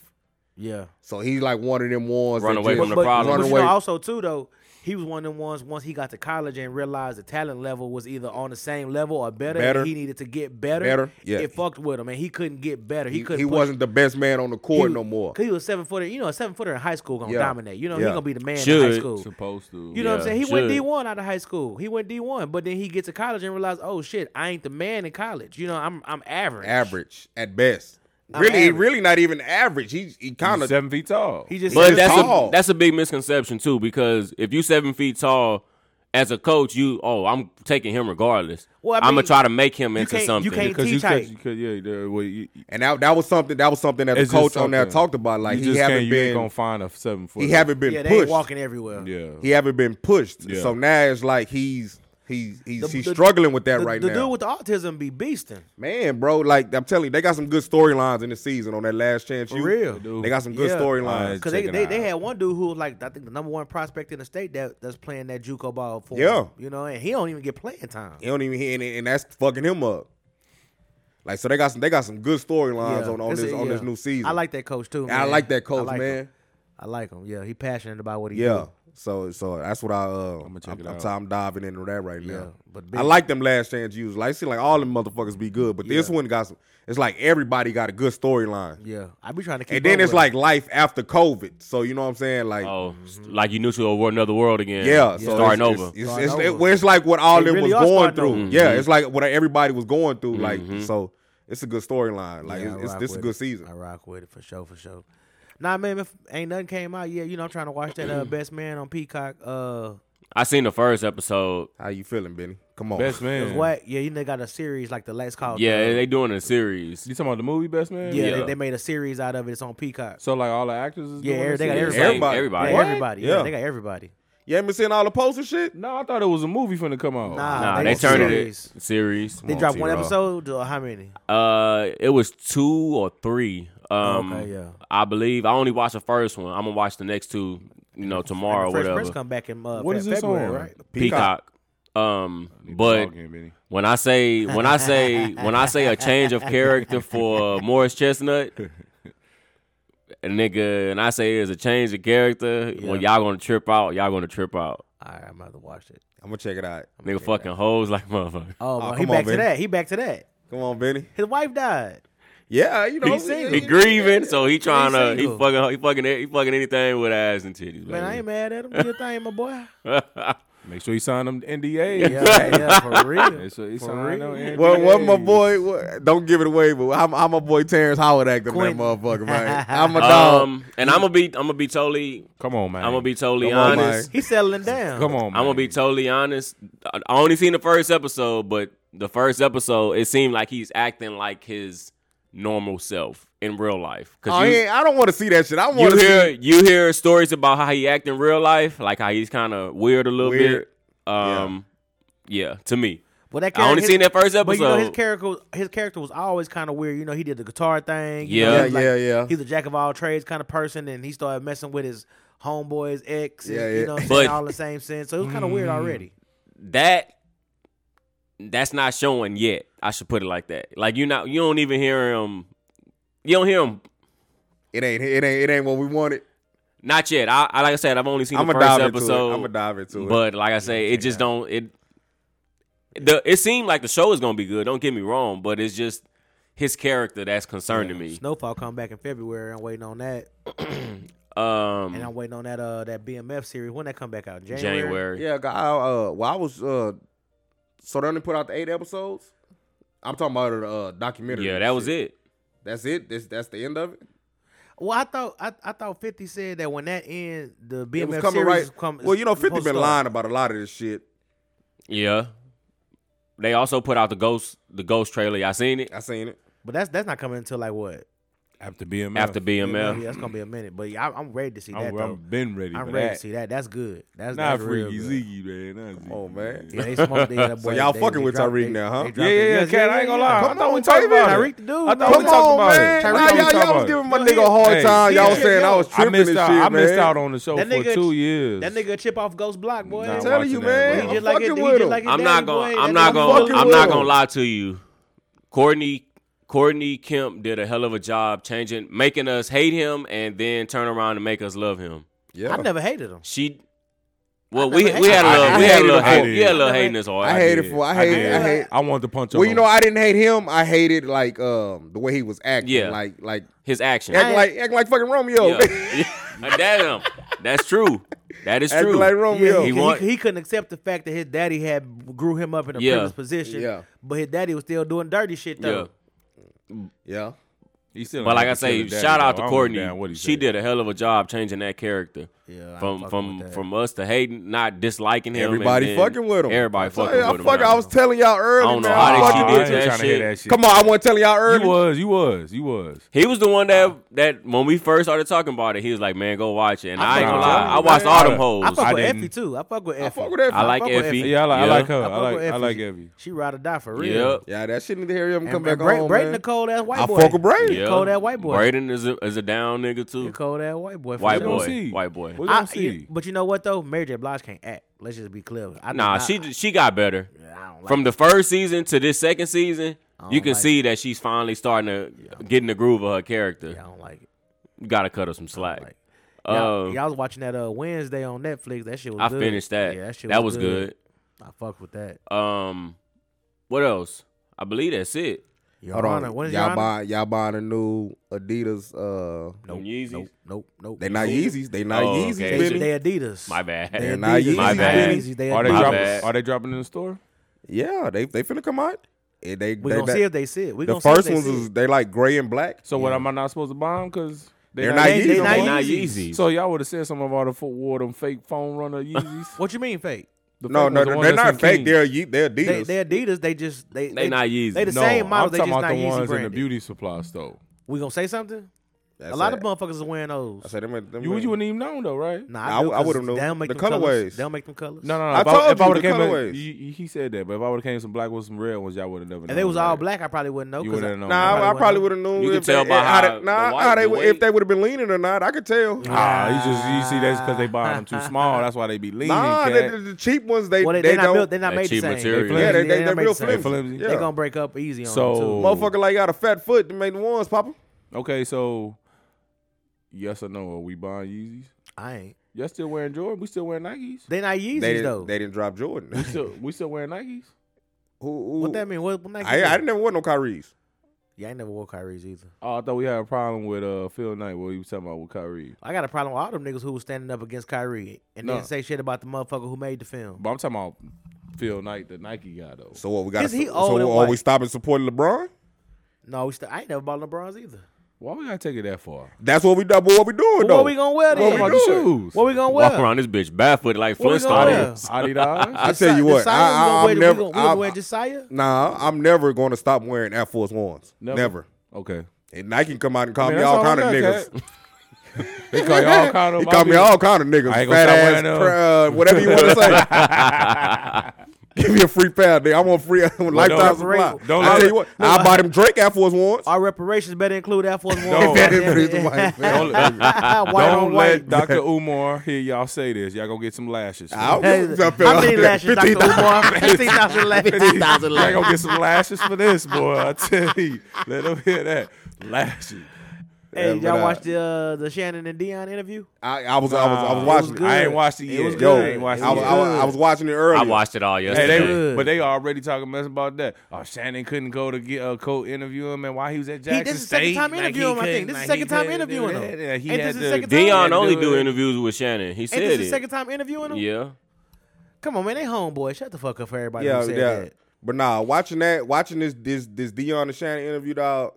Speaker 4: yeah.
Speaker 3: So he's like one of them ones.
Speaker 2: Run
Speaker 3: that
Speaker 2: away
Speaker 3: just-
Speaker 2: from the problem.
Speaker 4: But
Speaker 3: Run
Speaker 4: you know,
Speaker 3: away.
Speaker 4: also too though, he was one of them ones once he got to college and realized the talent level was either on the same level or better,
Speaker 3: Better.
Speaker 4: and he needed to get better.
Speaker 3: Better, yeah.
Speaker 4: It fucked with him and he couldn't get better. He,
Speaker 3: He,
Speaker 4: couldn't
Speaker 3: he
Speaker 4: push-
Speaker 3: wasn't the best man on the court
Speaker 4: he-
Speaker 3: no more.
Speaker 4: Cause he was seven footer. You know, a seven footer in high school gonna
Speaker 3: Yeah.
Speaker 4: dominate. You know,
Speaker 3: Yeah.
Speaker 4: he gonna be the man in
Speaker 2: Should.
Speaker 4: high school.
Speaker 5: Supposed to.
Speaker 4: You know what I'm
Speaker 2: Yeah,
Speaker 4: saying? He went
Speaker 2: should.
Speaker 4: D one out of high school. He went D one, but then he gets to college and realized, oh shit, I ain't the man in college. You know, I'm I'm average.
Speaker 3: Average at best.
Speaker 4: I'm
Speaker 3: really, he
Speaker 4: average.
Speaker 3: really not even average. He he kind
Speaker 5: He's
Speaker 3: of
Speaker 5: seven feet tall.
Speaker 4: He just
Speaker 2: But
Speaker 3: just
Speaker 2: that's
Speaker 3: tall.
Speaker 2: a, that's a big misconception too, because if you seven feet tall, as a coach, you oh I'm taking him regardless.
Speaker 4: Well, I
Speaker 2: I'm
Speaker 4: mean,
Speaker 2: gonna try to make him
Speaker 4: you
Speaker 2: into
Speaker 4: can't- you
Speaker 2: something.
Speaker 4: can't
Speaker 5: because you
Speaker 4: T-type.
Speaker 5: could, you could, yeah, there- well, you, you-
Speaker 3: and that, that was something that was something that the
Speaker 5: it's just
Speaker 3: coach on there
Speaker 5: something.
Speaker 3: talked about. Like
Speaker 5: you
Speaker 3: he
Speaker 5: just can't,
Speaker 3: haven't
Speaker 5: you
Speaker 3: been
Speaker 5: ain't gonna find a seven foot.
Speaker 3: he haven't been
Speaker 4: yeah, they ain't
Speaker 3: pushed.
Speaker 4: walking everywhere.
Speaker 5: Yeah,
Speaker 3: He haven't been pushed.
Speaker 5: Yeah.
Speaker 3: So now it's like he's he's he's,
Speaker 4: The-
Speaker 3: he's
Speaker 4: the-
Speaker 3: struggling with that
Speaker 4: the,
Speaker 3: right
Speaker 4: the
Speaker 3: now.
Speaker 4: dude with the autism be beasting.
Speaker 3: Man, bro, like I'm telling you, they got some good storylines in the season on that last chance.
Speaker 4: For
Speaker 3: You,
Speaker 4: real.
Speaker 5: They do.
Speaker 3: they got some good
Speaker 4: Yeah.
Speaker 3: storylines.
Speaker 5: Alright.
Speaker 4: Because they,
Speaker 5: Check it
Speaker 4: they, they
Speaker 5: out.
Speaker 4: had one dude who was like I think the number one prospect in the state that that's playing that JUCO ball for
Speaker 3: Yeah.
Speaker 4: him, you know, and he don't even get playing time.
Speaker 3: He don't even hear, and, and that's fucking him up. Like so, they got some they got some good storylines
Speaker 4: Yeah.
Speaker 3: on on
Speaker 4: It's a-
Speaker 3: this on
Speaker 4: yeah.
Speaker 3: this new season.
Speaker 4: I like that coach too.
Speaker 3: And I
Speaker 4: man.
Speaker 3: like that coach,
Speaker 4: I like
Speaker 3: man.
Speaker 4: him. I like him. Yeah, he passionate about what he
Speaker 3: Yeah.
Speaker 4: do.
Speaker 3: So so that's what I uh, I'm,
Speaker 5: check it
Speaker 3: I'm,
Speaker 5: out.
Speaker 3: I'm diving into that right now.
Speaker 4: but
Speaker 3: I
Speaker 4: big-
Speaker 3: like them last chance usually. I see like all them motherfuckers be good, but this one got some. It's like everybody got a good storyline,
Speaker 4: Yeah, I be trying to keep.
Speaker 3: and then
Speaker 4: up
Speaker 3: it's
Speaker 4: with
Speaker 3: like life after COVID. So you know what I'm saying? Like
Speaker 2: oh, s-
Speaker 4: Mm-hmm.
Speaker 2: like you knew to a- another world again.
Speaker 3: Yeah, so
Speaker 2: starting
Speaker 3: it's,
Speaker 2: over. Mm-hmm.
Speaker 3: It's, it's,
Speaker 4: Starting
Speaker 3: it's-
Speaker 4: over.
Speaker 3: it- well, it's like what all
Speaker 4: They
Speaker 3: them was
Speaker 4: really are
Speaker 3: going
Speaker 4: starting
Speaker 3: through.
Speaker 4: over.
Speaker 3: Yeah, it's like what everybody was going through. Like so, it's a good storyline. Like
Speaker 4: Yeah, I
Speaker 3: it's, it's,
Speaker 4: rock
Speaker 3: this is a
Speaker 4: with
Speaker 3: good
Speaker 4: it.
Speaker 3: season.
Speaker 4: I rock with it for sure, for sure. Nah, man, if ain't nothing came out yet, you know I'm trying to watch that uh, Best Man on Peacock. Uh,
Speaker 2: I seen the first episode.
Speaker 3: How you feeling, Benny? Come on,
Speaker 5: best
Speaker 4: it was
Speaker 5: man.
Speaker 4: whack. Yeah, you know they got a series like the last uh, call.
Speaker 2: Yeah, they doing a series.
Speaker 5: You talking about the movie Best Man?
Speaker 4: yeah, They,
Speaker 2: yeah.
Speaker 4: they made a series out of it. It's on Peacock.
Speaker 5: So like all the actors is
Speaker 4: Yeah,
Speaker 5: doing this
Speaker 4: they got
Speaker 5: shit?
Speaker 3: Everybody.
Speaker 4: everybody. Yeah,
Speaker 2: Everybody.
Speaker 3: What?
Speaker 4: everybody. Yeah.
Speaker 3: Yeah.
Speaker 4: they got everybody.
Speaker 3: you ain't been seeing all the posts and shit.
Speaker 5: No, I thought it was a movie finna come out.
Speaker 4: Nah.
Speaker 2: Nah,
Speaker 4: They
Speaker 2: they
Speaker 4: got
Speaker 2: turned
Speaker 4: series.
Speaker 2: it series.
Speaker 4: They dropped one
Speaker 3: T-Raw.
Speaker 4: episode. Or how many?
Speaker 2: Uh, it was two or three. Um,
Speaker 4: Okay, yeah.
Speaker 2: I believe I only watched the first one. I'm gonna watch the next two. You know, tomorrow,
Speaker 4: Fresh
Speaker 2: or
Speaker 4: Prince
Speaker 2: whatever.
Speaker 4: come back in uh,
Speaker 5: What
Speaker 4: Fe-
Speaker 5: is this
Speaker 4: February,
Speaker 5: on?
Speaker 4: right?
Speaker 2: Peacock. Um, but
Speaker 5: Talking, Benny.
Speaker 2: When I say when I say when I say a change of character for Morris Chestnut, a nigga, and I say it's a change of character. When y'all gonna trip out, y'all gonna trip out.
Speaker 4: All right, I'm about to watch it.
Speaker 3: I'm gonna check it out.
Speaker 2: Nigga, fucking hoes like motherfucker.
Speaker 4: Oh, well, he
Speaker 3: come on,
Speaker 4: back to
Speaker 3: man.
Speaker 4: that. He back to that.
Speaker 3: Come on, Benny.
Speaker 4: His wife died.
Speaker 3: Yeah, you know
Speaker 2: He, he grieving, so he trying to he
Speaker 4: single.
Speaker 2: fucking he fucking he fucking anything with ass and titties.
Speaker 4: Man, I ain't mad at him. Do your thing, my boy.
Speaker 5: Make sure you sign them NDA.
Speaker 4: Yeah, yeah, for real.
Speaker 5: Make sure you sign them NDA.
Speaker 3: What, what my boy? What, don't give it away, but I'm, I'm my boy Terrence Howard acting that
Speaker 4: Quentin.
Speaker 3: motherfucker, man. I'm a dog.
Speaker 2: Um, and I'm gonna be I'm gonna be totally
Speaker 5: Come on, man.
Speaker 2: I'm gonna be totally
Speaker 3: Come on,
Speaker 2: honest.
Speaker 4: He's settling down.
Speaker 5: Come on, man.
Speaker 2: I'm gonna be totally honest. I I only seen the first episode, but the first episode, it seemed like he's acting like his normal self in real life.
Speaker 3: oh,
Speaker 2: Cause you,
Speaker 3: he ain't- I don't want to see that shit. I
Speaker 2: you
Speaker 3: want to
Speaker 2: hear
Speaker 3: see
Speaker 2: you hear stories about how he act in real life, like how he's kind of weird a little
Speaker 3: Weird.
Speaker 2: bit. Um, yeah. to me,
Speaker 4: Well, that
Speaker 2: I only
Speaker 4: character-
Speaker 2: seen that first
Speaker 4: But you know his
Speaker 2: episode.
Speaker 4: character, his character was always kind of weird. You know, he did the guitar thing. you
Speaker 2: Yeah.
Speaker 4: know,
Speaker 2: Yeah,
Speaker 4: he was like-
Speaker 3: yeah, yeah.
Speaker 4: He's a jack of all trades kind of person, and he started messing with his homeboy's ex. And,
Speaker 3: Yeah, yeah. Mm-hmm.
Speaker 4: You know, what I'm
Speaker 2: But-
Speaker 4: saying, all the same sense. So it was kind of weird already.
Speaker 2: that that's not showing yet. I should put it like that. Like you not you don't even hear him. You don't hear him.
Speaker 3: it ain't it ain't it ain't what we wanted.
Speaker 2: Not yet. I, I like I said, I've only seen
Speaker 3: I'm
Speaker 2: the
Speaker 3: a
Speaker 2: first
Speaker 3: dive into
Speaker 2: episode.
Speaker 3: it. I'm a dive into it.
Speaker 2: But like I say, it just don't it. The it seemed like the show is gonna be good. Don't get me wrong, but it's just his character that's concerning
Speaker 4: Snowfall come back in February. I'm waiting on that,
Speaker 2: me.
Speaker 4: and
Speaker 5: Mm-hmm.
Speaker 2: Um,
Speaker 4: I'm waiting on that uh that BMF series. When that come back out? January.
Speaker 2: January.
Speaker 3: Yeah, I, uh, well, I was. Uh, so they only put out the eight episodes. I'm talking about the uh, documentary.
Speaker 2: Yeah,
Speaker 3: and
Speaker 2: that was
Speaker 3: shit.
Speaker 2: it.
Speaker 3: That's it. That's that's the end of it.
Speaker 4: Well, I thought I, I thought Fifty said that when that ends, the BMF
Speaker 3: it was
Speaker 4: series
Speaker 3: coming right.
Speaker 4: is come,
Speaker 3: well, you know,
Speaker 4: is
Speaker 3: Fifty
Speaker 4: supposed to
Speaker 3: been
Speaker 4: start.
Speaker 3: lying about a lot of this shit.
Speaker 2: Yeah. They also put out the ghost the ghost trailer. I seen it
Speaker 3: I seen it.
Speaker 4: but that's that's not coming until like what?
Speaker 5: after BMF.
Speaker 2: after
Speaker 4: Yeah,
Speaker 2: BMF.
Speaker 4: that's gonna be a minute. But yeah, I, I'm ready to see that.
Speaker 5: I'm,
Speaker 4: though.
Speaker 5: I'm been ready.
Speaker 4: I'm
Speaker 5: for
Speaker 4: ready
Speaker 5: that.
Speaker 4: to see that. That's good. That's
Speaker 5: Not
Speaker 4: that's real
Speaker 5: freaky
Speaker 4: good.
Speaker 5: Ziggy, man. Not Ziggy.
Speaker 3: Oh, man.
Speaker 4: Yeah, they smoked the other boy.
Speaker 3: y'all
Speaker 4: They-
Speaker 3: fucking
Speaker 4: they
Speaker 3: with
Speaker 4: dropped-
Speaker 3: Tyreek
Speaker 4: they-
Speaker 3: now, huh?
Speaker 4: they dropped
Speaker 5: Yeah,
Speaker 4: it.
Speaker 5: yeah, yeah,
Speaker 4: Yes,
Speaker 5: cat. I ain't gonna lie.
Speaker 4: yeah.
Speaker 5: I
Speaker 3: Come
Speaker 5: thought we
Speaker 3: on,
Speaker 5: talked
Speaker 3: baby.
Speaker 5: about it.
Speaker 4: Tyreek the dude.
Speaker 5: I thought
Speaker 4: Come
Speaker 5: we talked
Speaker 3: on,
Speaker 5: about
Speaker 3: man.
Speaker 5: it.
Speaker 3: Nah,
Speaker 5: I thought we
Speaker 3: y'all-
Speaker 5: talked
Speaker 3: y'all was
Speaker 5: about it.
Speaker 3: giving my nigga a hard
Speaker 5: Hey,
Speaker 3: time.
Speaker 5: yeah,
Speaker 3: Y'all
Speaker 5: yeah,
Speaker 3: saying I
Speaker 5: yeah.
Speaker 3: was tripping
Speaker 5: I missed
Speaker 3: and
Speaker 5: out.
Speaker 3: shit,
Speaker 5: I missed
Speaker 3: man.
Speaker 5: out on the show
Speaker 4: That
Speaker 5: for
Speaker 4: nigga-
Speaker 5: two years.
Speaker 4: That nigga chip off Ghost Block, boy.
Speaker 5: Nah,
Speaker 3: I'm
Speaker 5: I'm
Speaker 3: telling
Speaker 5: watching
Speaker 3: you,
Speaker 5: that,
Speaker 3: man.
Speaker 5: bro.
Speaker 4: He
Speaker 3: I'm
Speaker 4: just like it-
Speaker 3: fucking
Speaker 4: he
Speaker 3: with
Speaker 4: just
Speaker 3: him.
Speaker 4: like it-
Speaker 2: I'm not
Speaker 4: Daddy
Speaker 2: gonna
Speaker 4: boy,
Speaker 2: I'm not
Speaker 4: that's what I'm
Speaker 2: gonna
Speaker 3: fucking
Speaker 2: I'm not
Speaker 3: with.
Speaker 2: gonna lie to you. Courtney Courtney Kemp did a hell of a job changing making us hate him and then turn around and make us love him.
Speaker 3: Yeah.
Speaker 4: I never hated him.
Speaker 2: She Well, we we had a little, we
Speaker 3: I
Speaker 2: had a
Speaker 3: hated
Speaker 2: little,
Speaker 5: it.
Speaker 2: hate, we had a little hate in this heart.
Speaker 3: I hated for I hated I,
Speaker 5: did.
Speaker 3: hate
Speaker 5: I wanted to punch.
Speaker 3: Well, you know, I didn't hate him. I hated like um the way he was acting.
Speaker 2: Yeah.
Speaker 3: Like like
Speaker 2: his action.
Speaker 3: acting like acting like fucking Romeo.
Speaker 2: Yeah. Yeah. Damn, that's true. That is
Speaker 3: acting
Speaker 2: true.
Speaker 3: like
Speaker 4: Yeah,
Speaker 3: Romeo.
Speaker 4: he,
Speaker 2: He
Speaker 4: he,
Speaker 2: want-
Speaker 4: he couldn't accept the fact that his daddy had grew him up in a
Speaker 2: Yeah.
Speaker 4: privileged position.
Speaker 3: Yeah.
Speaker 4: But his daddy was still doing dirty shit
Speaker 2: yeah.
Speaker 4: though.
Speaker 3: yeah.
Speaker 2: But like I say, shout out to Courtney. She did a hell of a job changing that character.
Speaker 4: Yeah, I
Speaker 2: from
Speaker 4: ain't fucking
Speaker 2: from
Speaker 4: with that.
Speaker 2: from us to hating, not disliking him. and
Speaker 3: Everybody
Speaker 2: then
Speaker 3: fucking with him.
Speaker 2: Everybody
Speaker 3: I tell
Speaker 2: fucking
Speaker 3: you, I
Speaker 2: with him.
Speaker 3: fucking- I was telling y'all
Speaker 2: I
Speaker 3: early.
Speaker 2: don't know
Speaker 3: man.
Speaker 2: how
Speaker 3: I
Speaker 2: that
Speaker 3: fucking-
Speaker 2: she did
Speaker 5: I ain't
Speaker 2: that
Speaker 5: tryna hear
Speaker 2: shit.
Speaker 5: that shit.
Speaker 3: Come on, I wasn't telling y'all early.
Speaker 5: You was, you was, you was.
Speaker 2: He was the one that that when we first started talking about it, he was like, "Man, go watch it." And I,
Speaker 4: fuck
Speaker 2: ain't gonna
Speaker 4: with
Speaker 2: lie,
Speaker 4: Johnny,
Speaker 2: I watched
Speaker 5: man.
Speaker 2: all them
Speaker 5: I-
Speaker 4: I
Speaker 2: hoes.
Speaker 4: fuck
Speaker 5: I
Speaker 4: with
Speaker 5: didn't-
Speaker 4: Effie too. I fuck with Effie.
Speaker 3: I fuck with Effie.
Speaker 2: I like
Speaker 4: fuck with
Speaker 2: Effie.
Speaker 4: Effie.
Speaker 5: Yeah, I like, I
Speaker 2: Yeah.
Speaker 5: like her.
Speaker 4: I
Speaker 5: I
Speaker 4: fuck
Speaker 5: like,
Speaker 4: with
Speaker 5: I
Speaker 4: Effie.
Speaker 5: like Evie.
Speaker 4: She ride or die for real.
Speaker 2: Yep.
Speaker 3: Yeah, that shit need to hear him
Speaker 4: And,
Speaker 3: come back
Speaker 4: and Bray,
Speaker 3: home.
Speaker 4: Bray
Speaker 3: man.
Speaker 4: the cold ass white
Speaker 3: I
Speaker 4: boy.
Speaker 3: fuck with Bray.
Speaker 4: He cold ass white boy.
Speaker 2: Braden is a, is a down nigga too.
Speaker 4: He cold ass white boy. for
Speaker 2: White
Speaker 4: sure.
Speaker 5: don't
Speaker 2: boy.
Speaker 5: see.
Speaker 2: White boy.
Speaker 5: What you
Speaker 4: I,
Speaker 5: don't see?
Speaker 4: but you know what though? Mary J. Blige can't act. Let's just be clear. I do
Speaker 2: Nah,
Speaker 4: not-
Speaker 2: she she got better
Speaker 4: I don't like
Speaker 2: from the first season to this second season.
Speaker 4: don't
Speaker 2: You can
Speaker 4: like
Speaker 2: see that she's finally starting to get in the groove of her character.
Speaker 4: I don't like it.
Speaker 2: You gotta cut her some slack.
Speaker 4: like
Speaker 2: Uh,
Speaker 4: Y'all, y'all was watching that uh, Wednesday on Netflix. That shit was.
Speaker 2: I
Speaker 4: good.
Speaker 2: finished that.
Speaker 4: Yeah,
Speaker 2: that,
Speaker 4: that shit
Speaker 2: was good.
Speaker 4: I fuck with that.
Speaker 2: Um, what else? I believe that's it.
Speaker 4: Your
Speaker 3: Hold
Speaker 4: Honor,
Speaker 3: on.
Speaker 4: when is
Speaker 3: y'all
Speaker 4: Your Honor?
Speaker 3: buying y'all buying a new Adidas uh
Speaker 2: Them Yeezys?
Speaker 4: Nope, nope, nope.
Speaker 3: they not Yeezys. They not
Speaker 2: Oh,
Speaker 3: Yeezys,
Speaker 2: okay.
Speaker 4: They,
Speaker 3: Benny.
Speaker 4: they Adidas.
Speaker 2: My bad.
Speaker 4: They
Speaker 3: They're not
Speaker 4: Adidas.
Speaker 3: My
Speaker 4: They
Speaker 2: bad.
Speaker 4: Yeezys. They
Speaker 5: Are they
Speaker 2: My
Speaker 4: Adidas.
Speaker 5: dropping?
Speaker 2: bad.
Speaker 5: Are they dropping in the store?
Speaker 3: Yeah, they they finna come out. And they,
Speaker 4: We
Speaker 3: they,
Speaker 4: gonna
Speaker 3: they-
Speaker 4: see if they see it. We
Speaker 3: the
Speaker 4: gonna see if
Speaker 3: first
Speaker 4: they
Speaker 3: ones
Speaker 4: see
Speaker 3: is
Speaker 4: it.
Speaker 3: they like gray and black.
Speaker 5: So what am I not supposed to buy them? Cause
Speaker 3: They're not
Speaker 4: They- they
Speaker 3: Yeezys.
Speaker 4: not
Speaker 3: no
Speaker 2: They
Speaker 3: more.
Speaker 2: not
Speaker 4: Yeezys.
Speaker 2: Yeezys.
Speaker 5: So y'all would have said something about the fo- wore them fake phone runner Yeezys.
Speaker 4: What you mean fake?
Speaker 5: The
Speaker 3: No,
Speaker 5: fake
Speaker 3: no,
Speaker 5: ones, the
Speaker 3: no,
Speaker 5: ones
Speaker 3: they're
Speaker 5: that's
Speaker 3: not
Speaker 5: in
Speaker 3: fake.
Speaker 5: Kings.
Speaker 3: They're Ye- they're
Speaker 4: They,
Speaker 3: Adidas.
Speaker 4: they Adidas. They just they
Speaker 2: They not Yeezys.
Speaker 4: They the
Speaker 5: No,
Speaker 4: same model.
Speaker 5: I'm
Speaker 4: They
Speaker 5: talking
Speaker 4: just
Speaker 5: about
Speaker 4: not
Speaker 5: the
Speaker 4: Yeezy
Speaker 5: ones in the
Speaker 4: branded.
Speaker 5: beauty supply store.
Speaker 4: We gonna say something?
Speaker 3: That's
Speaker 4: a lot
Speaker 3: it.
Speaker 4: of motherfuckers are wearing those.
Speaker 3: I said them. them
Speaker 5: You you wouldn't even know though, right?
Speaker 4: Nah,
Speaker 3: Nah, I
Speaker 4: know
Speaker 3: w- I
Speaker 4: 'cause
Speaker 3: would've known.
Speaker 4: They don't make
Speaker 3: The
Speaker 4: them colors.
Speaker 3: colorways.
Speaker 4: They don't make them colors.
Speaker 5: No, no, no.
Speaker 3: I
Speaker 5: if I,
Speaker 3: told
Speaker 5: if I
Speaker 3: you
Speaker 5: would've
Speaker 3: the
Speaker 5: came back-
Speaker 3: colorways.
Speaker 5: you- you- he said that, but if I would have came with some black ones, some red ones, y'all would have never. known,
Speaker 4: If they was
Speaker 5: right?
Speaker 4: all black, I probably wouldn't know.
Speaker 5: You
Speaker 4: 'cause
Speaker 5: wouldn't know.
Speaker 3: Nah, I, I
Speaker 4: Probably
Speaker 3: probably would
Speaker 4: wouldn't
Speaker 3: have known.
Speaker 2: You can
Speaker 3: if
Speaker 2: tell
Speaker 3: they,
Speaker 2: by
Speaker 3: how
Speaker 2: how
Speaker 3: they,
Speaker 2: the
Speaker 3: nah,
Speaker 2: white-
Speaker 3: how they
Speaker 2: the
Speaker 3: would- if
Speaker 2: weight.
Speaker 3: they would have been leaning or not. I could tell.
Speaker 5: Ah, you just you see that's because they buy them too small. That's why they be leaning.
Speaker 3: Nah,
Speaker 5: cat.
Speaker 3: the, the- the cheap ones they
Speaker 4: Well, they,
Speaker 3: they
Speaker 4: they not built.
Speaker 3: don't.
Speaker 4: They not
Speaker 2: That
Speaker 4: made the
Speaker 2: cheap
Speaker 4: same.
Speaker 2: material.
Speaker 3: Yeah, they-
Speaker 4: flimsy.
Speaker 3: they- they
Speaker 4: not made
Speaker 3: real
Speaker 4: the same.
Speaker 5: They flimsy.
Speaker 3: Yeah.
Speaker 4: They gonna break up easy on
Speaker 5: So-
Speaker 4: them too.
Speaker 3: Motherfucker like got a fat foot to make the ones pop 'em.
Speaker 5: Okay, so yes or no? Are we buying Yeezys?
Speaker 4: I ain't.
Speaker 5: Y'all still wearing Jordan? We still wearing Nikes?
Speaker 4: They not Yeezys
Speaker 3: They
Speaker 4: though.
Speaker 3: didn't, they didn't drop Jordan.
Speaker 5: We still we still wearing Nikes?
Speaker 3: Who- who-
Speaker 4: what that mean? What, what Nike?
Speaker 3: I,
Speaker 4: is?
Speaker 3: I never wore no Kyrie's.
Speaker 4: yeah, I ain't never wore Kyrie's either.
Speaker 5: Oh, I thought we had a problem with uh Phil Knight. What he was talking about with Kyrie?
Speaker 4: I got a problem with all them niggas who was standing up against Kyrie and
Speaker 5: No.
Speaker 4: didn't say shit about the motherfucker who made the film.
Speaker 5: But I'm talking about Phil Knight, the Nike guy though.
Speaker 3: So what we got?
Speaker 4: Is he
Speaker 3: So
Speaker 4: old and
Speaker 3: are we
Speaker 4: white?
Speaker 3: stopping supporting LeBron?
Speaker 4: No, we still, I ain't never bought LeBron's either.
Speaker 5: Why we gotta take it that far?
Speaker 3: That's what we do. What we doing
Speaker 4: But
Speaker 3: though?
Speaker 4: what we gonna wear
Speaker 5: What
Speaker 4: then?
Speaker 5: about the shoes?
Speaker 4: What we gonna
Speaker 2: Walk
Speaker 4: wear?
Speaker 2: around this bitch barefoot like
Speaker 4: What we gonna wear?
Speaker 2: Flintstones.
Speaker 5: Adidas.
Speaker 3: I tell you
Speaker 4: Josiah-
Speaker 3: what,
Speaker 4: Josiah,
Speaker 3: I,
Speaker 4: we gonna
Speaker 3: I,
Speaker 4: wear-
Speaker 3: am
Speaker 4: we
Speaker 3: never.
Speaker 4: gonna- we gonna
Speaker 3: I'm-
Speaker 4: wear Josiah.
Speaker 3: nah, I'm never going to stop wearing Air Force Ones.
Speaker 5: Never.
Speaker 3: Never.
Speaker 5: Okay.
Speaker 3: And Nike can come out and call
Speaker 5: I mean,
Speaker 3: me
Speaker 5: that's
Speaker 3: all kind of
Speaker 5: I
Speaker 3: niggas.
Speaker 5: got, cat. They call you all kind of.
Speaker 3: He called me all kind of niggas.
Speaker 5: I ain't gonna
Speaker 3: Fat
Speaker 5: stop
Speaker 3: ass,
Speaker 5: wearing them.
Speaker 3: pra- uh, whatever you want to say. Give me a free pair, nigga. I want free lifetime
Speaker 5: don't-
Speaker 3: supply.
Speaker 5: don't
Speaker 3: I
Speaker 5: let-
Speaker 3: tell you what, I buy them Drake Air Force ones.
Speaker 4: Our reparations better include Air Force One.
Speaker 5: Don't-
Speaker 3: That is the white man.
Speaker 5: Don't let,
Speaker 4: white
Speaker 5: don't
Speaker 4: on white.
Speaker 5: let Dr. Umar hear y'all say this. Y'all gonna get some lashes.
Speaker 3: I don't
Speaker 4: Hey,
Speaker 3: give a fuck.
Speaker 4: how many lashes, Dr. Umar? 15,000
Speaker 5: Y'all
Speaker 4: lashes.
Speaker 5: gonna get some lashes for this, boy. I tell you. Let them hear that. Lashes.
Speaker 4: Hey,
Speaker 3: but,
Speaker 4: y'all
Speaker 3: uh,
Speaker 4: watch the uh, the Shannon and Dion interview?
Speaker 3: I, I was, I was, I was watching it.
Speaker 4: good.
Speaker 5: I ain't watched it yet.
Speaker 4: It was
Speaker 3: Yo,
Speaker 4: good.
Speaker 5: I ain't watched it
Speaker 3: I, was,
Speaker 5: yet.
Speaker 3: I, was, I was watching it earlier.
Speaker 2: I watched it all
Speaker 5: Hey,
Speaker 2: yesterday.
Speaker 5: they,
Speaker 4: good.
Speaker 5: but they already talking mess about that. Oh, Shannon couldn't go to get a uh, co interview him, and why he was at Jackson
Speaker 4: this is the
Speaker 5: State,
Speaker 4: second time
Speaker 5: like, he
Speaker 4: interviewing him, I think.
Speaker 5: couldn't-
Speaker 4: This is
Speaker 5: like,
Speaker 4: the
Speaker 5: he
Speaker 4: second time
Speaker 5: couldn't do
Speaker 4: interviewing
Speaker 5: that.
Speaker 4: him.
Speaker 5: Yeah, he
Speaker 4: Ain't
Speaker 5: had
Speaker 4: this the
Speaker 5: to-
Speaker 4: second time?
Speaker 2: Dion only
Speaker 5: do
Speaker 2: do
Speaker 5: it.
Speaker 2: interviews with Shannon. He said
Speaker 4: Ain't this
Speaker 2: it.
Speaker 4: the second time interviewing him?
Speaker 2: Yeah.
Speaker 4: Come on, man. They homeboy. Shut the fuck up for everybody
Speaker 3: Yeah,
Speaker 4: who said
Speaker 3: yeah.
Speaker 4: that.
Speaker 3: But nah, watching that, watching this, this, this Dion and Shannon interview, dog,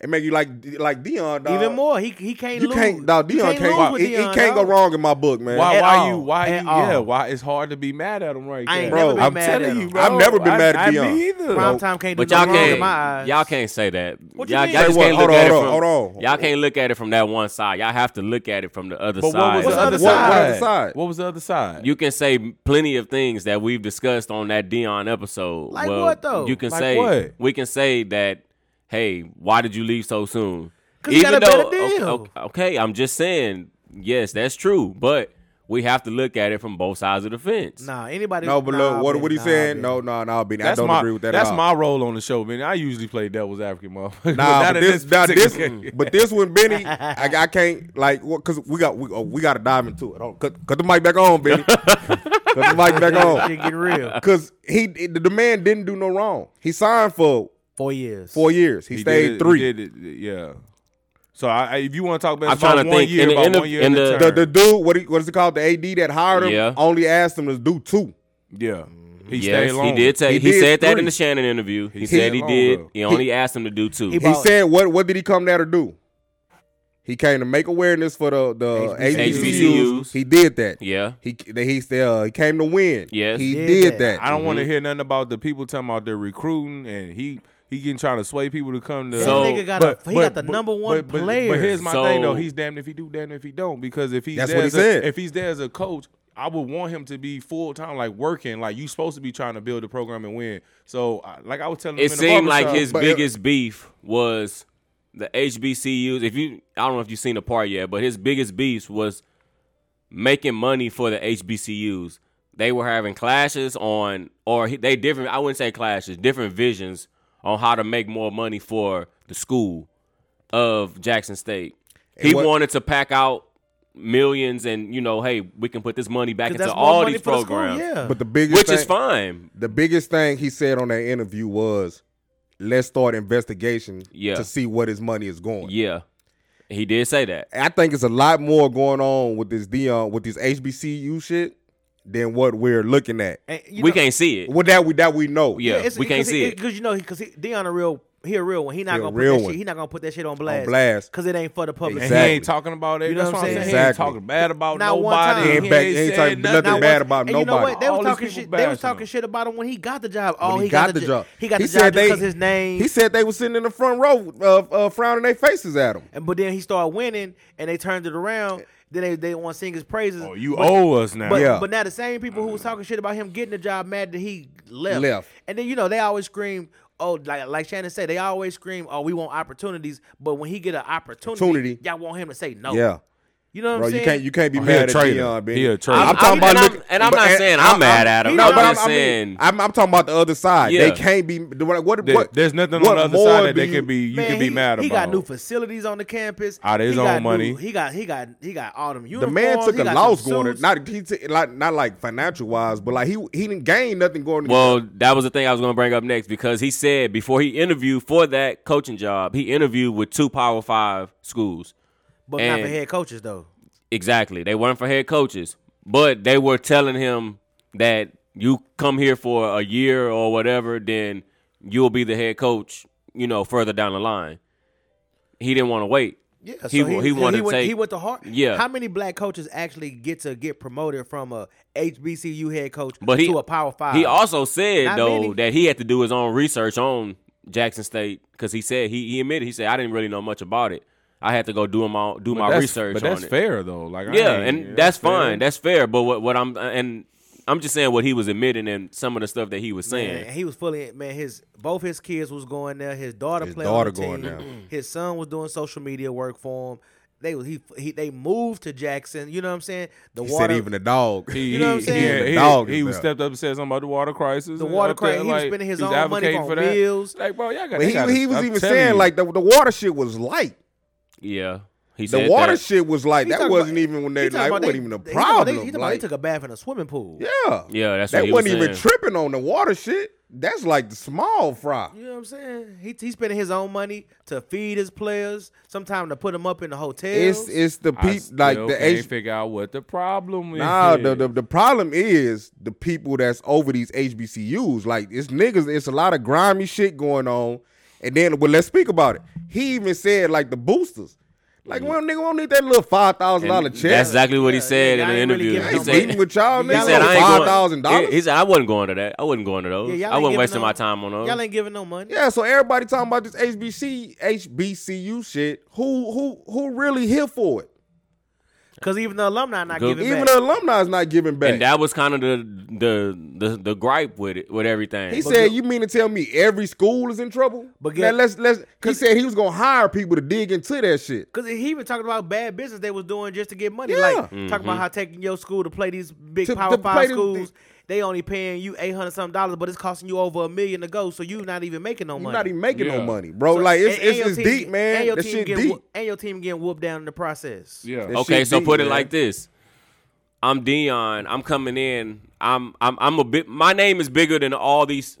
Speaker 3: it make you like, like Dion, dog.
Speaker 4: Even more. He, he can't
Speaker 3: You
Speaker 4: lose.
Speaker 3: can't, dog.
Speaker 4: You
Speaker 3: Dion can't.
Speaker 4: lose with
Speaker 3: it, it
Speaker 4: Deion,
Speaker 3: can't go
Speaker 4: dog.
Speaker 3: wrong in my book, man.
Speaker 5: Why?
Speaker 4: At
Speaker 5: Why
Speaker 4: all.
Speaker 5: you? Why
Speaker 4: At
Speaker 5: you?
Speaker 4: all.
Speaker 5: Yeah. Why it's hard to be mad at him right
Speaker 4: I ain't
Speaker 5: there.
Speaker 4: never
Speaker 3: Bro,
Speaker 4: been
Speaker 3: I'm
Speaker 4: mad
Speaker 5: telling
Speaker 4: at
Speaker 5: you,
Speaker 4: him.
Speaker 5: bro.
Speaker 3: I've never been
Speaker 5: I-
Speaker 3: mad at
Speaker 5: I
Speaker 3: Dion.
Speaker 5: Me either.
Speaker 4: Prime time can't do
Speaker 2: But
Speaker 4: no
Speaker 2: y'all
Speaker 4: wrong in my
Speaker 2: can't,
Speaker 4: eyes.
Speaker 2: y'all can't say that.
Speaker 4: What you
Speaker 2: y'all,
Speaker 4: mean?
Speaker 2: y'all just
Speaker 3: Say what?
Speaker 2: can't
Speaker 3: Hold
Speaker 2: look
Speaker 3: on,
Speaker 2: at it
Speaker 3: hold
Speaker 2: from.
Speaker 3: on, hold on.
Speaker 2: Y'all can't look at it from that one side. Y'all have to look at it from the other
Speaker 5: But what
Speaker 2: side.
Speaker 5: was the other
Speaker 4: What's the other
Speaker 5: side?
Speaker 4: side?
Speaker 5: What was the other side?
Speaker 2: You can say plenty of things that we've discussed on that Dion episode.
Speaker 4: Like
Speaker 2: Well,
Speaker 4: what, though?
Speaker 2: You can
Speaker 5: Like
Speaker 2: say
Speaker 5: what?
Speaker 2: we can say that. Hey, why did you leave so soon?
Speaker 4: 'Cause he got a better
Speaker 2: o-
Speaker 4: deal.
Speaker 2: o- Okay, I'm just saying. Yes, that's true. But we have to look at it from both sides of the fence.
Speaker 4: Nah, anybody.
Speaker 3: No, but
Speaker 4: nah,
Speaker 3: look, what
Speaker 4: Benny,
Speaker 3: what he
Speaker 4: nah,
Speaker 3: saying?
Speaker 4: Benny.
Speaker 3: No, no, no, Benny. I
Speaker 5: That's
Speaker 3: don't
Speaker 5: my,
Speaker 3: agree with that.
Speaker 5: That's
Speaker 3: at all.
Speaker 5: my role on the show, man. I usually play devil's advocate, motherfucker.
Speaker 3: Nah,
Speaker 5: Not
Speaker 3: but
Speaker 5: in
Speaker 3: this, now
Speaker 5: particular
Speaker 3: this,
Speaker 5: case.
Speaker 3: but this one, Benny, I, I can't like what because we got we, oh, we got to dive into it. Hold on, cut, cut the mic back on, Benny. cut the mic back
Speaker 4: Shit
Speaker 3: on
Speaker 4: getting real.
Speaker 3: because he the man didn't do no wrong. He signed for
Speaker 4: Four years.
Speaker 3: four years. He,
Speaker 5: He
Speaker 3: stayed
Speaker 5: did it-
Speaker 3: three.
Speaker 5: he did it, yeah. So I, I- if you want to talk about,
Speaker 2: I'm
Speaker 5: it's about
Speaker 2: trying to
Speaker 5: one
Speaker 2: think.
Speaker 5: year,
Speaker 2: In the
Speaker 5: about
Speaker 2: end of-
Speaker 5: one year
Speaker 2: in
Speaker 5: in
Speaker 2: the-
Speaker 5: the,
Speaker 3: The,
Speaker 5: term.
Speaker 3: the dude, what he, what is it called? The AD that hired him
Speaker 2: Yeah.
Speaker 3: only asked him to do two.
Speaker 5: yeah, he
Speaker 2: yes,
Speaker 5: stayed long.
Speaker 2: he did. Say,
Speaker 3: He
Speaker 2: he,
Speaker 3: did
Speaker 2: said that in
Speaker 3: three.
Speaker 2: the Shannon interview. He,
Speaker 5: He
Speaker 2: said
Speaker 5: stayed
Speaker 2: he
Speaker 5: long,
Speaker 2: did.
Speaker 5: though.
Speaker 2: He only asked him to do two.
Speaker 4: He
Speaker 3: He
Speaker 4: bought-
Speaker 3: said, "What what did he come there to do?" He came to make awareness for the the
Speaker 4: HBCUs.
Speaker 2: HBCUs.
Speaker 3: He did that.
Speaker 2: yeah,
Speaker 3: He he said uh, he came to win.
Speaker 2: Yes.
Speaker 3: he
Speaker 4: Did
Speaker 3: did
Speaker 4: that.
Speaker 3: that.
Speaker 5: I don't want
Speaker 2: Mm-hmm.
Speaker 5: to hear nothing about the people talking about they're recruiting and he he getting trying to sway people to come to.
Speaker 4: That
Speaker 2: So-
Speaker 4: nigga got a, he got the number one
Speaker 5: but, but,
Speaker 4: player.
Speaker 5: But here's my
Speaker 2: So-
Speaker 5: thing though: he's damned if he do, damned if he don't. Because if he's
Speaker 3: That's
Speaker 5: there
Speaker 3: what he
Speaker 5: as a-
Speaker 3: said.
Speaker 5: if he's there as a coach, I would want him to be full time, like working, like you supposed to be trying to build a program and win. So, I- like I was telling him,
Speaker 2: it
Speaker 5: in the
Speaker 2: seemed like
Speaker 5: barbershop-
Speaker 2: his
Speaker 3: but it-
Speaker 2: biggest beef was the HBCUs. If you, I don't know if you've seen the part yet, but his biggest beef was making money for the HBCUs. They were having clashes on, or he- they different. I wouldn't say clashes, different visions on how to make more money for the school of Jackson State. He
Speaker 3: what-
Speaker 2: wanted to pack out millions, and you know, hey, we can put this money back
Speaker 4: 'Cause
Speaker 2: into
Speaker 4: more
Speaker 2: all
Speaker 4: money
Speaker 2: these
Speaker 4: for the school,
Speaker 2: programs,
Speaker 4: yeah.
Speaker 3: But the biggest
Speaker 2: which
Speaker 3: thing,
Speaker 2: is fine.
Speaker 3: The biggest thing he said on that interview was, "Let's start investigation
Speaker 2: Yeah.
Speaker 3: to see what his money is going."
Speaker 2: Yeah, he did say that.
Speaker 3: I think it's a lot more going on with this Dion with this HBCU shit than what we're looking at.
Speaker 4: And, you
Speaker 2: we
Speaker 4: know-
Speaker 2: can't see it.
Speaker 3: With that we that we know.
Speaker 2: Yeah. we can't see it.
Speaker 4: because you know because Dion a real he a real one. He not
Speaker 3: He a
Speaker 4: gonna
Speaker 3: real
Speaker 4: put that
Speaker 3: one.
Speaker 4: shit, he not gonna put that shit on blast.
Speaker 3: blast.
Speaker 4: because it ain't for the public.
Speaker 5: And
Speaker 3: Exactly.
Speaker 5: he ain't talking about it.
Speaker 4: You know
Speaker 5: That's
Speaker 4: what
Speaker 5: what
Speaker 4: I'm
Speaker 5: I'm saying. He ain't
Speaker 3: Exactly.
Speaker 5: talking bad about
Speaker 4: Not one
Speaker 5: nobody.
Speaker 4: time.
Speaker 3: He ain't back- he ain't talking nothing
Speaker 4: Not
Speaker 3: bad
Speaker 4: once-
Speaker 3: about
Speaker 4: and You know
Speaker 3: nobody.
Speaker 4: what? They was
Speaker 5: All these
Speaker 4: talking
Speaker 5: people
Speaker 4: shit. They was
Speaker 5: bashing
Speaker 4: talking
Speaker 5: him.
Speaker 4: shit about him when he got the job. Oh,
Speaker 3: When he, got, the
Speaker 4: jo-
Speaker 3: job.
Speaker 4: He got the
Speaker 3: said
Speaker 4: job
Speaker 3: they-
Speaker 4: because his name.
Speaker 3: He said they were sitting in the front row, uh, uh, frowning their faces at him.
Speaker 4: And but then he started winning, and they turned it around. Then they they want to sing his praises.
Speaker 5: Oh, you
Speaker 4: But-
Speaker 5: owe us now.
Speaker 4: But,
Speaker 3: Yeah.
Speaker 4: but now the same people who was talking shit about him getting the job mad that he left.
Speaker 3: Left.
Speaker 4: And then you know they always scream, oh, like like Shannon said, they always scream, oh, we want opportunities. But when he get an opportunity,
Speaker 3: Opportunity.
Speaker 4: y'all want him to say no.
Speaker 3: Yeah.
Speaker 4: You know what
Speaker 3: Bro,
Speaker 4: I'm saying?
Speaker 3: you can't you can't be
Speaker 5: Oh, he a
Speaker 3: mad at
Speaker 5: traitor.
Speaker 3: Dion,
Speaker 5: He a traitor.
Speaker 3: I'm
Speaker 5: I'm-
Speaker 3: talking
Speaker 2: I'm-
Speaker 3: about
Speaker 2: and
Speaker 3: look-
Speaker 2: I'm- and I'm
Speaker 3: but-
Speaker 2: not saying I'm mad at him.
Speaker 3: No,
Speaker 4: I'm
Speaker 3: but
Speaker 4: just
Speaker 3: I'm, I mean,
Speaker 2: saying-
Speaker 3: I'm, I'm talking about the other side. They
Speaker 2: Yeah.
Speaker 3: can't be what what,
Speaker 5: There-
Speaker 3: what
Speaker 5: there's nothing
Speaker 3: what
Speaker 5: on the other
Speaker 3: more
Speaker 5: side that
Speaker 3: do
Speaker 5: they
Speaker 3: you-
Speaker 5: can be you
Speaker 4: Man,
Speaker 5: can be
Speaker 4: he,
Speaker 5: mad about.
Speaker 4: He got new facilities on the campus.
Speaker 5: Out of his
Speaker 4: He got
Speaker 5: own money.
Speaker 4: new- he got he got he got all them
Speaker 3: The
Speaker 4: uniforms.
Speaker 3: man took
Speaker 4: he
Speaker 3: a
Speaker 4: got
Speaker 3: loss
Speaker 4: them
Speaker 3: going to
Speaker 4: suits.
Speaker 3: not he took, like not like financial wise, but like he he didn't gain nothing going. to-
Speaker 2: Well, that was the thing I was going to bring up next because he said before he interviewed for that coaching job, he interviewed with two Power Five schools.
Speaker 4: but not
Speaker 2: and-
Speaker 4: for head coaches though.
Speaker 2: Exactly. They weren't for head coaches, but they were telling him that you come here for a year or whatever, then you'll be the head coach, you know, further down the line. He didn't want to wait.
Speaker 4: Yeah,
Speaker 2: he,
Speaker 4: so
Speaker 2: wa- he wanted
Speaker 4: he
Speaker 2: to
Speaker 4: went,
Speaker 2: take.
Speaker 4: he went to Hart.
Speaker 2: Yeah.
Speaker 4: how many black coaches actually get to get promoted from a HBCU head coach
Speaker 2: but he
Speaker 4: to a Power Five?
Speaker 2: He also said
Speaker 4: Ah. Not
Speaker 2: though
Speaker 4: many.
Speaker 2: that he had to do his own research on Jackson State because he said he he admitted he said I didn't really know much about it. I had to go do my do my research
Speaker 5: But
Speaker 2: on
Speaker 5: that's
Speaker 2: it.
Speaker 5: fair though. Like I
Speaker 2: Yeah,
Speaker 5: ain't-
Speaker 2: and that's,
Speaker 5: fair.
Speaker 2: fine. That's fair. But what what I'm and I'm just saying what he was admitting and some of the stuff that he was saying.
Speaker 4: Man, he was fully man. His both his kids was going there. His daughter
Speaker 3: His
Speaker 4: played
Speaker 3: daughter
Speaker 4: on the
Speaker 3: going
Speaker 4: team.
Speaker 3: there.
Speaker 4: His son was doing social media work for him. They was he, he they moved to Jackson. You know what I'm saying? The
Speaker 3: he
Speaker 4: water
Speaker 3: said even the dog.
Speaker 5: He,
Speaker 4: You know what I'm
Speaker 5: he-
Speaker 4: saying?
Speaker 5: He,
Speaker 3: The dog
Speaker 5: he,
Speaker 3: is
Speaker 5: was
Speaker 3: there.
Speaker 5: stepped up and said something about the water crisis.
Speaker 4: The
Speaker 5: and
Speaker 4: water
Speaker 5: up there,
Speaker 4: crisis, he was
Speaker 5: like,
Speaker 4: spending his
Speaker 5: he was
Speaker 4: own money
Speaker 5: advocating
Speaker 4: for
Speaker 5: for that.
Speaker 4: meals.
Speaker 5: Like, bro, y'all got.
Speaker 3: But he, he was even saying like the, the water shit was light.
Speaker 2: Yeah, he said
Speaker 3: The water
Speaker 2: that.
Speaker 3: shit was light.
Speaker 4: He
Speaker 3: That
Speaker 4: talking
Speaker 3: wasn't
Speaker 4: about-
Speaker 3: even when they
Speaker 4: he talking
Speaker 3: like
Speaker 4: about
Speaker 3: wasn't
Speaker 4: they-
Speaker 3: even a
Speaker 4: he talking about
Speaker 3: problem.
Speaker 4: They, he talking about they
Speaker 3: like,
Speaker 4: took a bath in a swimming pool.
Speaker 3: yeah,
Speaker 2: Yeah, that's what
Speaker 3: that
Speaker 2: he was
Speaker 3: wasn't even
Speaker 2: saying.
Speaker 3: tripping on the water shit. That's like the small fry.
Speaker 4: You know what I'm saying? He he's spending his own money to feed his players. Sometimes to put them up in the
Speaker 3: It's
Speaker 4: hotels.
Speaker 3: it's the
Speaker 5: I
Speaker 3: people like
Speaker 5: still
Speaker 3: the
Speaker 5: can't
Speaker 3: H-
Speaker 5: figure out what the problem is.
Speaker 3: Nah, the, the the problem is the people that's over these HBCUs. Like it's niggas, it's a lot of grimy shit going on. And then well, let's speak about it. He even said like the boosters. Like, well, nigga, won't need that little five thousand dollar check.
Speaker 2: That's exactly what he said
Speaker 4: yeah,
Speaker 2: in the
Speaker 4: y'all ain't really
Speaker 2: interview.
Speaker 4: giving
Speaker 2: he
Speaker 4: no
Speaker 2: said,
Speaker 3: meeting with y'all,
Speaker 2: he
Speaker 3: nigga,
Speaker 2: said I ain't
Speaker 3: five
Speaker 2: going-
Speaker 3: thousand
Speaker 2: He, he
Speaker 3: dollars.
Speaker 2: said I wasn't going to that. I wasn't going to those.
Speaker 4: Yeah, y'all
Speaker 2: I
Speaker 4: ain't
Speaker 2: wasn't
Speaker 4: giving
Speaker 2: wasting
Speaker 4: no-
Speaker 2: my time on those.
Speaker 4: Y'all ain't giving no money.
Speaker 3: Yeah, so everybody talking about this HBC HBCU shit. Who who who really here for it?
Speaker 4: Because even the alumni not
Speaker 2: Good.
Speaker 4: giving
Speaker 3: Even
Speaker 4: back.
Speaker 3: the alumni is not giving back.
Speaker 2: And that was kind of the, the the the gripe with it with everything.
Speaker 3: he said, "You mean to tell me every school is in trouble?"
Speaker 4: But
Speaker 3: But
Speaker 4: get-
Speaker 3: let's let's. He said he was gonna hire people to dig into that shit.
Speaker 4: Cause he even talking about bad business they was doing just to get money.
Speaker 3: Yeah.
Speaker 4: Like
Speaker 2: Mm-hmm.
Speaker 4: talking about how taking your school to play these big
Speaker 3: To-
Speaker 4: power
Speaker 3: to play
Speaker 4: five
Speaker 3: them-
Speaker 4: schools, they only paying you eight hundred something dollars, but it's costing you over a million to go. So you not even making no
Speaker 3: You're
Speaker 4: money.
Speaker 3: not even making
Speaker 5: Yeah.
Speaker 3: no money, bro.
Speaker 4: So-
Speaker 3: Oh, like it's
Speaker 4: and- and
Speaker 3: it's,
Speaker 4: your
Speaker 3: it's
Speaker 4: team
Speaker 3: deep,
Speaker 4: get-
Speaker 3: man.
Speaker 4: And your
Speaker 3: That
Speaker 4: team
Speaker 3: shit
Speaker 4: getting
Speaker 3: deep.
Speaker 4: whoop- and your team getting whooped down in the process.
Speaker 5: Yeah. Oh,
Speaker 3: That
Speaker 2: okay,
Speaker 3: shit
Speaker 2: so
Speaker 3: deep,
Speaker 2: put it
Speaker 3: man.
Speaker 2: like this: I'm Dion. I'm coming in. I'm I'm I'm a bit. My name is bigger than all these.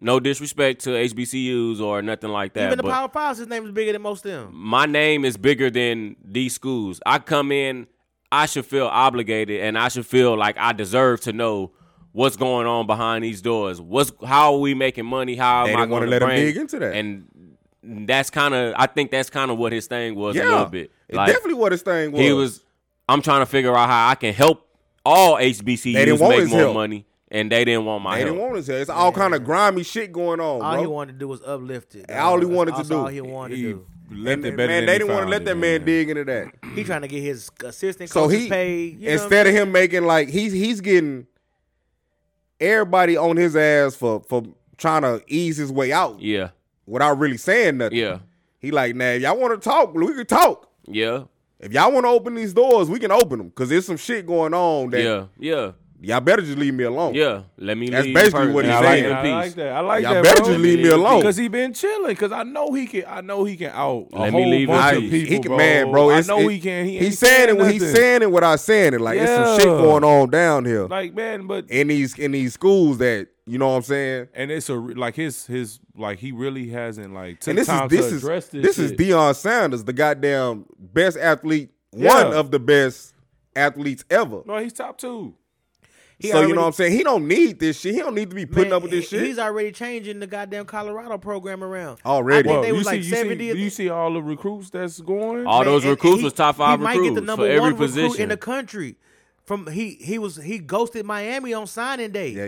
Speaker 2: No disrespect to HBCUs or nothing like that.
Speaker 4: Even the
Speaker 2: but
Speaker 4: power fives, his name is bigger than most of them.
Speaker 2: my name is bigger than these schools. I come in, I should feel obligated and I should feel like I deserve to know what's going on behind these doors. What's how are we making money? How
Speaker 3: They
Speaker 2: am I
Speaker 3: didn't wanna
Speaker 2: going to
Speaker 3: let him
Speaker 2: bring,
Speaker 3: dig into that.
Speaker 2: And that's kind of I think that's kind of what his thing was
Speaker 3: yeah,
Speaker 2: a little bit.
Speaker 3: It definitely what his thing was.
Speaker 2: He was I'm trying to figure out how I can help all HBCUs
Speaker 3: They didn't want
Speaker 2: make
Speaker 3: his
Speaker 2: more
Speaker 3: help.
Speaker 2: money and they didn't want my
Speaker 3: They
Speaker 2: help.
Speaker 3: didn't want his help. It's all kind of grimy shit going on,
Speaker 4: All
Speaker 3: bro.
Speaker 4: he wanted to do was uplift it.
Speaker 3: All he
Speaker 4: That's-
Speaker 3: wanted to
Speaker 4: that's
Speaker 3: do.
Speaker 4: All he wanted
Speaker 5: He
Speaker 4: to do.
Speaker 5: left
Speaker 3: And
Speaker 5: it
Speaker 3: that- man,
Speaker 5: better than
Speaker 3: they
Speaker 5: he
Speaker 3: didn't want to
Speaker 5: found
Speaker 3: let
Speaker 5: it,
Speaker 3: that man dig into that.
Speaker 4: He trying to get his assistant
Speaker 3: So
Speaker 4: coaches
Speaker 3: he
Speaker 4: paid. You know what I
Speaker 3: instead
Speaker 4: mean?
Speaker 3: of him making like he's he's getting everybody on his ass for for trying to ease his way out
Speaker 2: Yeah.
Speaker 3: without really saying nothing.
Speaker 2: Yeah.
Speaker 3: He like, nah, if y'all want to talk, we can talk.
Speaker 2: Yeah.
Speaker 3: If y'all want to open these doors, we can open them. Cause there's some shit going on that
Speaker 2: Yeah. Yeah.
Speaker 3: y'all better just leave me alone.
Speaker 2: Yeah. Let me
Speaker 3: That's
Speaker 2: leave
Speaker 3: basically
Speaker 2: first.
Speaker 3: what he
Speaker 5: Yeah,
Speaker 2: Let
Speaker 5: I
Speaker 2: me in
Speaker 3: said.
Speaker 5: like, that. I
Speaker 2: peace.
Speaker 5: like that. I like
Speaker 3: Y'all
Speaker 5: that.
Speaker 3: better
Speaker 5: bro.
Speaker 3: just leave me alone.
Speaker 5: Because he been chilling. Because I know he can. I know he can out a
Speaker 2: Let me
Speaker 5: whole
Speaker 2: leave it
Speaker 5: bunch
Speaker 2: at
Speaker 5: of
Speaker 2: peace.
Speaker 5: people,
Speaker 3: he can,
Speaker 5: bro.
Speaker 3: man, bro.
Speaker 5: I
Speaker 3: it's-
Speaker 5: know
Speaker 3: it-
Speaker 5: he can. He ain't
Speaker 3: he's saying it. when He's
Speaker 5: nothing.
Speaker 3: saying it without saying it. Like it's some shit
Speaker 5: Yeah.
Speaker 3: going on down here
Speaker 5: Like man, but
Speaker 3: in these in these schools that you know what I'm saying.
Speaker 5: and it's a re- like his his like he really hasn't like took
Speaker 3: and this is
Speaker 5: time
Speaker 3: this
Speaker 5: to
Speaker 3: is
Speaker 5: address
Speaker 3: this,
Speaker 5: this.
Speaker 3: is
Speaker 5: shit.
Speaker 3: Deion Sanders, the goddamn best athlete, one
Speaker 5: Yeah.
Speaker 3: of the best athletes ever.
Speaker 5: No, he's top two.
Speaker 4: He
Speaker 3: so
Speaker 4: already-
Speaker 3: you know what I'm saying? He don't need this shit. He don't need to be putting
Speaker 4: Man,
Speaker 3: up with this
Speaker 4: he-
Speaker 3: shit.
Speaker 4: He's already changing the goddamn Colorado program around.
Speaker 3: Already.
Speaker 4: I think
Speaker 5: Bro,
Speaker 4: they
Speaker 5: you
Speaker 4: was
Speaker 5: see,
Speaker 4: like
Speaker 5: you see,
Speaker 4: 70th.
Speaker 5: you see all the recruits that's going.
Speaker 2: All
Speaker 4: Man,
Speaker 2: those
Speaker 4: and-
Speaker 2: recruits
Speaker 4: and he-
Speaker 2: was top five
Speaker 4: he
Speaker 2: recruits
Speaker 4: might get the number
Speaker 2: for every
Speaker 4: one recruit
Speaker 2: position.
Speaker 4: in the country. From he he was he ghosted Miami on signing day.
Speaker 3: Yeah,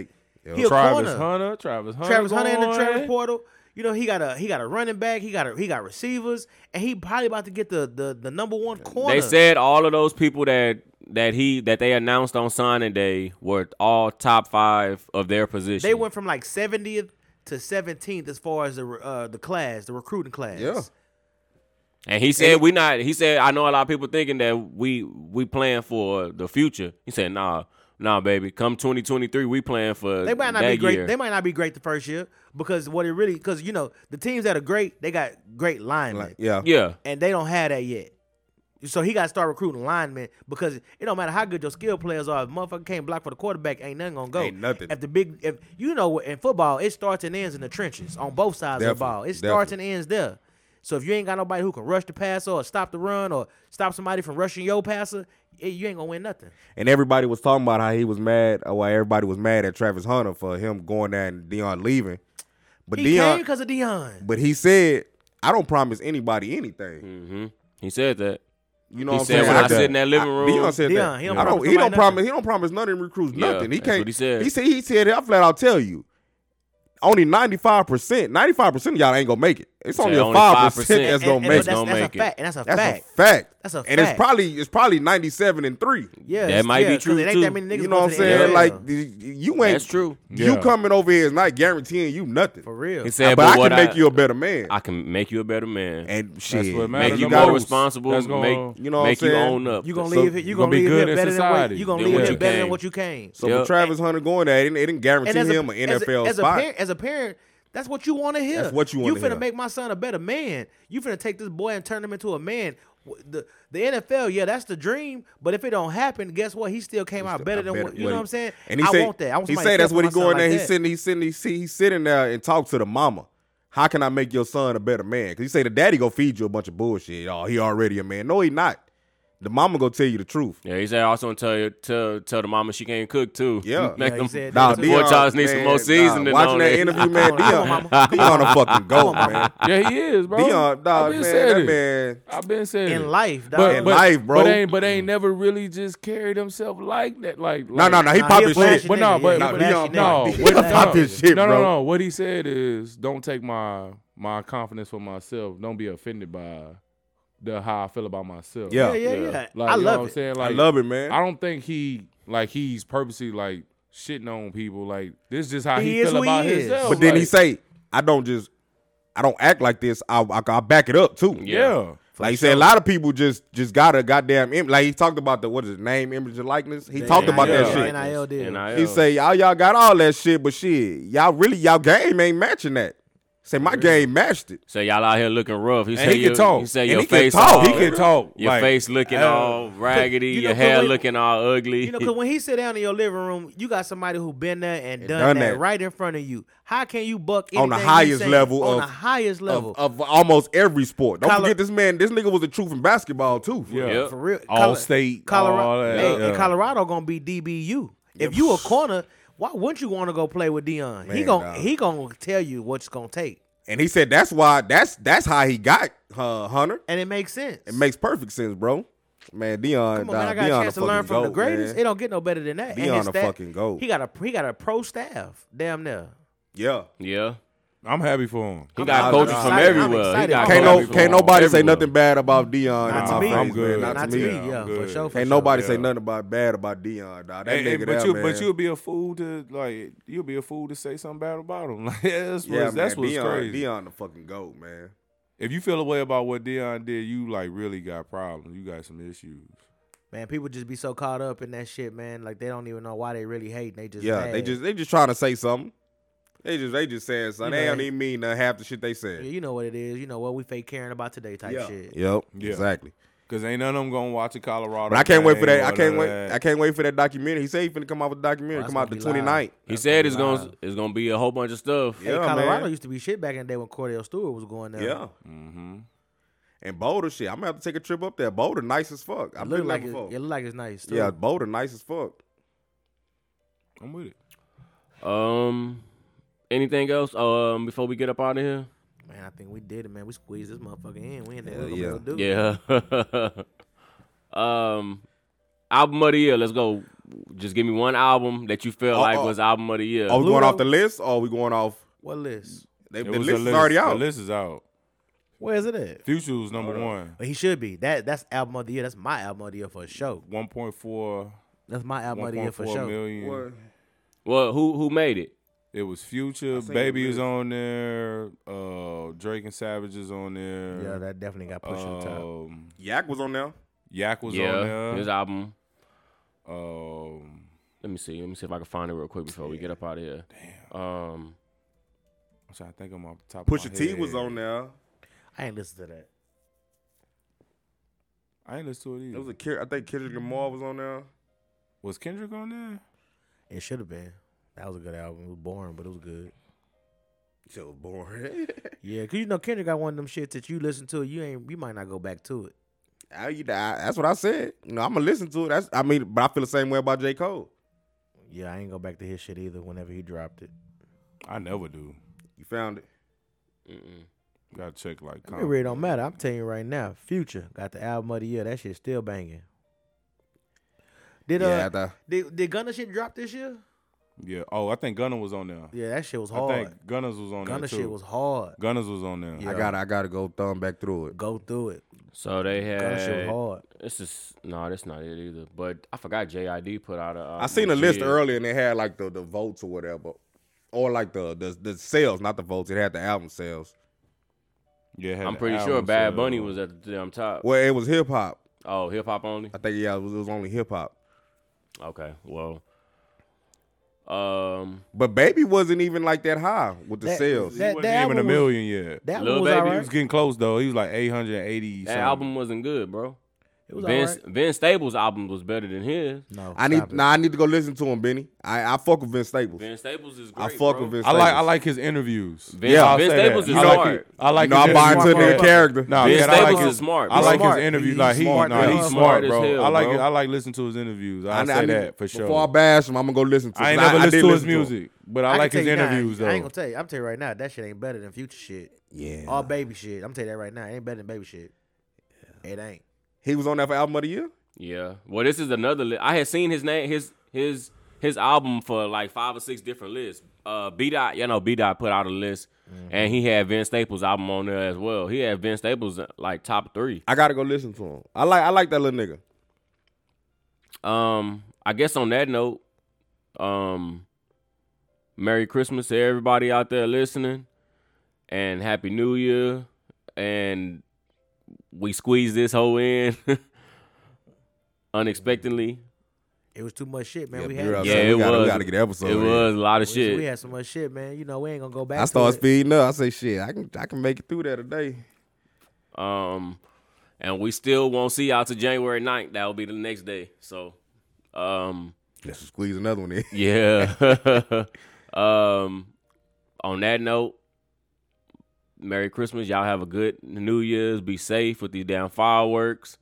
Speaker 3: yeah.
Speaker 4: He a
Speaker 5: Travis
Speaker 4: corner.
Speaker 5: Hunter, Travis Hunter,
Speaker 4: Travis Hunter in the
Speaker 5: going.
Speaker 4: transfer portal. You know he got a he got a running back. He got a he got receivers, and he probably about to get the the, the number one corner.
Speaker 2: They said all of those people that that he that they announced on signing day were all top five of their position.
Speaker 4: they went from like 70th to 17th as far as the re- uh, the class, the recruiting class.
Speaker 3: Yeah.
Speaker 2: and he said we not. He said I know a lot of people thinking that we we plan for the future. He said nah. Nah, baby. Come 2023, we plan for
Speaker 4: They might not
Speaker 2: that
Speaker 4: be great.
Speaker 2: year.
Speaker 4: They might not be great the first year because what it really because you know the teams that are great they got great linemen.
Speaker 3: Like, yeah.
Speaker 2: yeah,
Speaker 4: and they don't have that yet. So he got to start recruiting linemen because it don't matter how good your skill players are. If motherfucker can't block for the quarterback, ain't nothing gonna go.
Speaker 3: Ain't nothing.
Speaker 4: If the big, if you know, in football, it starts and ends in the trenches on both sides of the
Speaker 3: Definitely,
Speaker 4: ball. It starts
Speaker 3: definitely.
Speaker 4: and ends there. So if you ain't got nobody who can rush the passer or stop the run or stop somebody from rushing your passer, eh, you ain't gonna win nothing.
Speaker 3: And everybody was talking about how he was mad, or why everybody was mad at Travis Hunter for him going there and Dion leaving. But
Speaker 4: He
Speaker 3: Dion,
Speaker 4: came because of Dion.
Speaker 3: but he said, "I don't promise anybody anything."
Speaker 2: he said that.
Speaker 3: You
Speaker 2: Hmm. He
Speaker 3: know what I'm
Speaker 2: said
Speaker 3: saying?
Speaker 2: when I
Speaker 3: Like
Speaker 2: sit in that living
Speaker 3: I-
Speaker 2: room-
Speaker 3: Deion said
Speaker 4: Deion,
Speaker 3: that.
Speaker 4: he don't
Speaker 3: I
Speaker 4: promise
Speaker 3: don't, he don't
Speaker 4: nobody
Speaker 3: promise. He don't promise none of them recruits
Speaker 2: Yeah,
Speaker 3: nothing. He
Speaker 2: that's
Speaker 3: can't.
Speaker 2: what he said.
Speaker 3: He said. He said. I flat out tell you. Only ninety five percent, ninety five percent of y'all ain't gonna make it. It's only a
Speaker 2: only
Speaker 3: five
Speaker 2: 5%
Speaker 3: percent that's
Speaker 4: And-
Speaker 3: gonna
Speaker 4: and-
Speaker 3: make
Speaker 4: and that's,
Speaker 2: Gonna
Speaker 4: that's
Speaker 2: make
Speaker 4: a
Speaker 2: it.
Speaker 4: fact, and that's a
Speaker 3: it. That's
Speaker 4: fact.
Speaker 3: a fact.
Speaker 4: That's a
Speaker 3: And it's
Speaker 4: fact.
Speaker 3: probably it's probably ninety seven and three.
Speaker 4: Yeah,
Speaker 2: That might be
Speaker 4: yeah, 'cause
Speaker 2: true,
Speaker 4: It ain't
Speaker 2: too.
Speaker 4: that many niggas
Speaker 3: You know what
Speaker 4: going
Speaker 3: I'm
Speaker 4: to the
Speaker 3: saying?
Speaker 4: NFL.
Speaker 3: Like you ain't.
Speaker 2: That's true.
Speaker 3: You
Speaker 5: Yeah.
Speaker 3: coming over here is not guaranteeing you nothing.
Speaker 4: for real.
Speaker 2: He said,
Speaker 3: but I
Speaker 2: what
Speaker 3: can make you a better man.
Speaker 2: I can make you a better man.
Speaker 3: and shit,
Speaker 5: That's what matters
Speaker 2: make you
Speaker 5: the
Speaker 2: more
Speaker 5: most.
Speaker 2: responsible.
Speaker 5: That's gonna-
Speaker 2: make
Speaker 3: You know what
Speaker 2: make
Speaker 3: I'm
Speaker 2: you
Speaker 3: saying?
Speaker 2: own up.
Speaker 4: You gonna
Speaker 5: So,
Speaker 4: leave here. You
Speaker 5: you
Speaker 4: gonna
Speaker 5: gonna be
Speaker 4: leave
Speaker 5: good
Speaker 4: here
Speaker 5: in
Speaker 4: better than what
Speaker 5: society
Speaker 4: you gonna
Speaker 2: than
Speaker 4: leave
Speaker 2: what
Speaker 4: here
Speaker 2: you
Speaker 4: better than
Speaker 2: came.
Speaker 4: what you came.
Speaker 3: So
Speaker 2: Yep.
Speaker 3: with Travis Hunter going there, it didn't, it didn't guarantee him an
Speaker 4: as
Speaker 3: NFL
Speaker 4: as
Speaker 3: spot.
Speaker 4: A parent, as a parent, that's what you want to hear.
Speaker 3: That's what you
Speaker 4: You
Speaker 3: wanna
Speaker 4: finna
Speaker 3: hear.
Speaker 4: make my son a better man. You finna take this boy and turn him into a man. W- The the NFL, yeah, that's the dream. But if it don't happen, guess what? He still came out better than
Speaker 3: better
Speaker 4: what you
Speaker 3: way.
Speaker 4: know what I'm saying.
Speaker 3: And he
Speaker 4: I
Speaker 3: say,
Speaker 4: want that. I want
Speaker 3: he
Speaker 4: somebody
Speaker 3: say
Speaker 4: to
Speaker 3: that's
Speaker 4: tell
Speaker 3: what
Speaker 4: my
Speaker 3: he's
Speaker 4: son
Speaker 3: going there.
Speaker 4: like
Speaker 3: He's
Speaker 4: that.
Speaker 3: sitting, he's sitting, he's sitting, he's, sitting there and talk to the mama. How can I make your son a better man? Because he say the daddy go feed you a bunch of bullshit. Oh, he already a man. No, he not. The mama go tell you the truth.
Speaker 2: Yeah, he said also tell your- tell tell the mama she can't cook too.
Speaker 3: Yeah.
Speaker 2: make
Speaker 4: Yeah, he
Speaker 2: them
Speaker 4: said
Speaker 2: nah,
Speaker 4: that
Speaker 2: the
Speaker 4: too.
Speaker 2: poor
Speaker 3: Deion,
Speaker 2: child's need some
Speaker 3: man,
Speaker 2: more
Speaker 3: nah,
Speaker 2: seasoning.
Speaker 3: watching
Speaker 2: on
Speaker 3: that
Speaker 2: it.
Speaker 3: interview, man,
Speaker 4: Come on, come on,
Speaker 3: Dion, Dion a fucking go,
Speaker 4: Come on,
Speaker 3: man.
Speaker 5: Yeah, he is, bro.
Speaker 3: Dion,
Speaker 5: I've
Speaker 3: dog,
Speaker 5: been
Speaker 3: man,
Speaker 5: said
Speaker 3: that
Speaker 5: it.
Speaker 3: man.
Speaker 5: I've been saying
Speaker 4: In
Speaker 5: it.
Speaker 4: life,
Speaker 5: But-
Speaker 4: dog.
Speaker 5: but,
Speaker 4: In
Speaker 3: life, bro.
Speaker 5: But ain't but ain't never really just carried himself like that. Like
Speaker 3: No, no, no. He
Speaker 4: Nah,
Speaker 3: popping
Speaker 4: he a flashy
Speaker 3: shit.
Speaker 5: But no,
Speaker 4: nigga,
Speaker 5: but
Speaker 4: yeah,
Speaker 5: but
Speaker 4: he
Speaker 5: no,
Speaker 4: flashy
Speaker 5: no,
Speaker 4: nigga.
Speaker 5: what-
Speaker 3: He
Speaker 5: no,
Speaker 3: popping
Speaker 5: no,
Speaker 3: shit,
Speaker 5: no,
Speaker 3: bro.
Speaker 5: no, no. What he said is, don't take my my confidence for myself. Don't be offended by the how I feel about myself.
Speaker 3: Yeah.
Speaker 4: yeah, yeah, yeah.
Speaker 5: Like,
Speaker 4: I
Speaker 5: you
Speaker 4: love
Speaker 5: know what I'm
Speaker 4: it.
Speaker 5: saying?
Speaker 3: I
Speaker 5: Like,
Speaker 3: love it, man.
Speaker 5: I don't think he like he's purposely like shitting on people. Like this is just how he,
Speaker 4: He is
Speaker 5: feel
Speaker 4: who he
Speaker 5: about
Speaker 4: is.
Speaker 5: himself.
Speaker 3: But then
Speaker 5: like,
Speaker 3: he say, I don't just, I don't act like this. I I, I back it up too.
Speaker 5: Yeah.
Speaker 3: Like you said, a lot of people just just got a goddamn im- like he talked about the what is it, name, image, and likeness. He talked about
Speaker 5: yeah.
Speaker 3: that shit.
Speaker 4: NIL deal.
Speaker 2: NIL.
Speaker 3: He say y'all y'all got all that shit, but shit, y'all really y'all game ain't matching that. Say my game matched it.
Speaker 2: So y'all out here looking rough. He
Speaker 5: And
Speaker 2: say
Speaker 5: he can
Speaker 2: your,
Speaker 5: talk.
Speaker 2: He say
Speaker 5: And
Speaker 2: your
Speaker 5: he can
Speaker 2: face
Speaker 5: talk.
Speaker 2: all.
Speaker 5: He can talk.
Speaker 2: Your
Speaker 5: Like,
Speaker 2: face looking
Speaker 5: uh,
Speaker 2: all raggedy.
Speaker 4: you know,
Speaker 2: your
Speaker 4: 'cause
Speaker 2: hair
Speaker 4: when-
Speaker 2: looking all ugly.
Speaker 4: You know, because when he sit down in your living room, you got somebody who been there and done,
Speaker 3: done
Speaker 4: that,
Speaker 3: that.
Speaker 4: right in front of you. How can you buck
Speaker 3: On the
Speaker 4: anything he
Speaker 3: highest
Speaker 4: say
Speaker 3: level
Speaker 4: On
Speaker 3: of-
Speaker 4: the highest level,
Speaker 3: Of, of almost every sport. Don't
Speaker 4: Color-
Speaker 3: forget this man. This nigga was the truth in basketball too.
Speaker 5: Yeah.
Speaker 2: Yep.
Speaker 4: for real.
Speaker 5: All state, all
Speaker 4: Colorado,
Speaker 5: that,
Speaker 4: hey,
Speaker 5: yeah.
Speaker 4: and Colorado gonna be DBU. If you a corner, why wouldn't you want to go play with Dion? he
Speaker 3: Man,
Speaker 4: gonna
Speaker 3: dog.
Speaker 4: he gonna tell you what it's gonna take,
Speaker 3: And he said that's why that's that's how he got uh, Hunter.
Speaker 4: and it makes sense.
Speaker 3: It makes perfect sense, bro. Man, Dion,
Speaker 4: Come on, man, I got
Speaker 3: Dion
Speaker 4: a chance
Speaker 3: the
Speaker 4: to learn
Speaker 3: fucking
Speaker 4: from the
Speaker 3: GOAT,
Speaker 4: greatest.
Speaker 3: man.
Speaker 4: It don't get no better than that.
Speaker 3: Dion
Speaker 4: and his
Speaker 3: a
Speaker 4: staff-
Speaker 3: fucking GOAT.
Speaker 4: He got a he got a pro staff, damn near.
Speaker 3: Yeah.
Speaker 2: yeah.
Speaker 5: I'm happy for him.
Speaker 2: He
Speaker 4: I'm
Speaker 2: got coaches
Speaker 4: excited.
Speaker 2: from
Speaker 4: I'm
Speaker 2: everywhere. He
Speaker 4: excited.
Speaker 2: got
Speaker 3: Can't,
Speaker 4: Can't no-
Speaker 2: coaches
Speaker 3: no,
Speaker 2: from
Speaker 3: can't nobody say
Speaker 2: everywhere.
Speaker 3: nothing bad about Dion.
Speaker 4: Not
Speaker 3: in
Speaker 4: to
Speaker 3: my
Speaker 4: me.
Speaker 3: face,
Speaker 5: I'm
Speaker 3: man.
Speaker 5: good.
Speaker 3: Not, to me.
Speaker 5: I'm
Speaker 4: yeah, for
Speaker 5: good.
Speaker 4: sure.
Speaker 3: Can't
Speaker 4: for sure.
Speaker 3: nobody say
Speaker 5: Yeah.
Speaker 3: nothing about bad about Dion, dog. That
Speaker 5: And-
Speaker 3: nigga
Speaker 5: and-
Speaker 3: there,
Speaker 5: but you
Speaker 3: man.
Speaker 5: but you'll be a fool to like you'll be a fool to say something bad about him. Like that's
Speaker 3: yeah,
Speaker 5: what's, that's
Speaker 3: man,
Speaker 5: what's
Speaker 3: Dion,
Speaker 5: crazy.
Speaker 3: Dion the fucking goat, man.
Speaker 5: If you feel a way about what Dion did, you like really got problems. You got some issues.
Speaker 4: Man, people just be so caught up in that shit, man. Like they don't even know why they really hate. They just
Speaker 3: Yeah,
Speaker 4: mad.
Speaker 3: they just they just trying to say something. They just they just saying something.
Speaker 4: You
Speaker 3: They
Speaker 4: know,
Speaker 3: don't
Speaker 4: they-
Speaker 3: even mean uh, half the shit they
Speaker 4: Yeah,
Speaker 3: said.
Speaker 4: you know what it is. You know what we fake caring about today type
Speaker 3: Yeah.
Speaker 4: shit.
Speaker 3: Yep,
Speaker 5: Yeah.
Speaker 3: exactly.
Speaker 5: Cause ain't none of them gonna watch a Colorado.
Speaker 3: But I can't wait for
Speaker 5: game
Speaker 3: that. I
Speaker 5: or
Speaker 3: can't
Speaker 5: none of
Speaker 3: wait.
Speaker 5: that.
Speaker 3: I can't wait for that documentary. He said he finna come out with a documentary.
Speaker 4: Well,
Speaker 3: come out the
Speaker 4: that's gonna be
Speaker 3: 29th.
Speaker 4: live.
Speaker 2: He
Speaker 4: That's
Speaker 2: said
Speaker 4: gonna
Speaker 2: it's
Speaker 4: be
Speaker 2: gonna
Speaker 4: live.
Speaker 2: it's gonna be a whole bunch of stuff.
Speaker 3: Yeah,
Speaker 4: hey, Colorado
Speaker 3: man.
Speaker 4: used to be shit back in the day when Cordell Stewart was going there.
Speaker 3: Yeah.
Speaker 5: Mm-hmm.
Speaker 3: And Boulder shit. I'm gonna have to take a trip up there. Boulder nice as fuck. I've been
Speaker 4: it look
Speaker 3: there
Speaker 4: like it,
Speaker 3: before.
Speaker 4: it look like it's nice. Too.
Speaker 3: Yeah, Boulder nice as fuck.
Speaker 5: I'm with it.
Speaker 2: Um, anything else? Um, before we get up out of here.
Speaker 4: man, I think we did it, man. We squeezed this motherfucker in. We ain't
Speaker 3: Hell
Speaker 4: never gonna be
Speaker 3: yeah.
Speaker 4: able to
Speaker 2: Yeah.
Speaker 4: do.
Speaker 2: um, album of the year. Let's go. Just give me one album that you felt
Speaker 3: Oh,
Speaker 2: like
Speaker 3: oh.
Speaker 2: was album of the year.
Speaker 3: Are we going
Speaker 4: Pluto?
Speaker 3: off the list or are we going off?
Speaker 4: What list?
Speaker 3: They,
Speaker 5: It
Speaker 3: the
Speaker 5: was
Speaker 3: list,
Speaker 5: a
Speaker 3: is already out.
Speaker 5: The list is out.
Speaker 4: Where is it at?
Speaker 5: Future was number one.
Speaker 4: But he should be. That that's album of the year. That's my album of the year for sure.
Speaker 5: 1.4
Speaker 4: That's my album of the year for
Speaker 5: 1.4
Speaker 4: sure.
Speaker 5: million.
Speaker 3: What?
Speaker 2: well, who who made it?
Speaker 5: It was Future,
Speaker 3: seen
Speaker 5: Baby
Speaker 3: the
Speaker 5: is
Speaker 3: list.
Speaker 5: on there, uh, Drake and Savage is on there.
Speaker 4: Yeah, that definitely got pushed to the top.
Speaker 5: um,
Speaker 3: Yak was on there.
Speaker 5: Yak was
Speaker 2: yeah,
Speaker 5: on
Speaker 2: his
Speaker 5: there.
Speaker 2: album.
Speaker 5: Um,
Speaker 2: Let me see. Let me see if I can find it real quick before we get up out of here. Damn. Um,
Speaker 5: I'm trying to think of my top. of
Speaker 3: Pusha
Speaker 5: my
Speaker 3: T was
Speaker 5: head.
Speaker 3: on there.
Speaker 4: I ain't listened to that.
Speaker 5: I ain't listened to it
Speaker 3: It
Speaker 5: either.
Speaker 3: was a
Speaker 5: Was,
Speaker 3: Ke- I think Kendrick Lamar was on there.
Speaker 5: Kendrick on there?
Speaker 4: It should have been. That was a good album. It was boring, but it was good.
Speaker 3: So boring.
Speaker 4: Yeah, because you know Kendrick got one of them shits that you listen to, you ain't you might not go back to it.
Speaker 3: I, you, I, that's what I said. You know, I'm gonna listen to it. That's I mean, but I feel the same way about J Cole.
Speaker 4: Yeah, I ain't go back to his shit either whenever he dropped it.
Speaker 5: I never do.
Speaker 3: You found it.
Speaker 5: Gotta check like.
Speaker 4: It really don't matter. I'm telling you right now, Future got the album of the year. That shit still banging. Did uh
Speaker 3: yeah, I thought-
Speaker 4: did, did Gunna shit drop this year?
Speaker 5: Yeah. Oh, I think Gunner was on there.
Speaker 4: Yeah, that shit was
Speaker 5: I
Speaker 4: hard.
Speaker 5: think Gunners was on
Speaker 4: Gunna
Speaker 5: there too.
Speaker 4: shit was hard.
Speaker 5: Gunners was on there.
Speaker 4: Yeah.
Speaker 3: I gotta I gotta go thumb back through it.
Speaker 4: Go through it.
Speaker 2: so they had.
Speaker 4: Gunna shit was hard.
Speaker 2: This is no, that's not it either. But I forgot JID put out a. um,
Speaker 3: I seen a list earlier and it had like the, the votes or whatever. Or like the, the the sales, not the votes. It had the album sales.
Speaker 5: Yeah, it had
Speaker 2: I'm
Speaker 5: the
Speaker 2: pretty sure
Speaker 5: album uh,
Speaker 2: Bad
Speaker 5: sale.
Speaker 3: uh,
Speaker 2: Bunny was at the damn top.
Speaker 3: Well, it was hip hop.
Speaker 2: Oh, hip hop only.
Speaker 3: I think yeah, it was, it was only hip hop.
Speaker 2: Okay, well, um,
Speaker 3: But baby wasn't even like that high with the
Speaker 4: That-
Speaker 3: sales.
Speaker 5: He
Speaker 4: that-
Speaker 5: wasn't
Speaker 4: that
Speaker 5: even a
Speaker 4: album was-
Speaker 5: million yet.
Speaker 4: That
Speaker 2: Lil
Speaker 4: one was
Speaker 2: Baby
Speaker 5: he
Speaker 4: alright.
Speaker 5: was getting close though. He was like 880.
Speaker 2: that
Speaker 5: something.
Speaker 2: album wasn't good, bro.
Speaker 4: It was
Speaker 2: Vince,
Speaker 4: alright.
Speaker 2: Vince Staples' album was better than his.
Speaker 4: No,
Speaker 3: I need
Speaker 4: stop it.
Speaker 3: nah, I need to go listen to him, Benny. I, I fuck with Vince Staples.
Speaker 2: Vince Staples is great.
Speaker 3: I fuck
Speaker 2: bro.
Speaker 3: with Vince
Speaker 5: I
Speaker 3: Staples.
Speaker 5: like I like his interviews.
Speaker 2: Vince,
Speaker 3: Yeah, I'll
Speaker 2: Vince
Speaker 5: say that.
Speaker 2: Staples is
Speaker 5: I like
Speaker 2: smart.
Speaker 5: it. I like
Speaker 3: No,
Speaker 5: his
Speaker 3: I'm buying
Speaker 5: interview.
Speaker 3: into their
Speaker 5: Yeah.
Speaker 3: character.
Speaker 5: No,
Speaker 2: Vince
Speaker 5: man, I like
Speaker 2: Staples
Speaker 5: his,
Speaker 2: is smart,
Speaker 5: I
Speaker 2: bro.
Speaker 5: like
Speaker 4: Smart.
Speaker 5: his interviews.
Speaker 4: He's
Speaker 5: Like he,
Speaker 4: smart,
Speaker 5: nah,
Speaker 4: bro.
Speaker 5: he's
Speaker 4: He's
Speaker 5: smart,
Speaker 2: smart as
Speaker 5: bro.
Speaker 2: hell,
Speaker 5: I like
Speaker 2: bro.
Speaker 5: it. I like listening to his interviews. I,
Speaker 3: I,
Speaker 5: say
Speaker 3: I need-
Speaker 5: that for
Speaker 3: Before I
Speaker 5: sure.
Speaker 3: bash him, I'm gonna go listen to.
Speaker 5: I ain't
Speaker 3: him.
Speaker 5: never
Speaker 3: I did
Speaker 5: listened to his
Speaker 3: listen
Speaker 5: music, but I
Speaker 4: can
Speaker 5: like his
Speaker 4: tell you now,
Speaker 5: interviews
Speaker 4: I ain't gonna
Speaker 5: though.
Speaker 4: tell you. I'm telling you right now, that shit ain't better than Future shit.
Speaker 3: Yeah.
Speaker 4: All baby shit. I'm telling you that right now. It ain't better than baby shit. It ain't.
Speaker 3: He was on that for album of the year.
Speaker 2: Yeah. Well, this is another. Li- I had seen his name, his his his album for like five or six different lists. Uh, B dot, you know, B dot put out a list
Speaker 4: Mm-hmm.
Speaker 2: And he had Vince Staples album on there as well. He had Vince Staples uh, like top three.
Speaker 3: I gotta go listen to him. I like I like that little nigga.
Speaker 2: Um, I guess on that note, um, Merry Christmas to everybody out there listening, and Happy New Year. And we squeezed this whole in unexpectedly.
Speaker 4: It was too much shit, man. we
Speaker 3: you're
Speaker 4: had
Speaker 3: up.
Speaker 2: Yeah,
Speaker 3: So we
Speaker 2: it
Speaker 3: gotta- we
Speaker 2: was.
Speaker 3: gotta get the episode
Speaker 2: It
Speaker 3: in.
Speaker 2: was a lot of
Speaker 4: we, we
Speaker 2: shit.
Speaker 4: had so much shit, man. You know, we ain't gonna go back.
Speaker 3: I
Speaker 4: to
Speaker 3: start
Speaker 4: it.
Speaker 3: speeding up. I say shit. I can I can make it through there today.
Speaker 2: Um, and we still won't see y'all till January 9th. That will be the next day. So, um.
Speaker 3: Let's squeeze another one in.
Speaker 2: Yeah. um on that note, Merry Christmas. Y'all have a good New Year's. Be safe with these damn fireworks.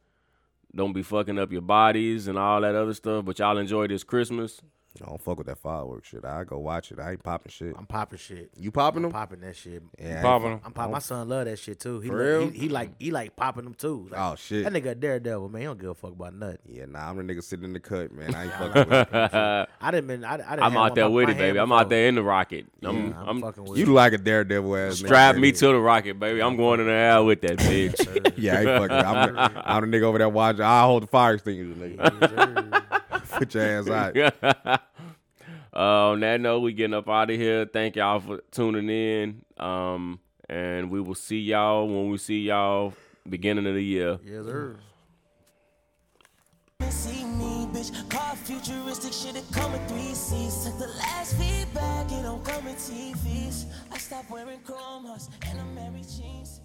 Speaker 2: Don't be fucking up your bodies and all that other stuff. But y'all enjoy this Christmas.
Speaker 3: I don't fuck with that fireworks shit. I go watch it. I ain't popping shit.
Speaker 4: I'm popping shit.
Speaker 3: You popping them?
Speaker 4: Popping that shit.
Speaker 3: Yeah, I ain't
Speaker 5: Popping 'em.
Speaker 4: I'm pop. My son love that shit too. He
Speaker 3: For
Speaker 4: lo-
Speaker 3: real?
Speaker 4: He, he like he like popping them too. Like,
Speaker 3: Oh, shit.
Speaker 4: That nigga a daredevil, man. He don't give a fuck about nothing.
Speaker 3: Yeah, nah, I'm the nigga sitting in the cut, man. I ain't fucking with it.
Speaker 4: I didn't been. I, I didn't
Speaker 2: I'm out there with it, baby. I'm out there in the rocket. I'm,
Speaker 4: I'm,
Speaker 2: I'm,
Speaker 4: fucking with
Speaker 3: You
Speaker 4: it.
Speaker 3: like a daredevil ass nigga.
Speaker 2: strap me
Speaker 3: baby.
Speaker 2: to the rocket, baby. I'm going in the air with that bitch.
Speaker 3: Yeah, I ain't fucking. I'm, the- I'm the nigga over there watching. I hold the fire extinguisher, nigga. Put your ass out.
Speaker 2: Uh, on that note, we getting up out of here. Thank y'all for tuning in. Um, and we will see y'all when we see y'all beginning of the year.
Speaker 4: Yes, sir.
Speaker 1: and see me, bitch. Car futuristic shit, it come with three C's. Took the last feedback, it don't come with TVs. I stopped wearing chrome hearts and I'm Mary jeans.